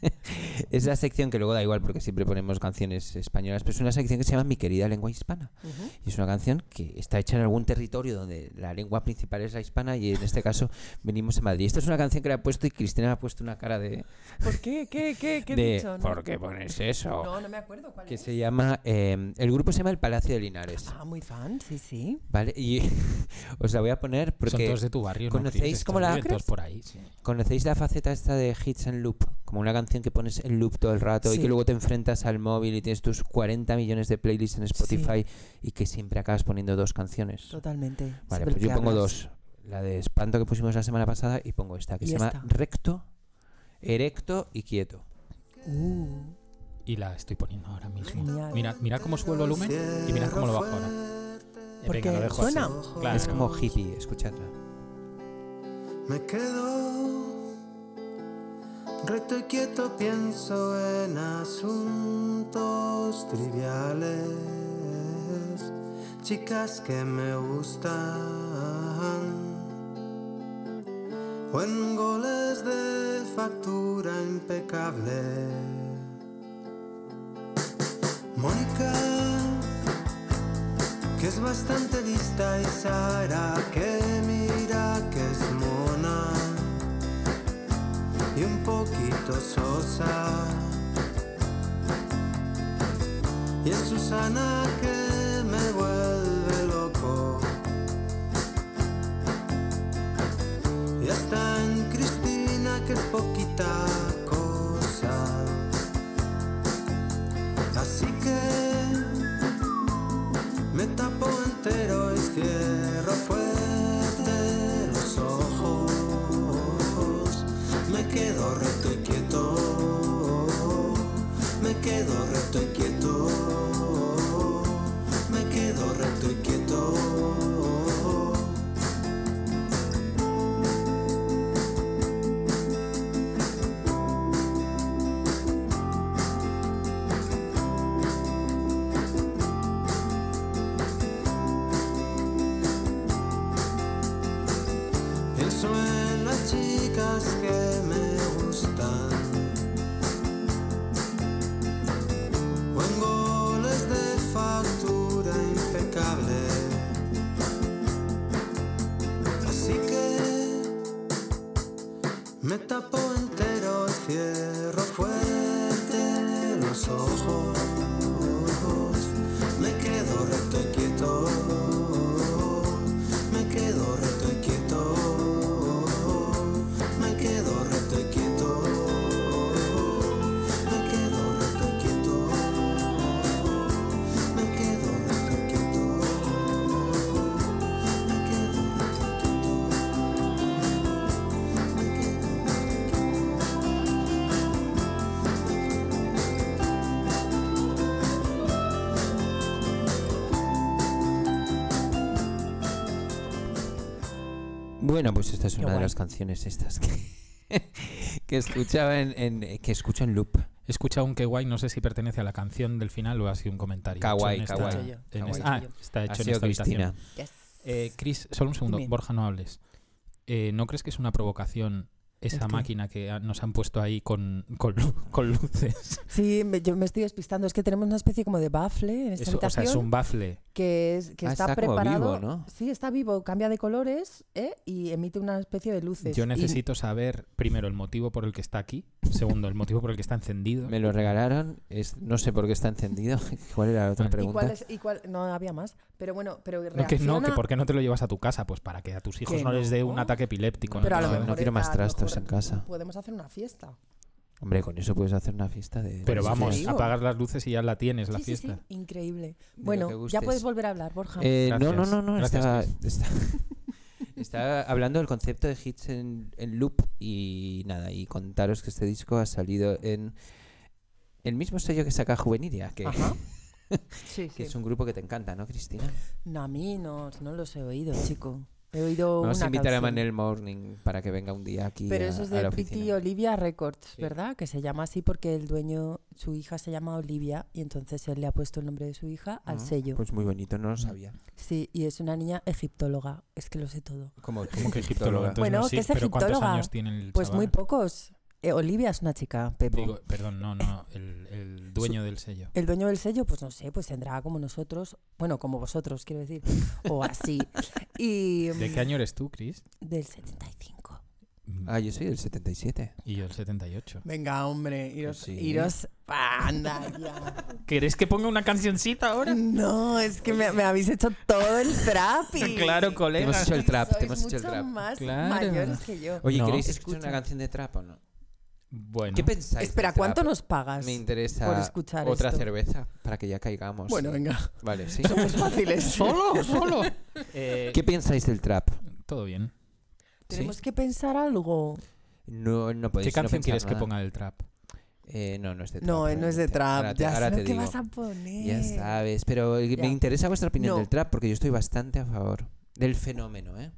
[SPEAKER 2] [LAUGHS] es la sección que luego da igual porque siempre ponemos canciones españolas, pero es una sección que se llama Mi querida lengua hispana.
[SPEAKER 4] Ujú.
[SPEAKER 2] Y es una canción que está hecha en algún territorio donde la lengua principal es la hispana y en este caso [LAUGHS] venimos a Madrid. Esta es una canción que la ha puesto y Cristina ha puesto una cara de...
[SPEAKER 4] ¿Por qué? ¿Qué, qué, qué he
[SPEAKER 2] de,
[SPEAKER 4] dicho? No.
[SPEAKER 2] ¿Por qué pones eso?
[SPEAKER 4] No, no me acuerdo cuál
[SPEAKER 2] Que
[SPEAKER 4] es.
[SPEAKER 2] se llama... eh, el grupo se llama El Palacio de Linares.
[SPEAKER 4] Ah, muy fan, sí, sí.
[SPEAKER 2] ¿Vale? Y [LAUGHS] os la voy a poner
[SPEAKER 3] Son
[SPEAKER 2] porque
[SPEAKER 3] todos de tu barrio. ¿no,
[SPEAKER 2] ¿conocéis
[SPEAKER 3] Cris? Estás
[SPEAKER 2] cómo la-
[SPEAKER 3] viviendo todos por ahí. sí.
[SPEAKER 2] ¿Conocéis la faceta esta de hits and loop? Como una canción que pones en loop todo el rato y
[SPEAKER 4] Sí.
[SPEAKER 2] que luego te enfrentas al móvil y tienes tus 40 millones de playlists en Spotify y que siempre acabas poniendo dos canciones.
[SPEAKER 4] Totalmente.
[SPEAKER 2] Vale,
[SPEAKER 4] Sé
[SPEAKER 2] pues
[SPEAKER 4] del
[SPEAKER 2] yo
[SPEAKER 4] que
[SPEAKER 2] pongo
[SPEAKER 4] hablas.
[SPEAKER 2] dos. La de espanto que pusimos la semana pasada y pongo esta que
[SPEAKER 4] Y
[SPEAKER 2] se
[SPEAKER 4] esta.
[SPEAKER 2] llama recto, erecto y quieto.
[SPEAKER 4] Uh,
[SPEAKER 3] Y la estoy poniendo ahora mismo.
[SPEAKER 4] Genial.
[SPEAKER 3] Mira, mira cómo subo el volumen y mira cómo lo bajo ahora. Eh,
[SPEAKER 4] Porque
[SPEAKER 3] Venga, lo dejo así.
[SPEAKER 4] suena.
[SPEAKER 3] Claro.
[SPEAKER 2] Es como hippie, escuchadla.
[SPEAKER 5] Me quedo recto y quieto, pienso en asuntos triviales, chicas que me gustan, o en goles de factura impecable. Mónica que es bastante lista y Sara que mira que es mona y un poquito sosa y es Susana que me vuelve loco y hasta en Cristina que es poquita cosa así que me tapo entero y cierro fuerte los ojos. Me quedo recto y quieto. Me quedo recto y quieto. Me quedo recto y quieto. Pienso en las chicas que me gustan. O en goles de factura impecable. Así que me tapo entero y cierro fuerte los ojos. Me quedo recto y quieto. Me quedo recto y quieto. Me quedo recto y quieto. Me quedo recto y quieto. Me quedo recto y quieto. Me quedo recto y quieto. Me quedo recto y quieto.
[SPEAKER 2] Bueno, pues esta es
[SPEAKER 4] Qué
[SPEAKER 2] una de
[SPEAKER 4] guay.
[SPEAKER 2] las canciones estas que, [LAUGHS] que escuchaba en, en- que escucho en loop.
[SPEAKER 3] He escuchado un kawaii, no sé si pertenece a la canción del final o ha sido un comentario.
[SPEAKER 2] Kawaii,
[SPEAKER 3] hecho en esta-
[SPEAKER 2] kawaii.
[SPEAKER 4] Lo he hecho yo.
[SPEAKER 3] en
[SPEAKER 4] Lo he
[SPEAKER 3] esta-
[SPEAKER 4] hecho yo.
[SPEAKER 3] ah, está
[SPEAKER 2] Ha
[SPEAKER 3] hecho en
[SPEAKER 2] sido
[SPEAKER 3] esta habitación.
[SPEAKER 2] Cristina.
[SPEAKER 4] Yes.
[SPEAKER 3] Eh, Chris, solo un segundo.
[SPEAKER 4] Dime.
[SPEAKER 3] Borja, no hables. Eh, ¿No crees que es una provocación
[SPEAKER 4] ¿El
[SPEAKER 3] esa
[SPEAKER 4] qué?
[SPEAKER 3] máquina que ha- nos han puesto ahí con, con, lu- con luces?
[SPEAKER 4] Sí, me- yo me estoy despistando. Es que tenemos una especie como de baffle en esta
[SPEAKER 3] Eso, o sea,
[SPEAKER 4] habitación
[SPEAKER 3] es un baffle.
[SPEAKER 4] que, es, que
[SPEAKER 2] Ah,
[SPEAKER 4] está,
[SPEAKER 2] está como
[SPEAKER 4] preparado.
[SPEAKER 2] vivo, ¿no?
[SPEAKER 4] Sí, está vivo, cambia de colores ¿eh? y emite una especie de luces.
[SPEAKER 3] Yo necesito saber, primero, el motivo por el que está aquí. Segundo, el motivo por el que está encendido.
[SPEAKER 2] Me lo regalaron, es, no sé por qué está encendido. [LAUGHS] ¿Cuál era la otra
[SPEAKER 3] Bueno.
[SPEAKER 4] ¿Y cuál
[SPEAKER 2] pregunta?
[SPEAKER 4] es- y cuál- no había más, pero bueno, pero
[SPEAKER 3] No, que no, que
[SPEAKER 4] reacciona-
[SPEAKER 3] por qué no te lo llevas a tu casa, pues para que a tus hijos
[SPEAKER 4] Que
[SPEAKER 3] no, les dé un
[SPEAKER 4] no.
[SPEAKER 3] ataque epiléptico.
[SPEAKER 4] Pero a lo
[SPEAKER 2] No,
[SPEAKER 4] mejor
[SPEAKER 2] no quiero más
[SPEAKER 4] a lo
[SPEAKER 2] trastos
[SPEAKER 4] mejor-
[SPEAKER 2] en casa.
[SPEAKER 4] podemos hacer una fiesta.
[SPEAKER 2] Hombre, con eso puedes hacer una fiesta de...
[SPEAKER 3] Pero
[SPEAKER 2] de-
[SPEAKER 3] vamos,
[SPEAKER 4] digo.
[SPEAKER 3] apagar las luces y ya la tienes, la
[SPEAKER 4] sí, sí, sí,
[SPEAKER 3] fiesta.
[SPEAKER 4] increíble.
[SPEAKER 2] lo que
[SPEAKER 4] Bueno, ya
[SPEAKER 2] gustes.
[SPEAKER 4] puedes volver a hablar, Borja.
[SPEAKER 2] Eh, no, no,
[SPEAKER 3] Gracias.
[SPEAKER 2] no, no.
[SPEAKER 3] Gracias,
[SPEAKER 2] Estaba, está- [LAUGHS] estaba hablando del concepto de hits en, en loop y nada, y contaros que este disco ha salido en el mismo sello que saca Juvenilia, que, [LAUGHS]
[SPEAKER 4] Ajá. Sí,
[SPEAKER 2] que
[SPEAKER 4] sí.
[SPEAKER 2] es un grupo que te encanta, ¿no, Cristina?
[SPEAKER 4] No, a mí no, no los he oído, chico. He oído
[SPEAKER 2] Vamos
[SPEAKER 4] una
[SPEAKER 2] a invitar a
[SPEAKER 4] canción.
[SPEAKER 2] Manel Morning para que venga un día aquí
[SPEAKER 4] Pero
[SPEAKER 2] a,
[SPEAKER 4] eso es
[SPEAKER 2] a la
[SPEAKER 4] de
[SPEAKER 2] oficina.
[SPEAKER 4] Pretty Olivia Records,
[SPEAKER 2] Sí.
[SPEAKER 4] ¿verdad? Que se llama así porque el dueño, su hija se llama Olivia y entonces él le ha puesto el nombre de su hija al
[SPEAKER 2] Ah,
[SPEAKER 4] sello.
[SPEAKER 2] Pues muy bonito, no lo sabía.
[SPEAKER 4] Sí, y es una niña egiptóloga, es que lo sé todo.
[SPEAKER 2] Como,
[SPEAKER 3] Como que egiptóloga. Entonces,
[SPEAKER 4] Bueno,
[SPEAKER 3] no,
[SPEAKER 4] que
[SPEAKER 3] sí,
[SPEAKER 4] es
[SPEAKER 3] pero ¿cuántos
[SPEAKER 4] egiptóloga.
[SPEAKER 3] años tiene el
[SPEAKER 4] Pues muy
[SPEAKER 3] chaval?
[SPEAKER 4] pocos. Eh, Olivia es una chica, Pepo.
[SPEAKER 3] Digo, perdón, no, no, el, el dueño del sello.
[SPEAKER 4] El dueño del sello, pues no sé, pues tendrá como nosotros, bueno, como vosotros, quiero decir, o así.
[SPEAKER 2] [LAUGHS]
[SPEAKER 4] Y mm,
[SPEAKER 3] ¿De qué año eres tú, Chris?
[SPEAKER 4] del 75.
[SPEAKER 2] Ah, yo soy del 77.
[SPEAKER 3] Y yo el 78.
[SPEAKER 4] Venga, hombre, iros,
[SPEAKER 2] Sí.
[SPEAKER 4] iros, anda ya. [LAUGHS]
[SPEAKER 3] ¿Querés que ponga una cancioncita ahora?
[SPEAKER 4] No, es que me, me habéis hecho todo el
[SPEAKER 2] [LAUGHS]
[SPEAKER 4] trap y-
[SPEAKER 3] Claro,
[SPEAKER 2] Te
[SPEAKER 3] colega.
[SPEAKER 2] hemos hecho el trap, te
[SPEAKER 4] Sois
[SPEAKER 2] hemos hecho el Pues
[SPEAKER 4] mucho
[SPEAKER 2] trap.
[SPEAKER 4] más
[SPEAKER 3] Claro.
[SPEAKER 4] mayores que yo.
[SPEAKER 2] Oye,
[SPEAKER 3] No.
[SPEAKER 2] ¿queréis escuchar
[SPEAKER 4] Escucha.
[SPEAKER 2] una canción de trap o no?
[SPEAKER 3] Bueno,
[SPEAKER 2] ¿Qué pensáis? de este
[SPEAKER 4] Espera,
[SPEAKER 2] trap?
[SPEAKER 4] ¿cuánto nos pagas?
[SPEAKER 2] Me interesa
[SPEAKER 4] por escuchar
[SPEAKER 2] otra
[SPEAKER 4] esto?
[SPEAKER 2] cerveza para que ya caigamos.
[SPEAKER 4] Bueno, venga,
[SPEAKER 2] Vale,
[SPEAKER 4] [LAUGHS]
[SPEAKER 2] sí. [LAUGHS]
[SPEAKER 4] somos fáciles.
[SPEAKER 3] solo, solo. Eh,
[SPEAKER 2] ¿Qué pensáis del trap?
[SPEAKER 3] Todo bien.
[SPEAKER 4] Tenemos que pensar algo.
[SPEAKER 2] No, no
[SPEAKER 3] ¿Qué
[SPEAKER 2] podéis no
[SPEAKER 3] canción
[SPEAKER 2] pensar
[SPEAKER 3] quieres que
[SPEAKER 2] nada.
[SPEAKER 3] ponga del trap?
[SPEAKER 2] Eh, no, no es de trap.
[SPEAKER 4] No, eh, no es de
[SPEAKER 2] realmente. Ahora
[SPEAKER 4] trap.
[SPEAKER 2] te,
[SPEAKER 4] Ya
[SPEAKER 2] ahora
[SPEAKER 4] sé
[SPEAKER 2] te
[SPEAKER 4] lo que
[SPEAKER 2] digo.
[SPEAKER 4] vas a poner.
[SPEAKER 2] Ya sabes, pero eh,
[SPEAKER 4] Ya.
[SPEAKER 2] me interesa vuestra opinión
[SPEAKER 4] No.
[SPEAKER 2] del trap porque yo estoy bastante a favor del fenómeno, ¿eh?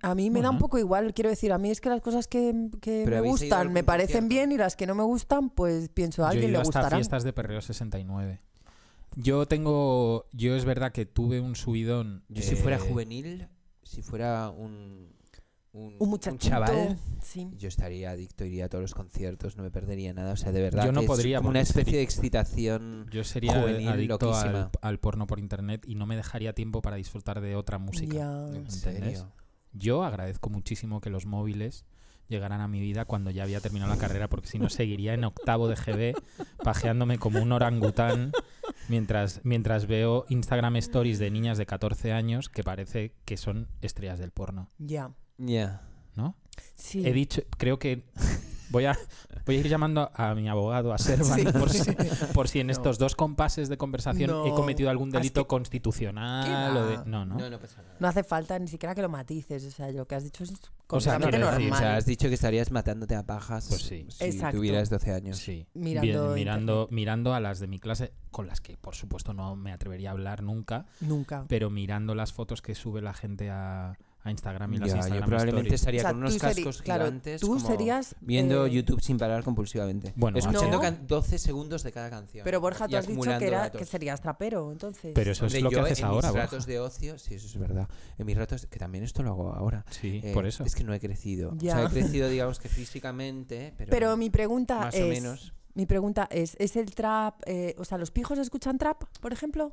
[SPEAKER 4] A mí me da
[SPEAKER 3] Bueno.
[SPEAKER 4] un poco igual, quiero decir, a mí es que las cosas que, que
[SPEAKER 2] Pero habéis ido
[SPEAKER 4] me
[SPEAKER 2] a
[SPEAKER 4] gustan
[SPEAKER 2] algún
[SPEAKER 4] me parecen
[SPEAKER 2] concierto.
[SPEAKER 4] bien y las que no me gustan, pues pienso a
[SPEAKER 3] Yo he
[SPEAKER 4] alguien
[SPEAKER 3] ido
[SPEAKER 4] le
[SPEAKER 3] hasta
[SPEAKER 4] gustará.
[SPEAKER 3] fiestas de Perreo 69. Yo tengo. Yo es verdad que tuve un subidón.
[SPEAKER 2] Yo si fuera
[SPEAKER 3] eh,
[SPEAKER 2] juvenil, si fuera un, un,
[SPEAKER 4] Un
[SPEAKER 2] un
[SPEAKER 4] muchachito.
[SPEAKER 3] ¿eh?
[SPEAKER 2] chaval,
[SPEAKER 4] Sí.
[SPEAKER 2] yo estaría adicto, iría a todos los conciertos, no me perdería nada. O sea, de verdad,
[SPEAKER 3] Yo no
[SPEAKER 2] que es
[SPEAKER 3] podría,
[SPEAKER 2] como una
[SPEAKER 3] porque
[SPEAKER 2] especie
[SPEAKER 3] sería-
[SPEAKER 2] de excitación.
[SPEAKER 3] Yo sería
[SPEAKER 2] Juvenil,
[SPEAKER 3] adicto
[SPEAKER 2] loquísima.
[SPEAKER 3] al, al porno por internet y no me dejaría tiempo para disfrutar de otra música.
[SPEAKER 4] Ya.
[SPEAKER 2] ¿En
[SPEAKER 3] ¿Entendés?
[SPEAKER 2] serio?
[SPEAKER 3] Yo agradezco muchísimo que los móviles llegaran a mi vida cuando ya había terminado la carrera, porque si no seguiría en octavo de GB pajeándome como un orangután mientras, mientras veo Instagram stories de niñas de 14 años que parece que son estrellas del porno,
[SPEAKER 4] Ya.
[SPEAKER 2] Ya.
[SPEAKER 3] ¿no?
[SPEAKER 4] Sí.
[SPEAKER 3] He dicho, creo que voy a, voy a ir llamando a mi abogado, a Servan, por, si, por si en
[SPEAKER 4] No.
[SPEAKER 3] estos dos compases de conversación he
[SPEAKER 4] No.
[SPEAKER 3] cometido algún
[SPEAKER 4] Has
[SPEAKER 3] delito
[SPEAKER 4] que-
[SPEAKER 3] constitucional
[SPEAKER 4] ¿Qué
[SPEAKER 3] o
[SPEAKER 4] va?
[SPEAKER 3] de... No, no.
[SPEAKER 2] pasa nada.
[SPEAKER 4] No hace falta ni siquiera que lo matices, o sea, lo que has dicho es
[SPEAKER 3] O sea,
[SPEAKER 4] completamente
[SPEAKER 3] quiero decir,
[SPEAKER 2] o
[SPEAKER 4] normal.
[SPEAKER 2] sea, has dicho que estarías matándote a pajas
[SPEAKER 3] Pues sí.
[SPEAKER 2] si
[SPEAKER 4] Exacto.
[SPEAKER 2] tuvieras 12 años.
[SPEAKER 3] Sí.
[SPEAKER 4] Mirando
[SPEAKER 3] Bien,
[SPEAKER 4] internet.
[SPEAKER 3] mirando, mirando a las de mi clase, con las que por supuesto no me atrevería a hablar nunca,
[SPEAKER 4] Nunca.
[SPEAKER 3] pero mirando las fotos que sube la gente a, a Instagram y las
[SPEAKER 2] Ya,
[SPEAKER 3] Instagram
[SPEAKER 2] yo probablemente
[SPEAKER 3] stories.
[SPEAKER 2] estaría
[SPEAKER 4] O sea,
[SPEAKER 2] con unos
[SPEAKER 4] tú seri-
[SPEAKER 2] cascos
[SPEAKER 4] claro,
[SPEAKER 2] gigantes
[SPEAKER 4] Tú
[SPEAKER 2] como
[SPEAKER 4] serías.
[SPEAKER 2] viendo
[SPEAKER 4] eh,
[SPEAKER 2] YouTube sin parar compulsivamente.
[SPEAKER 3] Bueno,
[SPEAKER 2] escuchando
[SPEAKER 4] No.
[SPEAKER 2] can- 12 segundos de cada canción.
[SPEAKER 4] Pero Borja,
[SPEAKER 2] y
[SPEAKER 4] tú has dicho
[SPEAKER 2] acumulando
[SPEAKER 4] que, era,
[SPEAKER 2] datos.
[SPEAKER 4] que serías trapero, entonces.
[SPEAKER 3] Pero eso
[SPEAKER 2] Hombre,
[SPEAKER 3] es lo que
[SPEAKER 2] yo
[SPEAKER 3] haces
[SPEAKER 2] en
[SPEAKER 3] ahora,
[SPEAKER 2] mis
[SPEAKER 3] Borja.
[SPEAKER 2] ratos de ocio, sí, eso es verdad. En mis ratos, que también esto lo hago ahora.
[SPEAKER 3] Sí,
[SPEAKER 2] Eh,
[SPEAKER 3] por eso.
[SPEAKER 2] Es que no he crecido. O sea,
[SPEAKER 4] Ya.
[SPEAKER 2] he crecido, digamos que físicamente, pero,
[SPEAKER 4] Pero mi pregunta
[SPEAKER 2] más
[SPEAKER 4] es.
[SPEAKER 2] o menos.
[SPEAKER 4] Mi pregunta es: ¿es el trap. eh, o sea, ¿los pijos escuchan trap, por ejemplo?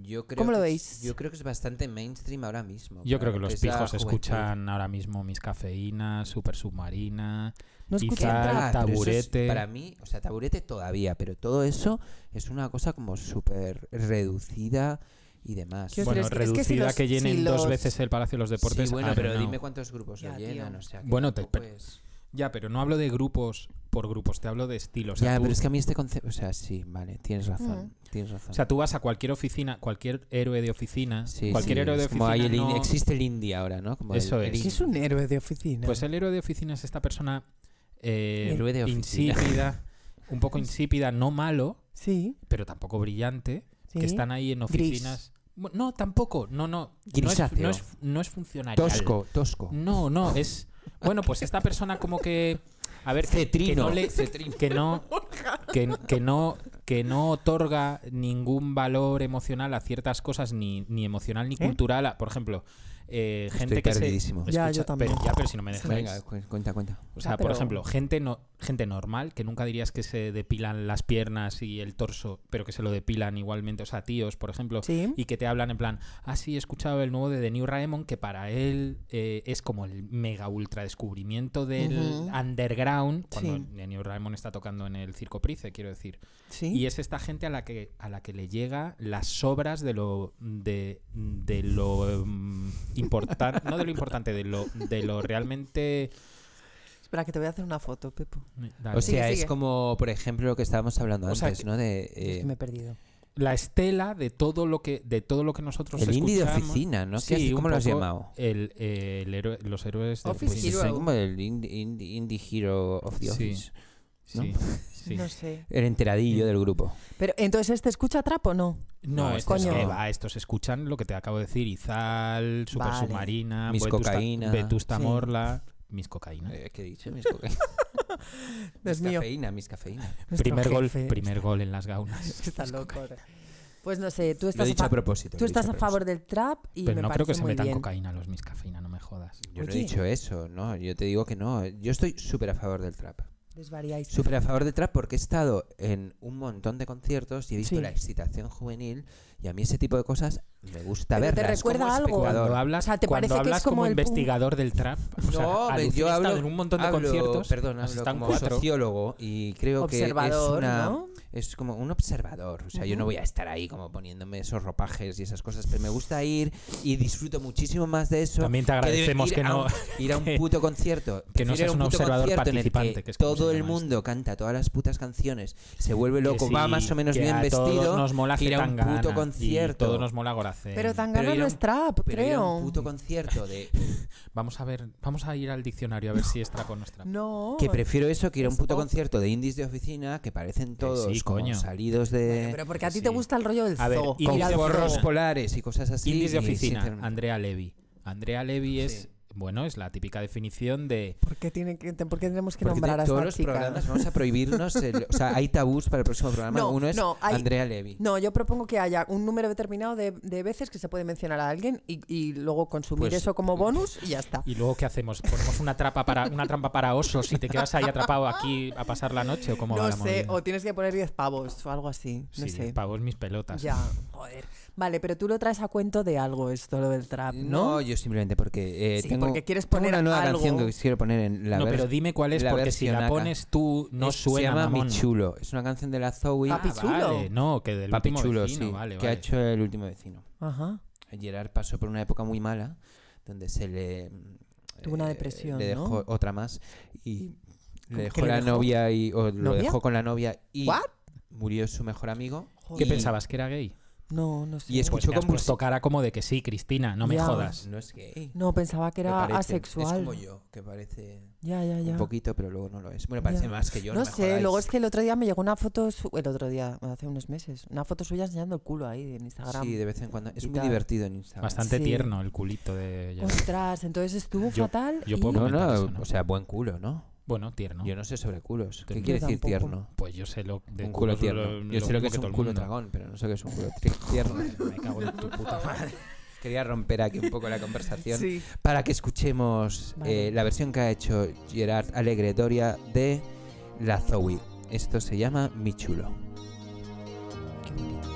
[SPEAKER 2] Yo creo
[SPEAKER 4] ¿Cómo lo
[SPEAKER 2] que
[SPEAKER 4] veis?
[SPEAKER 2] es- Yo creo que es bastante mainstream ahora mismo. para
[SPEAKER 3] Yo creo que los
[SPEAKER 2] es la
[SPEAKER 3] pijos
[SPEAKER 2] juventud.
[SPEAKER 3] escuchan ahora mismo mis cafeínas, super submarina.
[SPEAKER 4] No
[SPEAKER 3] Quizá
[SPEAKER 4] escuchan
[SPEAKER 3] el
[SPEAKER 4] trap.
[SPEAKER 2] Ah, pero eso es-
[SPEAKER 3] taburete.
[SPEAKER 2] para mí, o sea, taburete todavía, pero todo eso es una cosa como súper reducida y demás.
[SPEAKER 4] Quiero
[SPEAKER 3] Bueno,
[SPEAKER 4] decir, es que- es
[SPEAKER 3] reducida
[SPEAKER 4] que
[SPEAKER 3] que,
[SPEAKER 4] si los-
[SPEAKER 3] llenen
[SPEAKER 4] si
[SPEAKER 3] dos
[SPEAKER 4] los-
[SPEAKER 3] veces el Palacio de los Deportes. ah,
[SPEAKER 2] Sí, bueno,
[SPEAKER 3] I don't
[SPEAKER 2] pero
[SPEAKER 3] know.
[SPEAKER 2] dime cuántos grupos lo
[SPEAKER 4] Ya,
[SPEAKER 2] llenan.
[SPEAKER 4] tío.
[SPEAKER 2] O sea, que
[SPEAKER 3] Bueno, te-
[SPEAKER 2] tampoco
[SPEAKER 3] pero-
[SPEAKER 2] es-
[SPEAKER 3] Ya, pero no hablo de grupos por grupos, te hablo de estilos. O sea,
[SPEAKER 2] ya,
[SPEAKER 3] tú-
[SPEAKER 2] pero es que a mí este concepto. O sea, sí, vale, tienes razón.
[SPEAKER 4] Mm.
[SPEAKER 2] Tienes razón.
[SPEAKER 3] O sea, tú vas a cualquier oficina, cualquier héroe de oficina,
[SPEAKER 2] Sí,
[SPEAKER 3] cualquier
[SPEAKER 2] sí,
[SPEAKER 3] héroe de
[SPEAKER 2] es como
[SPEAKER 3] oficina.
[SPEAKER 2] hay el in-
[SPEAKER 3] no-
[SPEAKER 2] Existe el indie ahora, ¿no? Como el-
[SPEAKER 3] Eso
[SPEAKER 2] el
[SPEAKER 3] es.
[SPEAKER 2] indie.
[SPEAKER 4] ¿Qué es un héroe de oficina?
[SPEAKER 3] Pues el héroe de oficina es esta persona eh,
[SPEAKER 2] Héroe de oficina.
[SPEAKER 3] insípida, un
[SPEAKER 4] [LAUGHS]
[SPEAKER 3] poco insípida, no malo,
[SPEAKER 4] Sí.
[SPEAKER 3] pero tampoco brillante,
[SPEAKER 4] sí.
[SPEAKER 3] que están ahí en oficinas. Bu- No, tampoco, no, no. No es,
[SPEAKER 2] Grisáceo.
[SPEAKER 3] no es, no es funcionarial.
[SPEAKER 2] Tosco, tosco.
[SPEAKER 4] Mm,
[SPEAKER 3] No, no, es. Bueno, pues esta persona como que. A ver, que- que
[SPEAKER 2] Cetrino.
[SPEAKER 3] no le- que no, que, que no, que no otorga ningún valor emocional a ciertas cosas, ni, ni emocional
[SPEAKER 4] ¿Eh?
[SPEAKER 3] ni cultural. A- Por ejemplo, eh, gente
[SPEAKER 2] Estoy
[SPEAKER 3] que
[SPEAKER 2] perdidísimo.
[SPEAKER 3] se.
[SPEAKER 4] Ya, yo también.
[SPEAKER 3] Pero, ya, pero si no me dejáis.
[SPEAKER 2] Venga, cu- cuenta, cuenta.
[SPEAKER 3] O sea,
[SPEAKER 4] Ya,
[SPEAKER 3] por
[SPEAKER 4] Ah, pero-
[SPEAKER 3] ejemplo, gente no, gente normal, que nunca dirías que se depilan las piernas y el torso, pero que se lo depilan igualmente. O sea, tíos, por ejemplo,
[SPEAKER 4] Sí.
[SPEAKER 3] y que te hablan en plan, ah, sí, he escuchado el nuevo de The New Raymond, que para él eh, es como el mega ultra descubrimiento del
[SPEAKER 4] Ujú.
[SPEAKER 3] underground, cuando
[SPEAKER 4] Sí.
[SPEAKER 3] The New Raymond está tocando en el Circo Price, quiero decir.
[SPEAKER 4] Sí.
[SPEAKER 3] Y es esta gente a la que, a la que le llega las sobras de lo de, de lo importante, no de lo importante, de lo, de lo realmente...
[SPEAKER 4] Espera, que te voy a hacer una foto, Pepo.
[SPEAKER 3] Dale.
[SPEAKER 2] O sea,
[SPEAKER 4] Sigue, sigue.
[SPEAKER 2] es como, por ejemplo, lo que estábamos hablando
[SPEAKER 3] O sea,
[SPEAKER 2] antes, ¿no? De,
[SPEAKER 4] Es
[SPEAKER 2] eh,
[SPEAKER 4] que me he perdido.
[SPEAKER 3] la estela de todo lo que de todo lo que nosotros
[SPEAKER 2] el indie de
[SPEAKER 3] escuchamos.
[SPEAKER 2] oficina, ¿no? ¿Qué
[SPEAKER 3] Sí,
[SPEAKER 2] has-
[SPEAKER 3] un
[SPEAKER 2] ¿Cómo lo has
[SPEAKER 3] poco
[SPEAKER 2] llamado?
[SPEAKER 3] el, eh, el héroe- los héroes de
[SPEAKER 4] Office
[SPEAKER 2] Pues
[SPEAKER 3] oficina.
[SPEAKER 4] hero.
[SPEAKER 2] es como el indie, indie- indie hero of the
[SPEAKER 3] Sí.
[SPEAKER 2] office. ¿no?
[SPEAKER 3] Sí, sí.
[SPEAKER 4] No sé.
[SPEAKER 2] El
[SPEAKER 4] Mm.
[SPEAKER 2] enteradillo del
[SPEAKER 4] [LAUGHS]
[SPEAKER 2] grupo.
[SPEAKER 4] Pero, ¿entonces este escucha trap o no?
[SPEAKER 3] No,
[SPEAKER 2] No,
[SPEAKER 3] estos
[SPEAKER 4] coño.
[SPEAKER 3] que va, estos escuchan lo que te acabo de decir, Izal, Super
[SPEAKER 4] Vale.
[SPEAKER 3] Submarina,
[SPEAKER 2] Mis
[SPEAKER 3] Vetusta-
[SPEAKER 2] Cocaína.
[SPEAKER 3] Vetusta
[SPEAKER 4] Sí.
[SPEAKER 3] Morla, Mis Cocaína.
[SPEAKER 2] Eh, ¿Qué he dicho? [LAUGHS] Mis cocaína. mis
[SPEAKER 4] Dios mío.
[SPEAKER 2] cafeína, mis cafeína.
[SPEAKER 4] Nuestro
[SPEAKER 3] primer gol,
[SPEAKER 4] jefe [LAUGHS]
[SPEAKER 3] primer gol en las gaunas.
[SPEAKER 4] Está loco. Pues no sé, tú
[SPEAKER 2] Lo he
[SPEAKER 4] estás, a,
[SPEAKER 2] dicho a
[SPEAKER 4] fa-
[SPEAKER 2] propósito.
[SPEAKER 4] tú
[SPEAKER 2] lo he dicho
[SPEAKER 4] estás a favor del trap y
[SPEAKER 3] Pero
[SPEAKER 4] me
[SPEAKER 3] no
[SPEAKER 4] parece
[SPEAKER 3] creo que se
[SPEAKER 4] muy
[SPEAKER 3] metan
[SPEAKER 4] bien. Oh.
[SPEAKER 3] cocaína los Mis Cafeína, no me jodas.
[SPEAKER 2] propósito. Yo no he
[SPEAKER 4] Oye.
[SPEAKER 2] dicho eso, ¿no? Yo te digo que no. Yo estoy súper a favor del trap.
[SPEAKER 4] Desvariáis.
[SPEAKER 2] Súper a favor del trap porque he estado en un montón de conciertos y he visto
[SPEAKER 4] Sí.
[SPEAKER 2] la excitación juvenil y a mí ese tipo de cosas me gusta
[SPEAKER 4] Pero te
[SPEAKER 2] verlas. como
[SPEAKER 4] recuerda algo.
[SPEAKER 2] espectador.
[SPEAKER 3] Cuando hablas,
[SPEAKER 4] O sea, ¿te
[SPEAKER 3] cuando
[SPEAKER 4] parece que es
[SPEAKER 3] hablas
[SPEAKER 4] como
[SPEAKER 3] como,
[SPEAKER 4] el punk?
[SPEAKER 3] investigador del trap, [LAUGHS] o sea,
[SPEAKER 2] No, hombre,
[SPEAKER 3] alucina,
[SPEAKER 2] yo
[SPEAKER 3] he estado
[SPEAKER 2] hablo
[SPEAKER 3] en un montón de
[SPEAKER 2] hablo-
[SPEAKER 3] conciertos,
[SPEAKER 2] Perdón,
[SPEAKER 3] has
[SPEAKER 2] hablo
[SPEAKER 3] estado en
[SPEAKER 2] como
[SPEAKER 3] cuatro.
[SPEAKER 2] sociólogo y creo
[SPEAKER 4] Observador,
[SPEAKER 2] que es una-
[SPEAKER 4] ¿no?
[SPEAKER 2] es como un observador. O sea, yo no voy a estar ahí como poniéndome esos ropajes y esas cosas, pero me gusta ir y disfruto muchísimo más de eso.
[SPEAKER 3] También te
[SPEAKER 2] que de
[SPEAKER 3] agradecemos
[SPEAKER 2] ir
[SPEAKER 3] que
[SPEAKER 2] a
[SPEAKER 3] no- [LAUGHS]
[SPEAKER 2] un- ir a un
[SPEAKER 3] que-
[SPEAKER 2] puto concierto.
[SPEAKER 3] que no
[SPEAKER 2] Prefiero ir a
[SPEAKER 3] seas un
[SPEAKER 2] puto
[SPEAKER 3] observador
[SPEAKER 2] concierto en el
[SPEAKER 3] participante, que es como se
[SPEAKER 2] todo el
[SPEAKER 3] llama esto.
[SPEAKER 2] mundo canta todas las putas canciones, se vuelve loco,
[SPEAKER 3] que
[SPEAKER 2] va
[SPEAKER 3] sí,
[SPEAKER 2] más o menos
[SPEAKER 3] que
[SPEAKER 2] bien
[SPEAKER 3] a todos
[SPEAKER 2] vestido.
[SPEAKER 3] nos mola
[SPEAKER 2] ir a un
[SPEAKER 3] Zetangana
[SPEAKER 2] puto
[SPEAKER 3] y
[SPEAKER 2] concierto.
[SPEAKER 3] todos nos mola Goracén.
[SPEAKER 4] Pero
[SPEAKER 2] Pero
[SPEAKER 4] Tangana
[SPEAKER 2] ir a
[SPEAKER 4] no
[SPEAKER 2] un-
[SPEAKER 4] es trap,
[SPEAKER 2] Pero ir a un
[SPEAKER 4] creo.
[SPEAKER 2] puto concierto de
[SPEAKER 3] Vamos a ver, vamos a ir al diccionario a ver si es trap o no es trap.
[SPEAKER 4] No.
[SPEAKER 2] Que prefiero eso que ir a un
[SPEAKER 4] es
[SPEAKER 2] puto
[SPEAKER 4] pop.
[SPEAKER 2] concierto de indies de oficina que parecen todos
[SPEAKER 3] sí,
[SPEAKER 2] como
[SPEAKER 3] coño.
[SPEAKER 2] salidos de
[SPEAKER 4] Pero porque a ti
[SPEAKER 3] Sí.
[SPEAKER 4] te gusta el rollo del
[SPEAKER 3] A ver,
[SPEAKER 4] zoo.
[SPEAKER 3] y
[SPEAKER 2] con
[SPEAKER 3] indies de
[SPEAKER 2] forros
[SPEAKER 3] oficina.
[SPEAKER 2] polares y cosas así.
[SPEAKER 3] Indies de
[SPEAKER 2] y
[SPEAKER 3] oficina,
[SPEAKER 2] sinceramente-
[SPEAKER 3] Andrea Levy. Andrea Levy es bueno, es la típica definición de
[SPEAKER 4] ¿Por qué, tienen que, te- por qué tenemos que
[SPEAKER 2] Porque
[SPEAKER 4] nombrar
[SPEAKER 2] de
[SPEAKER 4] a
[SPEAKER 2] todos
[SPEAKER 4] esta
[SPEAKER 2] los
[SPEAKER 4] chica?
[SPEAKER 2] programas vamos a prohibirnos. el- o sea, hay tabús para el
[SPEAKER 4] [LAUGHS]
[SPEAKER 2] próximo programa.
[SPEAKER 4] No,
[SPEAKER 2] Uno es
[SPEAKER 4] no, hay-
[SPEAKER 2] Andrea Levy.
[SPEAKER 4] No, yo propongo que haya un número determinado de, de veces que se puede mencionar a alguien y, y luego consumir
[SPEAKER 2] Pues-
[SPEAKER 4] eso como bonus y ya está.
[SPEAKER 3] y luego qué hacemos, ponemos una trapa para una trampa para osos y te quedas ahí atrapado aquí a pasar la noche o cómo va
[SPEAKER 4] No
[SPEAKER 3] la
[SPEAKER 4] sé,
[SPEAKER 3] movida?
[SPEAKER 4] o tienes que poner 10 pavos o algo así. No
[SPEAKER 3] Sí,
[SPEAKER 4] sé.
[SPEAKER 3] pavos mis pelotas.
[SPEAKER 4] Ya, joder. Vale, pero tú lo traes a cuento de algo esto, lo del trap, ¿no?
[SPEAKER 2] No, yo simplemente porque eh,
[SPEAKER 4] Sí,
[SPEAKER 2] tengo,
[SPEAKER 4] porque quieres
[SPEAKER 2] tengo
[SPEAKER 4] poner
[SPEAKER 2] una nueva
[SPEAKER 4] algo.
[SPEAKER 2] canción que quiero poner en la
[SPEAKER 3] no, pero
[SPEAKER 2] vers-
[SPEAKER 3] dime cuál es
[SPEAKER 2] la
[SPEAKER 3] porque si la
[SPEAKER 2] versionaca.
[SPEAKER 3] pones tú no
[SPEAKER 2] Es-
[SPEAKER 3] suena
[SPEAKER 2] Se llama
[SPEAKER 3] mamón.
[SPEAKER 2] Mi Chulo. Es una canción de la Zoe.
[SPEAKER 4] Papi
[SPEAKER 3] Ah,
[SPEAKER 4] Chulo.
[SPEAKER 3] vale, no, que del
[SPEAKER 2] Papi
[SPEAKER 3] último
[SPEAKER 2] Chulo,
[SPEAKER 3] vecino,
[SPEAKER 2] sí,
[SPEAKER 3] vale,
[SPEAKER 2] que ha
[SPEAKER 3] vale.
[SPEAKER 2] hecho el último vecino.
[SPEAKER 4] Ajá.
[SPEAKER 2] Eh, Gerard pasó por una época muy mala, donde se le...
[SPEAKER 4] Tuvo una
[SPEAKER 2] eh,
[SPEAKER 4] depresión,
[SPEAKER 2] Le dejó
[SPEAKER 4] ¿no?
[SPEAKER 2] otra más y
[SPEAKER 4] ¿Cómo
[SPEAKER 2] le
[SPEAKER 4] que
[SPEAKER 2] dejó
[SPEAKER 4] le
[SPEAKER 2] la
[SPEAKER 4] dejó?
[SPEAKER 2] novia y... o lo
[SPEAKER 4] ¿Novia?
[SPEAKER 2] dejó con la novia y...
[SPEAKER 4] ¿What?
[SPEAKER 2] Murió su mejor amigo.
[SPEAKER 3] ¿Qué
[SPEAKER 2] y-
[SPEAKER 3] pensabas que era gay?
[SPEAKER 4] No, no sé.
[SPEAKER 2] Y
[SPEAKER 3] Pues
[SPEAKER 2] escucho
[SPEAKER 3] me has
[SPEAKER 2] con mus-
[SPEAKER 3] puesto cara como de que sí, Cristina, no me
[SPEAKER 4] Ya.
[SPEAKER 3] jodas.
[SPEAKER 2] No es gay.
[SPEAKER 4] No, pensaba que
[SPEAKER 2] me
[SPEAKER 4] era
[SPEAKER 2] parece.
[SPEAKER 4] asexual.
[SPEAKER 2] Es como yo, que parece...
[SPEAKER 4] Ya, ya, ya.
[SPEAKER 2] Un poquito, pero luego no lo es. Bueno, parece
[SPEAKER 4] Ya.
[SPEAKER 2] más que yo.
[SPEAKER 4] no
[SPEAKER 2] me
[SPEAKER 4] sé,
[SPEAKER 2] jodáis.
[SPEAKER 4] luego es que el otro día me llegó una foto, su- el otro día, hace unos meses, una foto suya enseñando el culo ahí en Instagram.
[SPEAKER 2] Sí, de vez en cuando. Es
[SPEAKER 4] y
[SPEAKER 2] muy
[SPEAKER 4] tal.
[SPEAKER 2] divertido en Instagram.
[SPEAKER 3] Bastante
[SPEAKER 4] Sí.
[SPEAKER 3] tierno el culito de
[SPEAKER 2] Pues
[SPEAKER 3] Gerard.
[SPEAKER 4] Ostras, entonces estuvo
[SPEAKER 3] Yo-
[SPEAKER 4] fatal.
[SPEAKER 3] yo
[SPEAKER 4] y-
[SPEAKER 3] puedo
[SPEAKER 2] No,
[SPEAKER 3] comentar
[SPEAKER 2] no,
[SPEAKER 3] eso, ¿no?
[SPEAKER 2] o sea, buen culo, ¿no?
[SPEAKER 3] Bueno, tierno.
[SPEAKER 2] Yo no sé sobre culos. ¿Qué
[SPEAKER 3] Yo
[SPEAKER 2] quiere decir
[SPEAKER 4] tampoco.
[SPEAKER 2] tierno?
[SPEAKER 3] Pues yo sé lo de
[SPEAKER 2] un culo
[SPEAKER 3] culos
[SPEAKER 2] tierno.
[SPEAKER 3] lo-
[SPEAKER 2] Yo
[SPEAKER 3] lo
[SPEAKER 2] sé lo que es
[SPEAKER 3] mismo
[SPEAKER 2] un
[SPEAKER 3] todo el
[SPEAKER 2] culo
[SPEAKER 3] mundo.
[SPEAKER 2] dragón, pero no sé qué es un culo tri- tierno.
[SPEAKER 3] Me cago en tu puta madre.
[SPEAKER 2] [LAUGHS] Quería romper aquí un poco la conversación
[SPEAKER 4] Sí.
[SPEAKER 2] para que escuchemos
[SPEAKER 4] Vale.
[SPEAKER 2] eh, la versión que ha hecho Gerard Alegre Doria de La Zoe. Esto se llama Mi Chulo.
[SPEAKER 4] Qué bonito.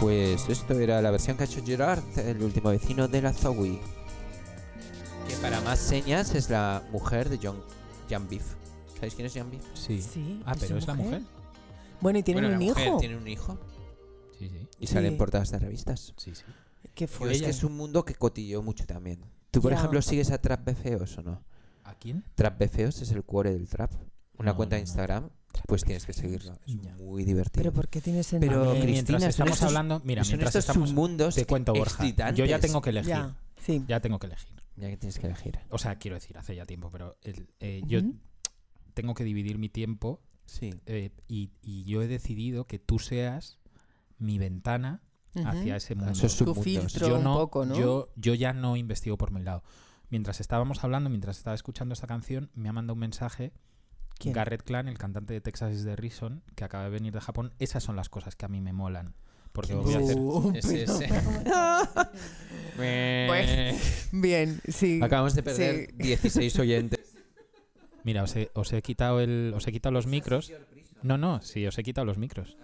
[SPEAKER 2] Pues esto era la versión que ha hecho Gerard, el último vecino de la Zoe. Que para más señas es la mujer de John, Jan Beef. ¿Sabéis quién es Jan Beef?
[SPEAKER 3] Sí.
[SPEAKER 4] Sí,
[SPEAKER 2] pues
[SPEAKER 3] Ah,
[SPEAKER 4] ¿es
[SPEAKER 3] pero
[SPEAKER 4] su
[SPEAKER 3] es
[SPEAKER 2] ¿Eh?
[SPEAKER 3] la mujer.
[SPEAKER 4] Bueno, y tienen
[SPEAKER 2] Bueno,
[SPEAKER 4] un
[SPEAKER 2] la mujer
[SPEAKER 4] hijo.
[SPEAKER 2] Tiene un hijo.
[SPEAKER 3] Sí, sí.
[SPEAKER 2] Y
[SPEAKER 4] Sí.
[SPEAKER 2] sale en portadas de revistas.
[SPEAKER 3] Sí, sí.
[SPEAKER 4] Qué
[SPEAKER 2] Yo es
[SPEAKER 4] fuerte.
[SPEAKER 2] que es un mundo que cotilló mucho también. ¿Tú, por
[SPEAKER 4] Ya.
[SPEAKER 2] ejemplo, sigues a Trap Befeos o no?
[SPEAKER 3] ¿A quién?
[SPEAKER 2] Trap Befeos es el cuore del trap. Una
[SPEAKER 3] No,
[SPEAKER 2] cuenta de
[SPEAKER 3] no, no.
[SPEAKER 2] Instagram pues tienes que seguirlo. Es
[SPEAKER 3] Ya.
[SPEAKER 2] muy divertido.
[SPEAKER 4] Pero ¿por qué tienes en
[SPEAKER 2] Pero,
[SPEAKER 3] Eh,
[SPEAKER 2] Cristina,
[SPEAKER 3] mientras
[SPEAKER 2] son
[SPEAKER 3] estamos
[SPEAKER 2] estos-
[SPEAKER 3] hablando, mira,
[SPEAKER 2] son
[SPEAKER 3] mientras
[SPEAKER 2] estos
[SPEAKER 3] estamos
[SPEAKER 2] submundos
[SPEAKER 3] te cuento Borja, yo ya
[SPEAKER 2] excitantes.
[SPEAKER 3] tengo que elegir,
[SPEAKER 4] Ya, sí.
[SPEAKER 3] ya tengo que elegir.
[SPEAKER 2] Ya que tienes que elegir.
[SPEAKER 3] O sea, quiero decir, hace ya tiempo, pero el- eh, yo
[SPEAKER 4] Ujú.
[SPEAKER 3] tengo que dividir mi tiempo
[SPEAKER 2] Sí.
[SPEAKER 3] eh, y, y yo he decidido que tú seas mi ventana hacia ese mundo.
[SPEAKER 2] Esos
[SPEAKER 4] Tu
[SPEAKER 2] submundos.
[SPEAKER 4] filtro.
[SPEAKER 3] Pues yo
[SPEAKER 4] un
[SPEAKER 3] no,
[SPEAKER 4] poco, ¿no?
[SPEAKER 3] Yo, yo ya no investigo por mi lado. Mientras estábamos hablando, mientras estaba escuchando esta canción, me ha mandado un mensaje
[SPEAKER 4] ¿Quién?
[SPEAKER 3] Garrett Clan, el cantante de Texas is the Reason, que acaba de venir de Japón. Esas son las cosas que a mí me molan. Porque voy a hacer-
[SPEAKER 4] Uh,
[SPEAKER 2] Ese,
[SPEAKER 4] pero-
[SPEAKER 2] ese.
[SPEAKER 4] [LAUGHS]
[SPEAKER 2] [LAUGHS]
[SPEAKER 4] Bueno. [LAUGHS] Bien, Pues, sí.
[SPEAKER 2] Acabamos de perder
[SPEAKER 4] Sí.
[SPEAKER 2] 16 oyentes.
[SPEAKER 3] Mira, os he, os he quitado el, os he quitado los micros. No, no, sí, os he quitado los micros.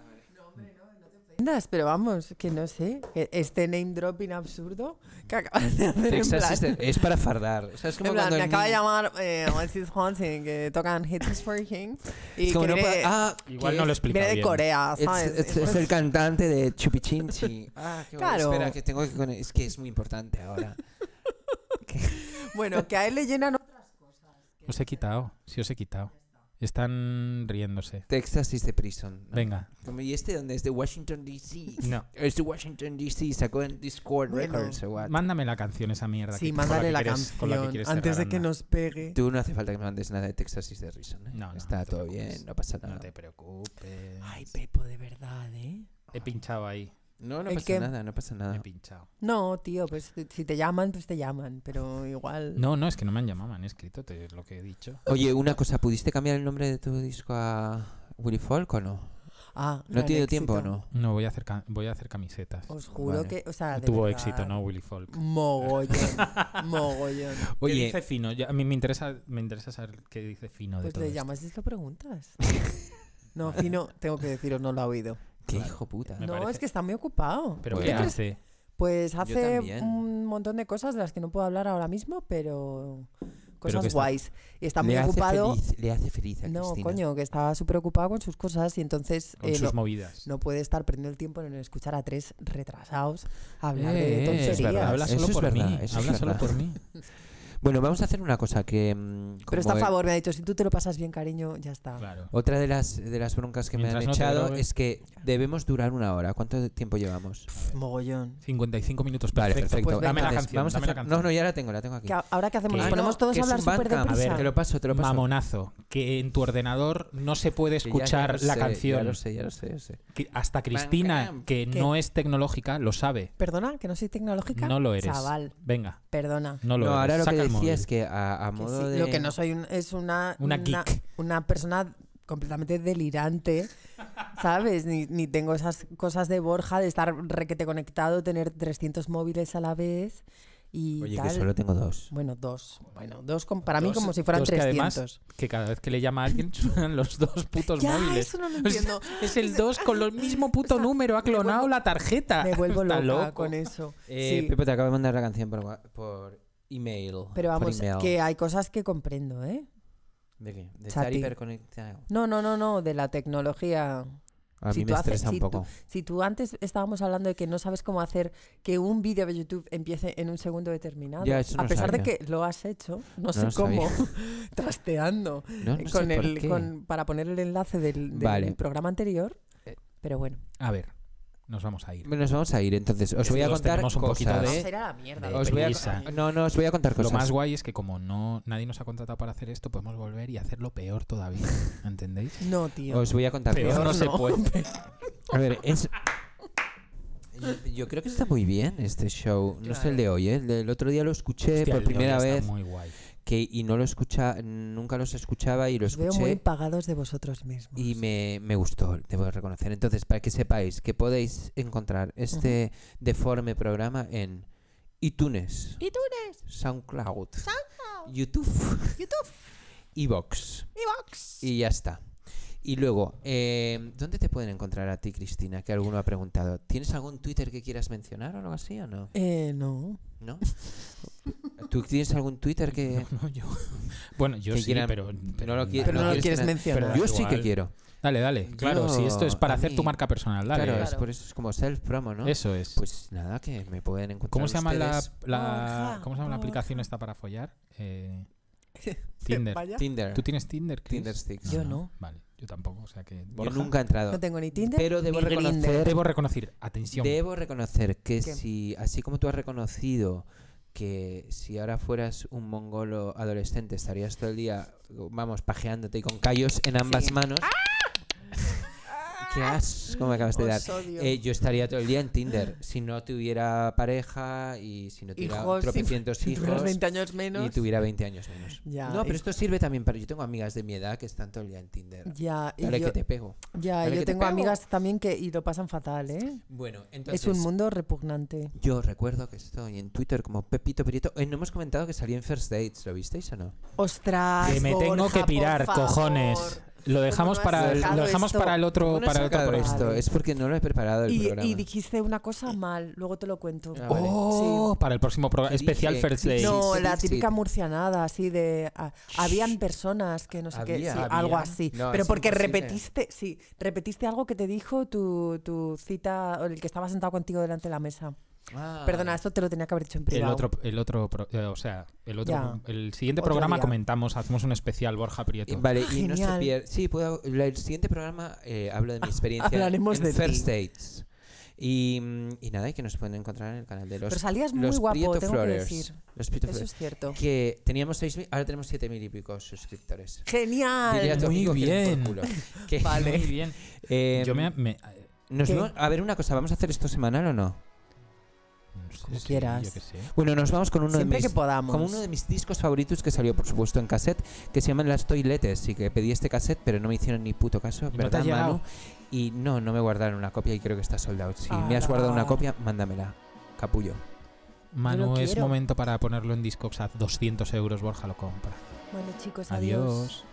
[SPEAKER 4] Andas, Pero vamos, que no sé. e- Este name dropping absurdo que acabas de hacer. [LAUGHS] en
[SPEAKER 2] Texas
[SPEAKER 4] plan-
[SPEAKER 2] es, de- es para fardar. O sea, es
[SPEAKER 4] En
[SPEAKER 2] como
[SPEAKER 4] plan,
[SPEAKER 2] cuando
[SPEAKER 4] me
[SPEAKER 2] el
[SPEAKER 4] acaba de
[SPEAKER 2] niño-
[SPEAKER 4] llamar eh, Alexis Hansen, que tocan Hits for King. Y
[SPEAKER 2] es como
[SPEAKER 4] que
[SPEAKER 2] no
[SPEAKER 4] viene-
[SPEAKER 2] puede- ah,
[SPEAKER 3] Igual
[SPEAKER 4] que
[SPEAKER 3] no lo he
[SPEAKER 4] es- viene
[SPEAKER 3] explicado
[SPEAKER 4] de
[SPEAKER 3] bien.
[SPEAKER 4] Corea,
[SPEAKER 2] es,
[SPEAKER 4] ¿sabes?
[SPEAKER 2] es- es el cantante de Chupichinchi. Ah, qué bueno.
[SPEAKER 4] Claro.
[SPEAKER 2] Espera, que tengo que con- Es que es muy importante
[SPEAKER 4] [LAUGHS]
[SPEAKER 2] ahora.
[SPEAKER 4] Bueno, que a él le llenan
[SPEAKER 3] Os he quitado, sí, os he quitado. Están riéndose.
[SPEAKER 2] Texas is the prison. ¿no?
[SPEAKER 3] Venga.
[SPEAKER 2] Como, ¿Y este dónde es? De Washington D.C.
[SPEAKER 3] No.
[SPEAKER 2] Es de Washington D.C. Sacó en Discord
[SPEAKER 4] Bueno.
[SPEAKER 2] Records o what.
[SPEAKER 3] Mándame la canción esa mierda.
[SPEAKER 4] Ah, Sí,
[SPEAKER 3] que- con
[SPEAKER 4] mándale la,
[SPEAKER 3] que quieres- con que
[SPEAKER 4] canción
[SPEAKER 3] quieres
[SPEAKER 4] antes de
[SPEAKER 3] cerrar,
[SPEAKER 4] que
[SPEAKER 3] Ana.
[SPEAKER 4] nos pegue.
[SPEAKER 2] Tú no hace falta que me mandes nada de Texas is the Reason. ¿eh?
[SPEAKER 3] No, no,
[SPEAKER 2] Está
[SPEAKER 3] no te
[SPEAKER 2] todo
[SPEAKER 3] preocupes.
[SPEAKER 2] bien, no pasa nada.
[SPEAKER 3] No te preocupes.
[SPEAKER 4] Ay, Pepo, de verdad, ¿eh?
[SPEAKER 3] He pinchado ahí.
[SPEAKER 2] No, no
[SPEAKER 4] Es
[SPEAKER 2] pasa
[SPEAKER 4] que-
[SPEAKER 2] nada, no pasa
[SPEAKER 3] He
[SPEAKER 2] nada.
[SPEAKER 3] pinchado.
[SPEAKER 4] No, tío, pues si- si te llaman, pues te llaman, pero igual...
[SPEAKER 3] No, no, es que no me han llamado, me han escrito te- lo que he dicho.
[SPEAKER 2] Oye, una cosa, ¿pudiste cambiar el nombre de tu disco a Willy Folk o no?
[SPEAKER 4] Ah,
[SPEAKER 2] ¿No
[SPEAKER 4] gran
[SPEAKER 2] ha tenido
[SPEAKER 4] éxito.
[SPEAKER 2] tiempo o no?
[SPEAKER 3] No, voy a hacer, ca- voy a hacer camisetas.
[SPEAKER 4] Os juro
[SPEAKER 2] Vale.
[SPEAKER 4] que, o sea, de
[SPEAKER 3] Tuvo
[SPEAKER 4] verdad,
[SPEAKER 3] éxito, ¿no, Willy Folk? [LAUGHS]
[SPEAKER 4] Mogollón, mogollón.
[SPEAKER 3] Oye,
[SPEAKER 2] Oye.
[SPEAKER 3] dice Fino? Yo- a mí me interesa, me interesa saber qué dice Fino de
[SPEAKER 4] Pues
[SPEAKER 3] todo
[SPEAKER 4] le
[SPEAKER 3] esto.
[SPEAKER 4] llamas y se
[SPEAKER 3] [LAUGHS]
[SPEAKER 4] lo preguntas. No, Fino, tengo que deciros, no lo ha oído.
[SPEAKER 2] Qué
[SPEAKER 3] Claro.
[SPEAKER 2] hijo puta.
[SPEAKER 3] Me
[SPEAKER 4] no,
[SPEAKER 3] parece-
[SPEAKER 4] es que está muy ocupado.
[SPEAKER 3] Pero
[SPEAKER 2] Bueno.
[SPEAKER 3] ¿qué
[SPEAKER 2] Yo creo-
[SPEAKER 3] hace?
[SPEAKER 4] Pues
[SPEAKER 2] Yo
[SPEAKER 4] hace
[SPEAKER 2] también.
[SPEAKER 4] un montón de cosas de las que no puedo hablar ahora mismo, pero cosas
[SPEAKER 3] que está-
[SPEAKER 4] guays. Y está muy
[SPEAKER 2] le hace
[SPEAKER 4] ocupado.
[SPEAKER 2] feliz, le hace feliz a
[SPEAKER 4] No,
[SPEAKER 2] Cristina.
[SPEAKER 4] coño, que está súper ocupado con sus cosas y entonces
[SPEAKER 3] Con
[SPEAKER 4] eh,
[SPEAKER 3] sus
[SPEAKER 4] no,
[SPEAKER 3] movidas.
[SPEAKER 4] no puede estar perdiendo el tiempo en escuchar a tres retrasados hablar
[SPEAKER 3] Eh,
[SPEAKER 4] de
[SPEAKER 3] eh, es verdad,
[SPEAKER 4] tonterías.
[SPEAKER 3] habla
[SPEAKER 2] Eso
[SPEAKER 3] solo
[SPEAKER 2] es
[SPEAKER 3] por
[SPEAKER 2] verdad,
[SPEAKER 3] mí.
[SPEAKER 2] eso es
[SPEAKER 3] habla solo
[SPEAKER 2] verdad.
[SPEAKER 3] por mí.
[SPEAKER 2] Bueno, vamos a hacer una cosa que... mm,
[SPEAKER 4] Pero está
[SPEAKER 2] como
[SPEAKER 4] a favor, me ha dicho, si tú te lo pasas bien, cariño, ya está.
[SPEAKER 3] Claro.
[SPEAKER 2] Otra de las, de las broncas que me
[SPEAKER 3] Mientras
[SPEAKER 2] han
[SPEAKER 3] no te
[SPEAKER 2] echado
[SPEAKER 3] drogues.
[SPEAKER 2] es que debemos durar una hora. ¿Cuánto tiempo llevamos?
[SPEAKER 4] Pf, mogollón.
[SPEAKER 3] 55 minutos,
[SPEAKER 2] Vale,
[SPEAKER 3] perfecto.
[SPEAKER 2] perfecto.
[SPEAKER 3] Pues dame la
[SPEAKER 2] Entonces,
[SPEAKER 3] canción.
[SPEAKER 2] vamos a
[SPEAKER 3] dame la
[SPEAKER 2] hacer-
[SPEAKER 3] canción.
[SPEAKER 2] No, no, ya la tengo, la tengo aquí.
[SPEAKER 4] ¿Qué ha- ¿Ahora qué hacemos?
[SPEAKER 3] ¿Qué?
[SPEAKER 4] ¿Nos
[SPEAKER 3] Ah,
[SPEAKER 4] ponemos
[SPEAKER 2] no,
[SPEAKER 4] todos
[SPEAKER 2] que
[SPEAKER 4] a
[SPEAKER 2] es
[SPEAKER 4] hablar
[SPEAKER 2] un
[SPEAKER 4] súper
[SPEAKER 2] Bandcamp.
[SPEAKER 3] A
[SPEAKER 4] deprisa?
[SPEAKER 3] ver,
[SPEAKER 2] Te lo paso, te lo paso.
[SPEAKER 3] Mamonazo, que en tu ordenador no se puede
[SPEAKER 2] Que ya- ya
[SPEAKER 3] escuchar
[SPEAKER 2] lo
[SPEAKER 3] la
[SPEAKER 2] sé,
[SPEAKER 3] canción.
[SPEAKER 2] Ya lo sé, ya lo sé, ya lo sé.
[SPEAKER 3] Que Hasta Cristina,
[SPEAKER 2] Bandcamp.
[SPEAKER 3] que
[SPEAKER 4] ¿Qué?
[SPEAKER 3] no es tecnológica, lo sabe.
[SPEAKER 4] Perdona, que no soy tecnológica.
[SPEAKER 3] No lo eres.
[SPEAKER 4] Chaval,
[SPEAKER 3] Venga,
[SPEAKER 4] perdona.
[SPEAKER 3] no lo
[SPEAKER 2] no,
[SPEAKER 3] eres.
[SPEAKER 2] ahora lo
[SPEAKER 3] Saca
[SPEAKER 2] que
[SPEAKER 3] el móvil.
[SPEAKER 2] decía es que a, a
[SPEAKER 4] Que
[SPEAKER 2] modo
[SPEAKER 4] sí,
[SPEAKER 2] de...
[SPEAKER 4] Lo que no soy un- es una,
[SPEAKER 3] Una geek.
[SPEAKER 4] una persona completamente
[SPEAKER 3] [LAUGHS]
[SPEAKER 4] delirante, ¿sabes? Ni, ni tengo esas cosas de Borja de estar requete conectado, tener 300 móviles a la vez y
[SPEAKER 2] Oye,
[SPEAKER 4] tal.
[SPEAKER 2] que solo tengo dos.
[SPEAKER 4] Bueno, dos. Bueno, dos com- para mí
[SPEAKER 3] Dos-
[SPEAKER 4] como si fueran
[SPEAKER 3] dos que además-
[SPEAKER 4] 300.
[SPEAKER 3] que cada vez que le llama a alguien [LAUGHS] suenan los dos putos
[SPEAKER 4] ya,
[SPEAKER 3] móviles.
[SPEAKER 4] eso no lo
[SPEAKER 3] O sea,
[SPEAKER 4] entiendo.
[SPEAKER 3] es el 2 con el mismo puto número, ha clonado
[SPEAKER 4] vuelvo-
[SPEAKER 3] la tarjeta.
[SPEAKER 4] Me vuelvo
[SPEAKER 3] Está
[SPEAKER 4] loca
[SPEAKER 3] loco.
[SPEAKER 4] con eso.
[SPEAKER 2] Eh,
[SPEAKER 4] Sí.
[SPEAKER 2] Pepe te acaba de mandar la canción por, wa- por email.
[SPEAKER 4] Pero
[SPEAKER 2] por
[SPEAKER 4] vamos,
[SPEAKER 2] email.
[SPEAKER 4] que hay cosas que comprendo, ¿eh?
[SPEAKER 2] ¿De qué? De estar
[SPEAKER 4] Chati.
[SPEAKER 2] hiperconectado.
[SPEAKER 4] No, no, no, no, de la tecnología.
[SPEAKER 2] A mí
[SPEAKER 4] Si
[SPEAKER 2] me
[SPEAKER 4] tú haces-
[SPEAKER 2] estresa un
[SPEAKER 4] si tú-
[SPEAKER 2] poco.
[SPEAKER 4] Si tú antes estábamos hablando de que no sabes cómo hacer que un vídeo de YouTube empiece en un segundo determinado,
[SPEAKER 2] Ya, eso no
[SPEAKER 4] a pesar
[SPEAKER 2] sabía.
[SPEAKER 4] de que lo has hecho, no, sé
[SPEAKER 2] lo sabía.
[SPEAKER 4] cómo, [LAUGHS] trasteando
[SPEAKER 2] No, no
[SPEAKER 4] eh,
[SPEAKER 2] sé
[SPEAKER 4] con
[SPEAKER 2] por
[SPEAKER 4] el,
[SPEAKER 2] qué.
[SPEAKER 4] con- para poner el enlace del, del
[SPEAKER 2] Vale.
[SPEAKER 4] programa anterior.
[SPEAKER 2] Eh,
[SPEAKER 4] Pero bueno,
[SPEAKER 3] A ver, nos vamos a ir.
[SPEAKER 2] Bueno, Nos vamos a ir, entonces. Os
[SPEAKER 3] Es
[SPEAKER 2] voy
[SPEAKER 3] que
[SPEAKER 2] a
[SPEAKER 3] los
[SPEAKER 2] contar
[SPEAKER 3] tenemos un poquito
[SPEAKER 2] cosas.
[SPEAKER 3] de-
[SPEAKER 4] vamos a ir a la mierda.
[SPEAKER 3] de
[SPEAKER 2] Os voy a-
[SPEAKER 3] prisa.
[SPEAKER 2] No, no, os voy a contar cosas.
[SPEAKER 3] Lo más guay es que como no nadie nos ha contratado para hacer esto, podemos volver y hacerlo
[SPEAKER 2] [LAUGHS]
[SPEAKER 3] peor todavía. ¿Entendéis?
[SPEAKER 4] No, tío.
[SPEAKER 2] Os voy a contar
[SPEAKER 3] Peor
[SPEAKER 2] cosas.
[SPEAKER 3] [LAUGHS] no se
[SPEAKER 2] Eh,
[SPEAKER 3] puede.
[SPEAKER 2] A ver, es... Yo- Yo creo que está muy bien este show. No es el de hoy, ¿eh? El del otro día lo escuché
[SPEAKER 3] Hostia,
[SPEAKER 2] por
[SPEAKER 3] el de hoy
[SPEAKER 2] primera
[SPEAKER 3] está
[SPEAKER 2] vez
[SPEAKER 3] muy guay.
[SPEAKER 2] que, y no lo escucha, nunca los escuchaba y lo
[SPEAKER 4] Os veo muy
[SPEAKER 2] escuché
[SPEAKER 4] pagados de vosotros mismos.
[SPEAKER 2] y me, me gustó, debo reconocer. Entonces, para que sepáis que podéis encontrar este deforme programa en iTunes,
[SPEAKER 4] iTunes,
[SPEAKER 2] SoundCloud, YouTube,
[SPEAKER 4] YouTube,
[SPEAKER 2] [LAUGHS] Evox
[SPEAKER 4] Evox.
[SPEAKER 2] y ya está. Y luego, eh, ¿dónde te pueden encontrar a ti, Cristina? Que alguno ha preguntado. ¿Tienes algún Twitter que quieras mencionar o algo así o no?
[SPEAKER 4] Eh, no.
[SPEAKER 2] ¿No? ¿Tú tienes algún Twitter que.?
[SPEAKER 3] No, yo. Bueno, yo
[SPEAKER 2] Que
[SPEAKER 3] sí,
[SPEAKER 2] quieran-
[SPEAKER 3] pero,
[SPEAKER 2] no lo qui-
[SPEAKER 4] Pero no,
[SPEAKER 2] no quieres
[SPEAKER 4] lo quieres
[SPEAKER 2] tener-
[SPEAKER 4] mencionar. [LAUGHS]
[SPEAKER 3] Pero-
[SPEAKER 2] Yo sí que
[SPEAKER 3] igual.
[SPEAKER 2] quiero.
[SPEAKER 3] Dale, dale. Claro,
[SPEAKER 2] Yo-
[SPEAKER 3] si esto es para
[SPEAKER 2] a
[SPEAKER 3] hacer tu
[SPEAKER 2] mí-
[SPEAKER 3] marca personal, dale.
[SPEAKER 2] claro, es
[SPEAKER 4] Claro.
[SPEAKER 2] por eso es como self-promo, ¿no?
[SPEAKER 3] Eso es.
[SPEAKER 2] Pues nada, que me pueden encontrar.
[SPEAKER 3] ¿Cómo se llama la,
[SPEAKER 2] ustedes.
[SPEAKER 3] la-
[SPEAKER 4] Borja,
[SPEAKER 3] ¿cómo se llama la
[SPEAKER 4] Borja.
[SPEAKER 3] aplicación esta para
[SPEAKER 4] [LAUGHS]
[SPEAKER 3] follar? Eh, Tinder.
[SPEAKER 4] Vaya.
[SPEAKER 2] Tinder.
[SPEAKER 3] ¿Tú tienes Tinder, Chris? Ah,
[SPEAKER 2] Tinder Sticks.
[SPEAKER 4] Yo no.
[SPEAKER 3] Vale. Yo tampoco, o sea que...
[SPEAKER 2] Yo
[SPEAKER 3] Borja,
[SPEAKER 2] nunca he entrado.
[SPEAKER 4] No tengo ni Tinder.
[SPEAKER 2] Pero debo
[SPEAKER 4] ni Grindr.
[SPEAKER 2] reconocer,
[SPEAKER 3] Debo reconocer, atención,
[SPEAKER 2] debo reconocer que
[SPEAKER 4] ¿Qué?
[SPEAKER 2] si, así como tú has reconocido que si ahora fueras un mongolo adolescente estarías todo el día, vamos, pajeándote y con callos en ambas
[SPEAKER 4] Sí. ¡Ah!
[SPEAKER 2] manos. [LAUGHS] Qué asco me acabas de dar.
[SPEAKER 4] Os odio.
[SPEAKER 2] Eh, yo estaría todo el día en Tinder. Si no tuviera pareja y si no tuviera
[SPEAKER 4] Hijos, si-
[SPEAKER 2] tropecientos
[SPEAKER 4] si [LAUGHS] tuvieras
[SPEAKER 2] hijos
[SPEAKER 4] 20 años
[SPEAKER 2] y
[SPEAKER 4] menos.
[SPEAKER 2] tuviera 20 años menos.
[SPEAKER 4] Ya, eh.
[SPEAKER 2] no, pero
[SPEAKER 4] es-
[SPEAKER 2] esto sirve también para... Yo tengo amigas de mi edad que están todo el día en Tinder.
[SPEAKER 4] Ya, y
[SPEAKER 2] Dale
[SPEAKER 4] yo,
[SPEAKER 2] que te pego.
[SPEAKER 4] ya,
[SPEAKER 2] dale que
[SPEAKER 4] yo
[SPEAKER 2] te
[SPEAKER 4] tengo
[SPEAKER 2] pego.
[SPEAKER 4] amigas también que y lo pasan fatal, ¿eh?
[SPEAKER 2] Bueno, entonces...
[SPEAKER 4] es un mundo repugnante.
[SPEAKER 2] Yo recuerdo que estoy en Twitter como Pepito Perito. Eh, no hemos comentado que salí en First Dates, ¿lo visteis o no?
[SPEAKER 4] Ostras,
[SPEAKER 3] que me tengo
[SPEAKER 4] Borja,
[SPEAKER 3] que
[SPEAKER 4] por
[SPEAKER 3] pirar,
[SPEAKER 4] favor.
[SPEAKER 3] cojones. Lo dejamos
[SPEAKER 4] has
[SPEAKER 3] para el,
[SPEAKER 4] sacado
[SPEAKER 3] lo dejamos
[SPEAKER 4] esto?
[SPEAKER 3] para el otro
[SPEAKER 2] ¿Cómo no he
[SPEAKER 3] para el otro
[SPEAKER 2] sacado
[SPEAKER 3] programa.
[SPEAKER 2] esto?
[SPEAKER 4] Vale.
[SPEAKER 2] Es porque no lo he preparado el
[SPEAKER 4] Y,
[SPEAKER 2] programa.
[SPEAKER 4] y dijiste una cosa mal, luego te lo cuento.
[SPEAKER 2] Ah, vale.
[SPEAKER 3] Oh, para el próximo programa
[SPEAKER 2] ¿Qué
[SPEAKER 3] especial
[SPEAKER 2] dije?
[SPEAKER 3] First Day.
[SPEAKER 4] No,
[SPEAKER 2] sí,
[SPEAKER 4] la
[SPEAKER 2] sí.
[SPEAKER 4] típica murcianada, así de... ah, habían personas que no sé qué,
[SPEAKER 2] Había.
[SPEAKER 4] sí,
[SPEAKER 2] Había.
[SPEAKER 4] algo así.
[SPEAKER 2] No,
[SPEAKER 4] Pero
[SPEAKER 2] es
[SPEAKER 4] porque
[SPEAKER 2] imposible.
[SPEAKER 4] repetiste, sí, repetiste algo que te dijo tu, tu cita, o el que estaba sentado contigo delante de la mesa.
[SPEAKER 2] Ah.
[SPEAKER 4] Perdona, esto te lo tenía que haber hecho en
[SPEAKER 3] El
[SPEAKER 4] privado.
[SPEAKER 3] otro, el otro, pro- eh, o sea, el otro, el siguiente
[SPEAKER 4] Otro
[SPEAKER 3] programa
[SPEAKER 4] día.
[SPEAKER 3] comentamos, hacemos un especial Borja
[SPEAKER 2] Eh,
[SPEAKER 3] Prieto.
[SPEAKER 2] Vale, y no se
[SPEAKER 4] Ah, Genial. Ah,
[SPEAKER 2] pierde. Sí, puedo, la- el siguiente programa eh, hablo de mi experiencia
[SPEAKER 4] hablaremos
[SPEAKER 2] en
[SPEAKER 4] de ti.
[SPEAKER 2] First Dates. Y, mm, y nada, y que nos pueden encontrar en el canal de los.
[SPEAKER 4] Pero salías muy
[SPEAKER 2] los
[SPEAKER 4] guapo,
[SPEAKER 2] Prieto
[SPEAKER 4] tengo que
[SPEAKER 2] Flores.
[SPEAKER 4] decir.
[SPEAKER 2] Los Prieto
[SPEAKER 4] Eso
[SPEAKER 2] Flores.
[SPEAKER 4] es cierto.
[SPEAKER 2] Que teníamos 6.000, ahora tenemos 7.000 y pico suscriptores. Dile a
[SPEAKER 4] ¡Genial!
[SPEAKER 2] tu
[SPEAKER 3] Muy
[SPEAKER 2] amigo que le den
[SPEAKER 3] bien.
[SPEAKER 2] por culo.
[SPEAKER 4] [LAUGHS]
[SPEAKER 2] Que,
[SPEAKER 3] Muy bien.
[SPEAKER 2] [LAUGHS] eh,
[SPEAKER 3] Yo me, me- eh,
[SPEAKER 2] nos
[SPEAKER 4] ¿Qué?
[SPEAKER 2] vamos- a ver, una cosa, ¿vamos a hacer esto semanal o no?
[SPEAKER 3] no sé,
[SPEAKER 4] Como
[SPEAKER 3] sí,
[SPEAKER 4] quieras.
[SPEAKER 3] yo qué sé.
[SPEAKER 2] Bueno, nos vamos con uno
[SPEAKER 4] Siempre
[SPEAKER 2] de
[SPEAKER 4] que
[SPEAKER 2] mis
[SPEAKER 4] podamos.
[SPEAKER 2] Como uno de mis discos favoritos que salió, por supuesto, en cassette, que se llaman Las Toiletes, y que pedí este cassette, pero no me hicieron ni puto caso,
[SPEAKER 3] ¿Y no te
[SPEAKER 2] ¿verdad,
[SPEAKER 3] ha llegado?
[SPEAKER 2] Manu? Y no, no me guardaron una copia y creo que está soldado. Si me has
[SPEAKER 4] Ala.
[SPEAKER 2] guardado una copia, mándamela, capullo.
[SPEAKER 3] Manu, es
[SPEAKER 4] quiero.
[SPEAKER 3] momento para ponerlo en Discogs a 200 euros, Borja lo compra.
[SPEAKER 4] Bueno, chicos,
[SPEAKER 3] Adiós.